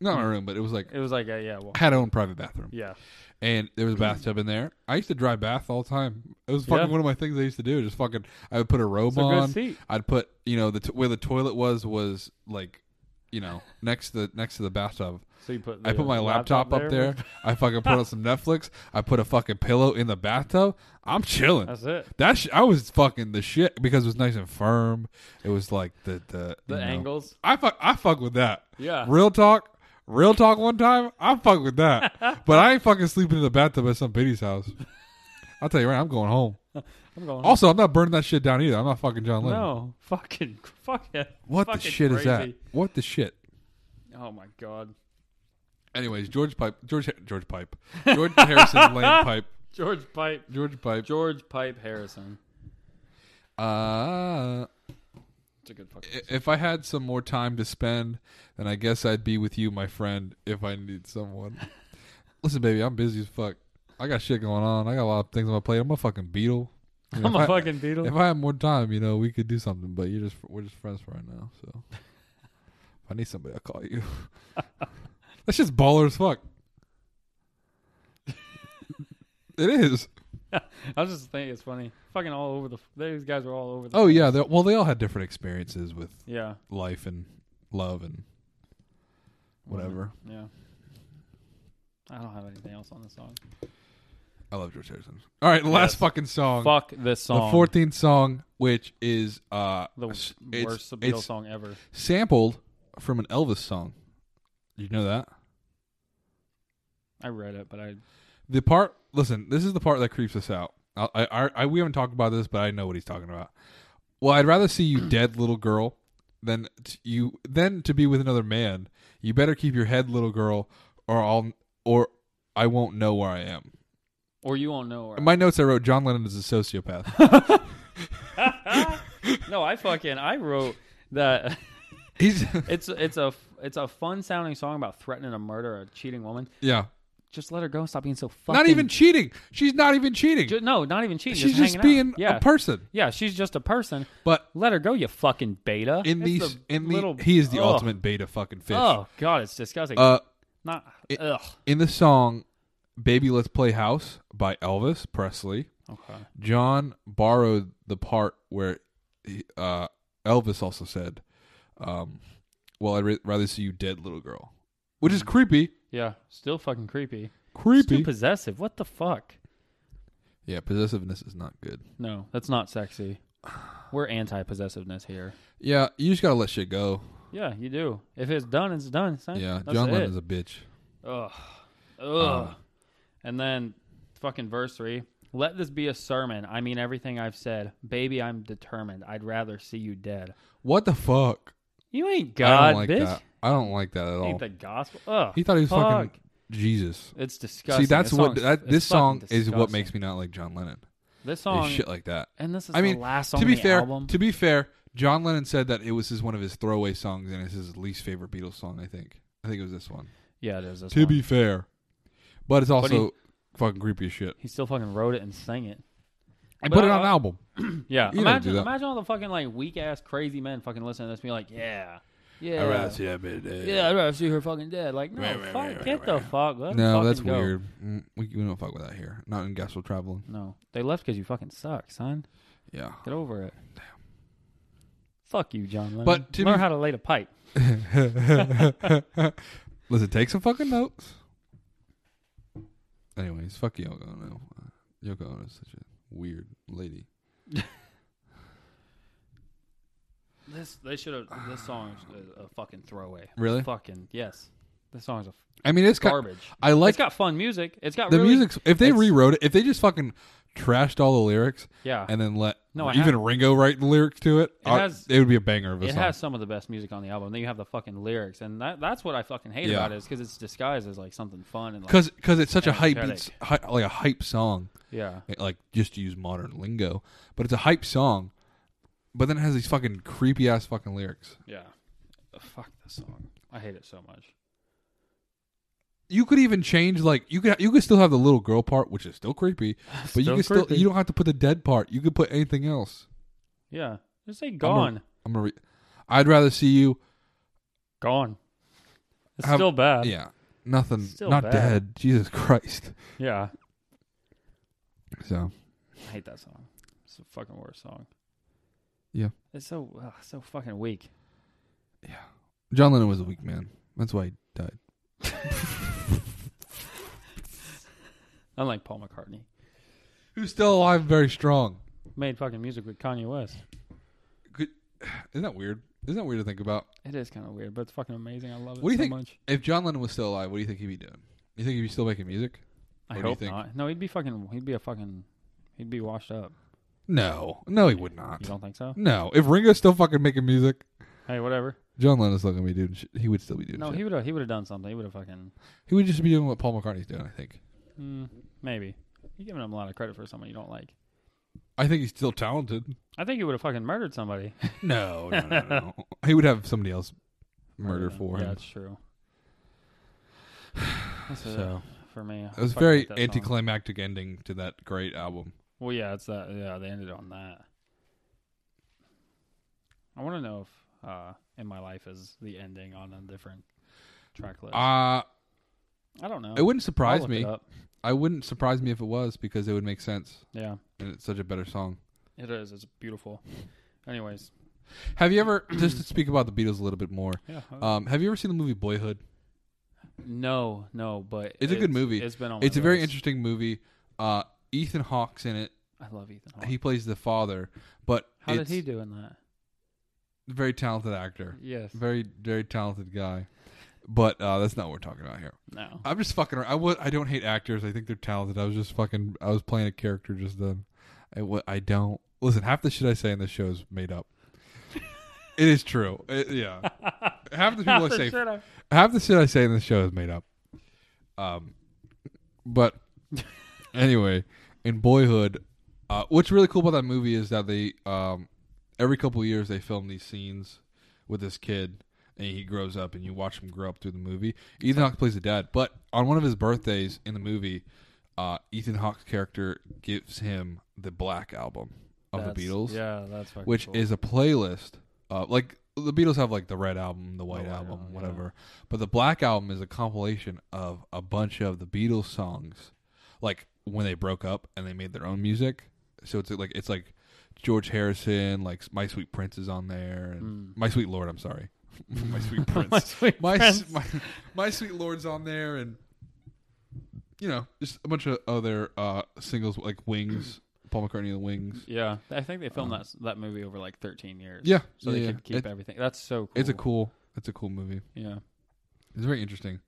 Speaker 2: Not
Speaker 3: Hmm.
Speaker 2: my room, but it was like
Speaker 3: it was like a, yeah, well,
Speaker 2: I had my own private bathroom.
Speaker 3: yeah.
Speaker 2: And there was a bathtub in there. I used to dry bath all the time. It was fucking
Speaker 3: Mm-hmm. Yeah.
Speaker 2: one of my things I used to do. Just fucking, I would put a robe
Speaker 3: It's a good
Speaker 2: on.
Speaker 3: seat.
Speaker 2: I'd put, you know, the t- where the toilet was was like, you know, next to the next to the bathtub.
Speaker 3: So you put.
Speaker 2: I
Speaker 3: the
Speaker 2: put my laptop, up there. I fucking put on some Netflix. I put a fucking pillow in the bathtub. I'm chilling.
Speaker 3: That's it.
Speaker 2: That sh- I was fucking the shit because it was nice and firm. It was like the the you
Speaker 3: The
Speaker 2: know.
Speaker 3: angles.
Speaker 2: I fuck I fuck with that.
Speaker 3: Yeah.
Speaker 2: Real talk. Real talk one time, I fuck with that. but I ain't fucking sleeping in the bathtub at some biddy's house. I'll tell you right, I'm going home.
Speaker 3: I'm going.
Speaker 2: Also, I'm not burning that shit down either. I'm not fucking John Lennon.
Speaker 3: no, fucking, fuck it.
Speaker 2: what the
Speaker 3: Fucking
Speaker 2: shit is that?
Speaker 3: crazy.
Speaker 2: What the shit?
Speaker 3: Oh my god,
Speaker 2: Anyways, George Pipe George George Pipe. George Harrison Lane Pipe.
Speaker 3: George Pipe,
Speaker 2: George Pipe.
Speaker 3: George Pipe Harrison.
Speaker 2: Uh
Speaker 3: It's a good fucking.
Speaker 2: i- if I had some more time to spend, then I guess I'd be with you, my friend, if I need someone. Listen, baby, I'm busy as fuck. I got shit going on. I got a lot of things on my plate. I'm a fucking beetle. You know,
Speaker 3: I'm
Speaker 2: if
Speaker 3: a
Speaker 2: I-
Speaker 3: fucking beetle.
Speaker 2: If I had more time, you know, we could do something. But you're just we're just friends for right now. So if I need somebody, I'll call you. That's just baller as fuck. it is.
Speaker 3: I was just thinking, it's funny. Fucking all over the. These guys were all over the.
Speaker 2: Oh yeah. they're- Well, they all had different experiences with
Speaker 3: Yeah.
Speaker 2: life and love and whatever.
Speaker 3: Yeah. I don't have anything else on the song.
Speaker 2: I love George Harrison. All right, last
Speaker 3: Yes.
Speaker 2: fucking song.
Speaker 3: Fuck this
Speaker 2: The
Speaker 3: song.
Speaker 2: 14th song, which is uh,
Speaker 3: The
Speaker 2: s- it's,
Speaker 3: worst Beatles
Speaker 2: it's
Speaker 3: song ever.
Speaker 2: sampled from an Elvis song. You know that?
Speaker 3: I read it, but I.
Speaker 2: The part. Listen, this is the part that creeps us out. I, I, I we haven't talked about this, but I know what he's talking about. Well, I'd rather see you dead, little girl, than t- you than to be with another man. You better keep your head, little girl, or I'll or I won't know where I am.
Speaker 3: Or you won't know. Or
Speaker 2: In my notes, I wrote John Lennon is a sociopath.
Speaker 3: no, I fucking I wrote that.
Speaker 2: he's
Speaker 3: It's it's a it's a fun sounding song about threatening to murder a cheating woman.
Speaker 2: yeah.
Speaker 3: Just let her go. Stop being so fucking.
Speaker 2: not even cheating. She's not even cheating.
Speaker 3: Ju- no, not even cheating.
Speaker 2: She's
Speaker 3: just,
Speaker 2: just
Speaker 3: hanging
Speaker 2: being
Speaker 3: out. yeah.
Speaker 2: a person.
Speaker 3: Yeah, she's just a person.
Speaker 2: But
Speaker 3: Let her go, you fucking beta.
Speaker 2: in
Speaker 3: It's
Speaker 2: these,
Speaker 3: a
Speaker 2: in the
Speaker 3: little-
Speaker 2: he is the
Speaker 3: ugh.
Speaker 2: ultimate beta fucking fish.
Speaker 3: Oh god, it's disgusting.
Speaker 2: Uh,
Speaker 3: not
Speaker 2: it-
Speaker 3: ugh.
Speaker 2: in the song "Baby Let's Play House" by Elvis Presley,
Speaker 3: Okay.
Speaker 2: John borrowed the part where he, uh, Elvis also said, um, "Well, I'd ra- rather see you dead, little girl," which
Speaker 3: Hmm.
Speaker 2: is creepy.
Speaker 3: Yeah, still fucking creepy. It's
Speaker 2: Creepy.
Speaker 3: too possessive. What the fuck?
Speaker 2: yeah, possessiveness is not good.
Speaker 3: No, that's not sexy. We're anti-possessiveness here.
Speaker 2: Yeah, you just gotta let shit go.
Speaker 3: Yeah, you do. If it's done, it's done. Son.
Speaker 2: Yeah,
Speaker 3: That's
Speaker 2: John
Speaker 3: it.
Speaker 2: Lennon's a Uh. bitch.
Speaker 3: Ugh. Ugh. and then fucking verse three. Let this be a sermon. I mean everything I've said. Baby, I'm determined. I'd rather see you dead.
Speaker 2: What the fuck?
Speaker 3: You ain't
Speaker 2: I
Speaker 3: God,
Speaker 2: don't like
Speaker 3: bitch.
Speaker 2: that. I don't like that at all.
Speaker 3: Ain't the gospel. Ugh.
Speaker 2: He thought he was
Speaker 3: fuck.
Speaker 2: fucking Jesus.
Speaker 3: It's disgusting.
Speaker 2: See, that's
Speaker 3: This
Speaker 2: what
Speaker 3: song's-
Speaker 2: that,
Speaker 3: it's
Speaker 2: this song
Speaker 3: fucking
Speaker 2: is what
Speaker 3: disgusting.
Speaker 2: makes me not like John Lennon.
Speaker 3: this
Speaker 2: Is
Speaker 3: song.
Speaker 2: shit like that.
Speaker 3: and this is
Speaker 2: I mean,
Speaker 3: the last song
Speaker 2: to be
Speaker 3: on the
Speaker 2: fair,
Speaker 3: album.
Speaker 2: to be fair, John Lennon said that it was his one of his throwaway songs and it's his least favorite Beatles song. I think. I think it was this one.
Speaker 3: yeah, it is. This
Speaker 2: To
Speaker 3: one.
Speaker 2: be fair, but it's
Speaker 3: he-
Speaker 2: also fucking creepy as shit.
Speaker 3: he still fucking wrote it and sang it.
Speaker 2: And
Speaker 3: But
Speaker 2: put it
Speaker 3: I-
Speaker 2: on an album.
Speaker 3: Yeah,
Speaker 2: You don't do
Speaker 3: imagine,
Speaker 2: that.
Speaker 3: imagine all the fucking like weak ass crazy men fucking listening to this, and be like, yeah, yeah,
Speaker 2: that bit.
Speaker 3: yeah, I'd rather see her fucking dead. Like, no, fuck, get the fuck. Let 'em
Speaker 2: No,
Speaker 3: fucking
Speaker 2: that's
Speaker 3: go.
Speaker 2: weird. Mm, We, we don't fuck with that here. Not in gospel traveling.
Speaker 3: No, they left because you fucking suck, son.
Speaker 2: Yeah.
Speaker 3: Get over it. Fuck you, John Lennon.
Speaker 2: But to
Speaker 3: learn
Speaker 2: be-
Speaker 3: how to light a pipe.
Speaker 2: Listen, take some fucking notes. Anyways, fuck Yoko Ono. Uh, Yoko Ono is such a weird lady.
Speaker 3: This they should have. This song is a, a fucking throwaway.
Speaker 2: Really?
Speaker 3: Fucking yes. This song's a f-
Speaker 2: I mean, it's got.
Speaker 3: garbage.
Speaker 2: I like
Speaker 3: it's got fun music. It's got
Speaker 2: the
Speaker 3: really,
Speaker 2: music's If they
Speaker 3: it's-
Speaker 2: rewrote it, if they just fucking trashed all the lyrics
Speaker 3: Yeah,
Speaker 2: and then let
Speaker 3: No, I
Speaker 2: even Ringo write the lyrics to it,
Speaker 3: It
Speaker 2: I-
Speaker 3: has-
Speaker 2: it would be a banger of a
Speaker 3: it
Speaker 2: song.
Speaker 3: has some of the best music on the album. Then you have the fucking lyrics, and that, that's what I fucking hate
Speaker 2: Yeah.
Speaker 3: about it is because it's disguised as like something fun and like,
Speaker 2: Because it's such a hype, beats,
Speaker 3: Energetic.
Speaker 2: hy like a hype song. eh,
Speaker 3: yeah,
Speaker 2: like just to use modern lingo, but it's a hype song. But then it has these fucking creepy ass fucking lyrics.
Speaker 3: yeah. Ugh, Fuck this song. I hate it so much.
Speaker 2: You could even change like you could you could still have the little girl part, which is still creepy, but you
Speaker 3: Still
Speaker 2: could still
Speaker 3: creepy.
Speaker 2: you don't have to put the dead part. You could put anything else.
Speaker 3: Yeah, just say gone,
Speaker 2: I'm gonna. Re- I'd rather see you.
Speaker 3: gone. It's
Speaker 2: Have-
Speaker 3: still bad.
Speaker 2: Yeah, nothing.
Speaker 3: Uh, Still
Speaker 2: not
Speaker 3: bad.
Speaker 2: dead. Jesus Christ.
Speaker 3: yeah.
Speaker 2: So
Speaker 3: I hate that song. It's the fucking worst song.
Speaker 2: Yeah.
Speaker 3: It's so ugh, so fucking weak.
Speaker 2: John Lennon was a weak man. That's why he died.
Speaker 3: Unlike Paul McCartney,
Speaker 2: Who's still alive, and very strong.
Speaker 3: made fucking music with Kanye West.
Speaker 2: Isn't that weird? Isn't that weird to think about?
Speaker 3: It is kind of weird, but it's fucking amazing. I love it
Speaker 2: What do you
Speaker 3: so
Speaker 2: think-
Speaker 3: much.
Speaker 2: If John Lennon was still alive, what do you think he'd be doing? You think he'd be still making music? What
Speaker 3: I
Speaker 2: do you
Speaker 3: hope
Speaker 2: think?
Speaker 3: not. No, he'd be fucking. He'd be a fucking. He'd be washed up.
Speaker 2: No, no, he would not.
Speaker 3: You don't think so?
Speaker 2: No, if Ringo's still fucking making music,
Speaker 3: Hey, whatever.
Speaker 2: John Lennon's still gonna be doing. Shit. He would still be doing.
Speaker 3: No,
Speaker 2: shit.
Speaker 3: he would have. He would have done something. He would have fucking.
Speaker 2: he would just be doing what Paul McCartney's doing. I think.
Speaker 3: Mm, maybe. You're giving him a lot of credit for someone you don't like.
Speaker 2: I think he's still talented.
Speaker 3: I think he would have fucking murdered somebody.
Speaker 2: No, no, no, no. he would have somebody else murder
Speaker 3: Murdered him.
Speaker 2: for
Speaker 3: Yeah,
Speaker 2: him.
Speaker 3: that's true. That's it
Speaker 2: So
Speaker 3: for me.
Speaker 2: it was
Speaker 3: Fucking
Speaker 2: very
Speaker 3: hate that song.
Speaker 2: anticlimactic ending to that great album.
Speaker 3: Well, yeah, it's that. Yeah, they ended on that. I want to know if uh, "In My Life" is the ending on a different track list.
Speaker 2: Uh
Speaker 3: I don't know.
Speaker 2: it wouldn't
Speaker 3: I'll
Speaker 2: surprise
Speaker 3: look
Speaker 2: me.
Speaker 3: it up.
Speaker 2: I wouldn't surprise me if it was because it would make sense,
Speaker 3: Yeah,
Speaker 2: and it's such a better song.
Speaker 3: it is. It's beautiful. Anyways,
Speaker 2: Have you ever just to speak about the Beatles a little bit more?
Speaker 3: yeah. uh,
Speaker 2: Um, have you ever seen the movie Boyhood?
Speaker 3: no, no, but
Speaker 2: it's a good movie.
Speaker 3: It's been on. my
Speaker 2: It's a very
Speaker 3: list.
Speaker 2: interesting movie. Uh, Ethan Hawke's in it.
Speaker 3: I love Ethan. Hawke.
Speaker 2: He plays the father, but
Speaker 3: Oh. How did
Speaker 2: it's
Speaker 3: he do in that?
Speaker 2: a Very talented actor,
Speaker 3: Yes.
Speaker 2: very very talented guy. But uh, that's not what we're talking about here.
Speaker 3: No.
Speaker 2: I'm just fucking. Around. I would. I don't hate actors. I think they're talented. I was just fucking. I was playing a character just then. I, wa- I don't listen. Half the shit I say in this show is made up. it is true. It- yeah. Half the people I say. half the shit I say in this show is made up. Um, but anyway, in Boyhood, uh, what's really cool about that movie is that they um, every couple of years they film these scenes with this kid, and he grows up, and you watch him grow up through the movie. Ethan Hawke plays the dad, but on one of his birthdays in the movie, uh, Ethan Hawke's character gives him the Black album of the Beatles
Speaker 3: Yeah, that's fucking
Speaker 2: which
Speaker 3: cool.
Speaker 2: is a playlist. Uh, like the Beatles have like the red album, the white
Speaker 3: white
Speaker 2: album,
Speaker 3: album, yeah.
Speaker 2: whatever. But the black album is a compilation of a bunch of the Beatles songs, like when they broke up and they made their own music. So it's like it's like George Harrison, like My Sweet Prince is on there, and
Speaker 3: Mm.
Speaker 2: My Sweet Lord. I'm sorry, Hmm. My Sweet Prince.
Speaker 3: my sweet
Speaker 2: my,
Speaker 3: friends.
Speaker 2: s- my my sweet lord's on there and you know just a bunch of other uh singles like wings paul mccartney and the wings
Speaker 3: Yeah, I think they filmed that that movie over like 13 years.
Speaker 2: Uh, yeah
Speaker 3: so
Speaker 2: yeah,
Speaker 3: they
Speaker 2: yeah.
Speaker 3: could keep
Speaker 2: It-
Speaker 3: everything. That's so. cool.
Speaker 2: It's a cool. It's a cool movie.
Speaker 3: Yeah,
Speaker 2: It's very interesting.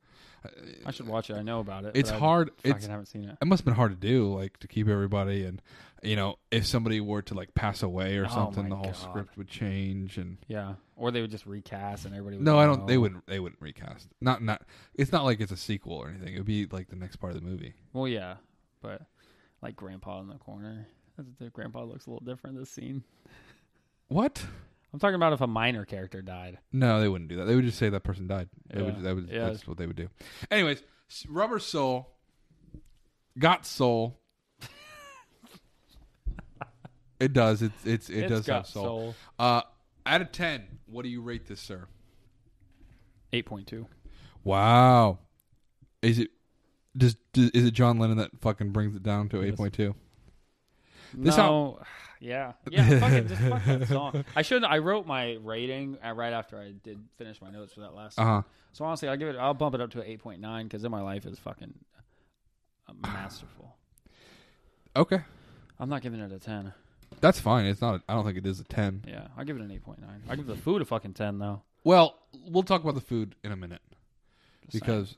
Speaker 3: I should watch it. I know about it.
Speaker 2: It's
Speaker 3: but I
Speaker 2: hard.
Speaker 3: Fucking
Speaker 2: It's
Speaker 3: haven't seen it.
Speaker 2: it must have been hard to do, like to keep everybody, and you know, if somebody were to like pass away or
Speaker 3: Oh
Speaker 2: something,
Speaker 3: my
Speaker 2: the whole
Speaker 3: God.
Speaker 2: script would change. And
Speaker 3: Yeah, or they would just recast and everybody. Would
Speaker 2: no, I don't.
Speaker 3: know.
Speaker 2: They wouldn't. They wouldn't recast. Not not. It's not like it's a sequel or anything. It would be like the next part of the movie.
Speaker 3: Well, yeah, but like Grandpa in the corner. The grandpa looks a little different in this scene.
Speaker 2: What?
Speaker 3: I'm talking about if a minor character died.
Speaker 2: No, they wouldn't do that. They would just say that person died. They would,
Speaker 3: Yeah.
Speaker 2: that would,
Speaker 3: Yeah.
Speaker 2: That's what they would do. Anyways, S- Rubber Soul got soul. it does. It's it's it
Speaker 3: It's
Speaker 2: does
Speaker 3: got
Speaker 2: have soul. Uh, out of ten, what do you rate this, sir?
Speaker 3: Eight point two.
Speaker 2: Wow. Is it? Does, does is it John Lennon that fucking brings it down to
Speaker 3: Yes.
Speaker 2: eight point two?
Speaker 3: No,
Speaker 2: This
Speaker 3: yeah, yeah. Fucking just fuck that song. I should. I wrote my rating uh, right after I did finish my notes for that last.
Speaker 2: Uh
Speaker 3: song.
Speaker 2: huh.
Speaker 3: So honestly, I'll give it. I'll bump it up to an eight point nine because in my life is fucking uh, masterful.
Speaker 2: Okay,
Speaker 3: I'm not giving it a ten.
Speaker 2: that's fine. It's not. A, I don't think it is a ten.
Speaker 3: Yeah, I'll give it an eight point nine. I'll give the food a fucking ten though.
Speaker 2: Well, we'll talk about the food in a minute
Speaker 3: Just saying.
Speaker 2: because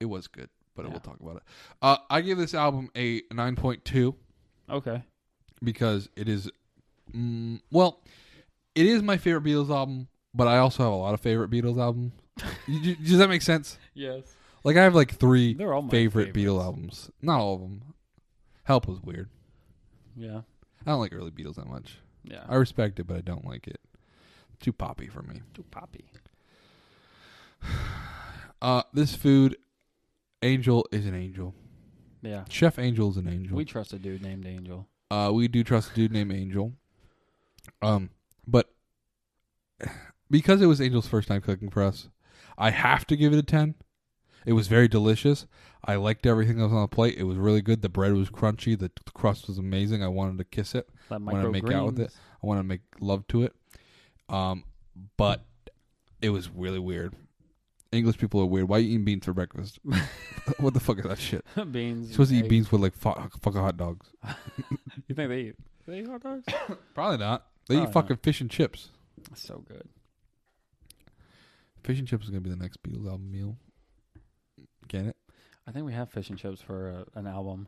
Speaker 2: it was good, but
Speaker 3: Yeah.
Speaker 2: we'll talk about it. Uh, I gave this album a nine point two.
Speaker 3: Okay.
Speaker 2: because it is, mm, well, it is my favorite Beatles album, but I also have a lot of favorite Beatles albums. You- you- Does that make sense?
Speaker 3: Yes.
Speaker 2: Like I have like three
Speaker 3: They're all my
Speaker 2: favorite Beatles
Speaker 3: favorites.
Speaker 2: albums. Not all of them. Help was weird.
Speaker 3: Yeah.
Speaker 2: I don't like early Beatles that much.
Speaker 3: Yeah.
Speaker 2: I respect it, but I don't like it. Too poppy for me.
Speaker 3: Too poppy.
Speaker 2: Uh, this food, Angel is an angel.
Speaker 3: Yeah.
Speaker 2: Chef Angel is an angel.
Speaker 3: We trust a dude named Angel.
Speaker 2: Uh, we do trust a dude named Angel. Um, but because it was Angel's first time cooking for us, I have to give it a ten. It was very delicious. I liked everything that was on the plate. It was really good. The bread was crunchy. The the crust was amazing. I wanted to kiss it.
Speaker 3: That
Speaker 2: I want to make out with it. I want to make love to it. Um, but it was really weird. English people are weird. Why are you eating beans for breakfast? what the fuck is that shit?
Speaker 3: microgreens. beans.
Speaker 2: You're supposed to eat
Speaker 3: eggs.
Speaker 2: beans with like fuck, fuck hot dogs.
Speaker 3: You think they eat? They eat hot dogs.
Speaker 2: Probably not. They
Speaker 3: Probably
Speaker 2: eat
Speaker 3: not.
Speaker 2: fucking fish and chips.
Speaker 3: so good.
Speaker 2: Fish and chips is gonna be the next Beatles album meal. Get it?
Speaker 3: I think we have fish and chips for uh, an album.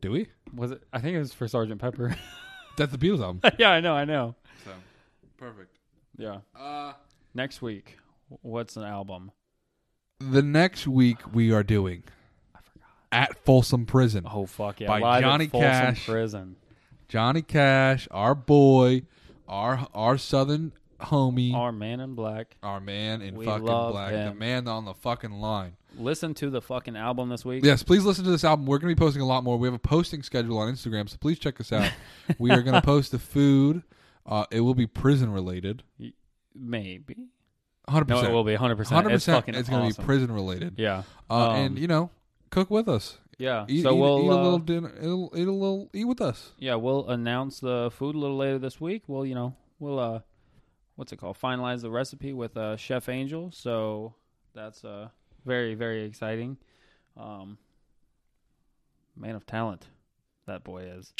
Speaker 2: Do we?
Speaker 3: Was it? I think it was for Sergeant Pepper.
Speaker 2: That's the Beatles album.
Speaker 3: yeah, I know. I know.
Speaker 2: so, perfect.
Speaker 3: Yeah.
Speaker 2: Uh,
Speaker 3: Next week, what's an album?
Speaker 2: the next week we are doing at Folsom Prison.
Speaker 3: Oh fuck yeah!
Speaker 2: By
Speaker 3: Live at
Speaker 2: Johnny
Speaker 3: Folsom
Speaker 2: Cash.
Speaker 3: Prison.
Speaker 2: Johnny Cash, our boy, our our Southern homie, our,
Speaker 3: Our Man in Black.
Speaker 2: man in
Speaker 3: We
Speaker 2: fucking
Speaker 3: love
Speaker 2: black, the
Speaker 3: him.
Speaker 2: man on the fucking line.
Speaker 3: Listen to the fucking album this week.
Speaker 2: Yes, please listen to this album. We're going to be posting a lot more. We have a posting schedule on Instagram, so please check us out. we are going to post the food. Uh, it will be prison related.
Speaker 3: Maybe.
Speaker 2: 100%.
Speaker 3: No, it will be 100. percent
Speaker 2: 100%.
Speaker 3: It's fucking
Speaker 2: going to
Speaker 3: awesome.
Speaker 2: be prison related.
Speaker 3: Yeah.
Speaker 2: Uh,
Speaker 3: Um,
Speaker 2: and, you know, cook with us.
Speaker 3: Yeah.
Speaker 2: Eat,
Speaker 3: so
Speaker 2: eat-
Speaker 3: we'll
Speaker 2: eat a little
Speaker 3: uh,
Speaker 2: dinner. It'll, eat a little. Eat with us.
Speaker 3: yeah we'll announce the food a little later this week. We'll you know we'll uh what's it called finalize the recipe with uh Chef Angel. So that's uh very very exciting. Um, man of talent, that boy is.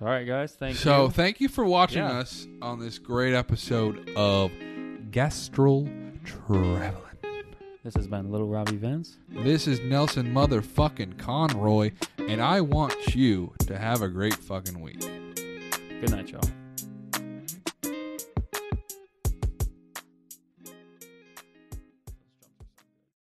Speaker 3: All right, guys. Thank
Speaker 2: so
Speaker 3: you.
Speaker 2: thank you for watching
Speaker 3: Yeah.
Speaker 2: us on this great episode of Gastral Traveling.
Speaker 3: this has been Little Robbie Vince.
Speaker 2: This is Nelson motherfucking Conroy, and I want you to have a great fucking week.
Speaker 3: Good night, y'all.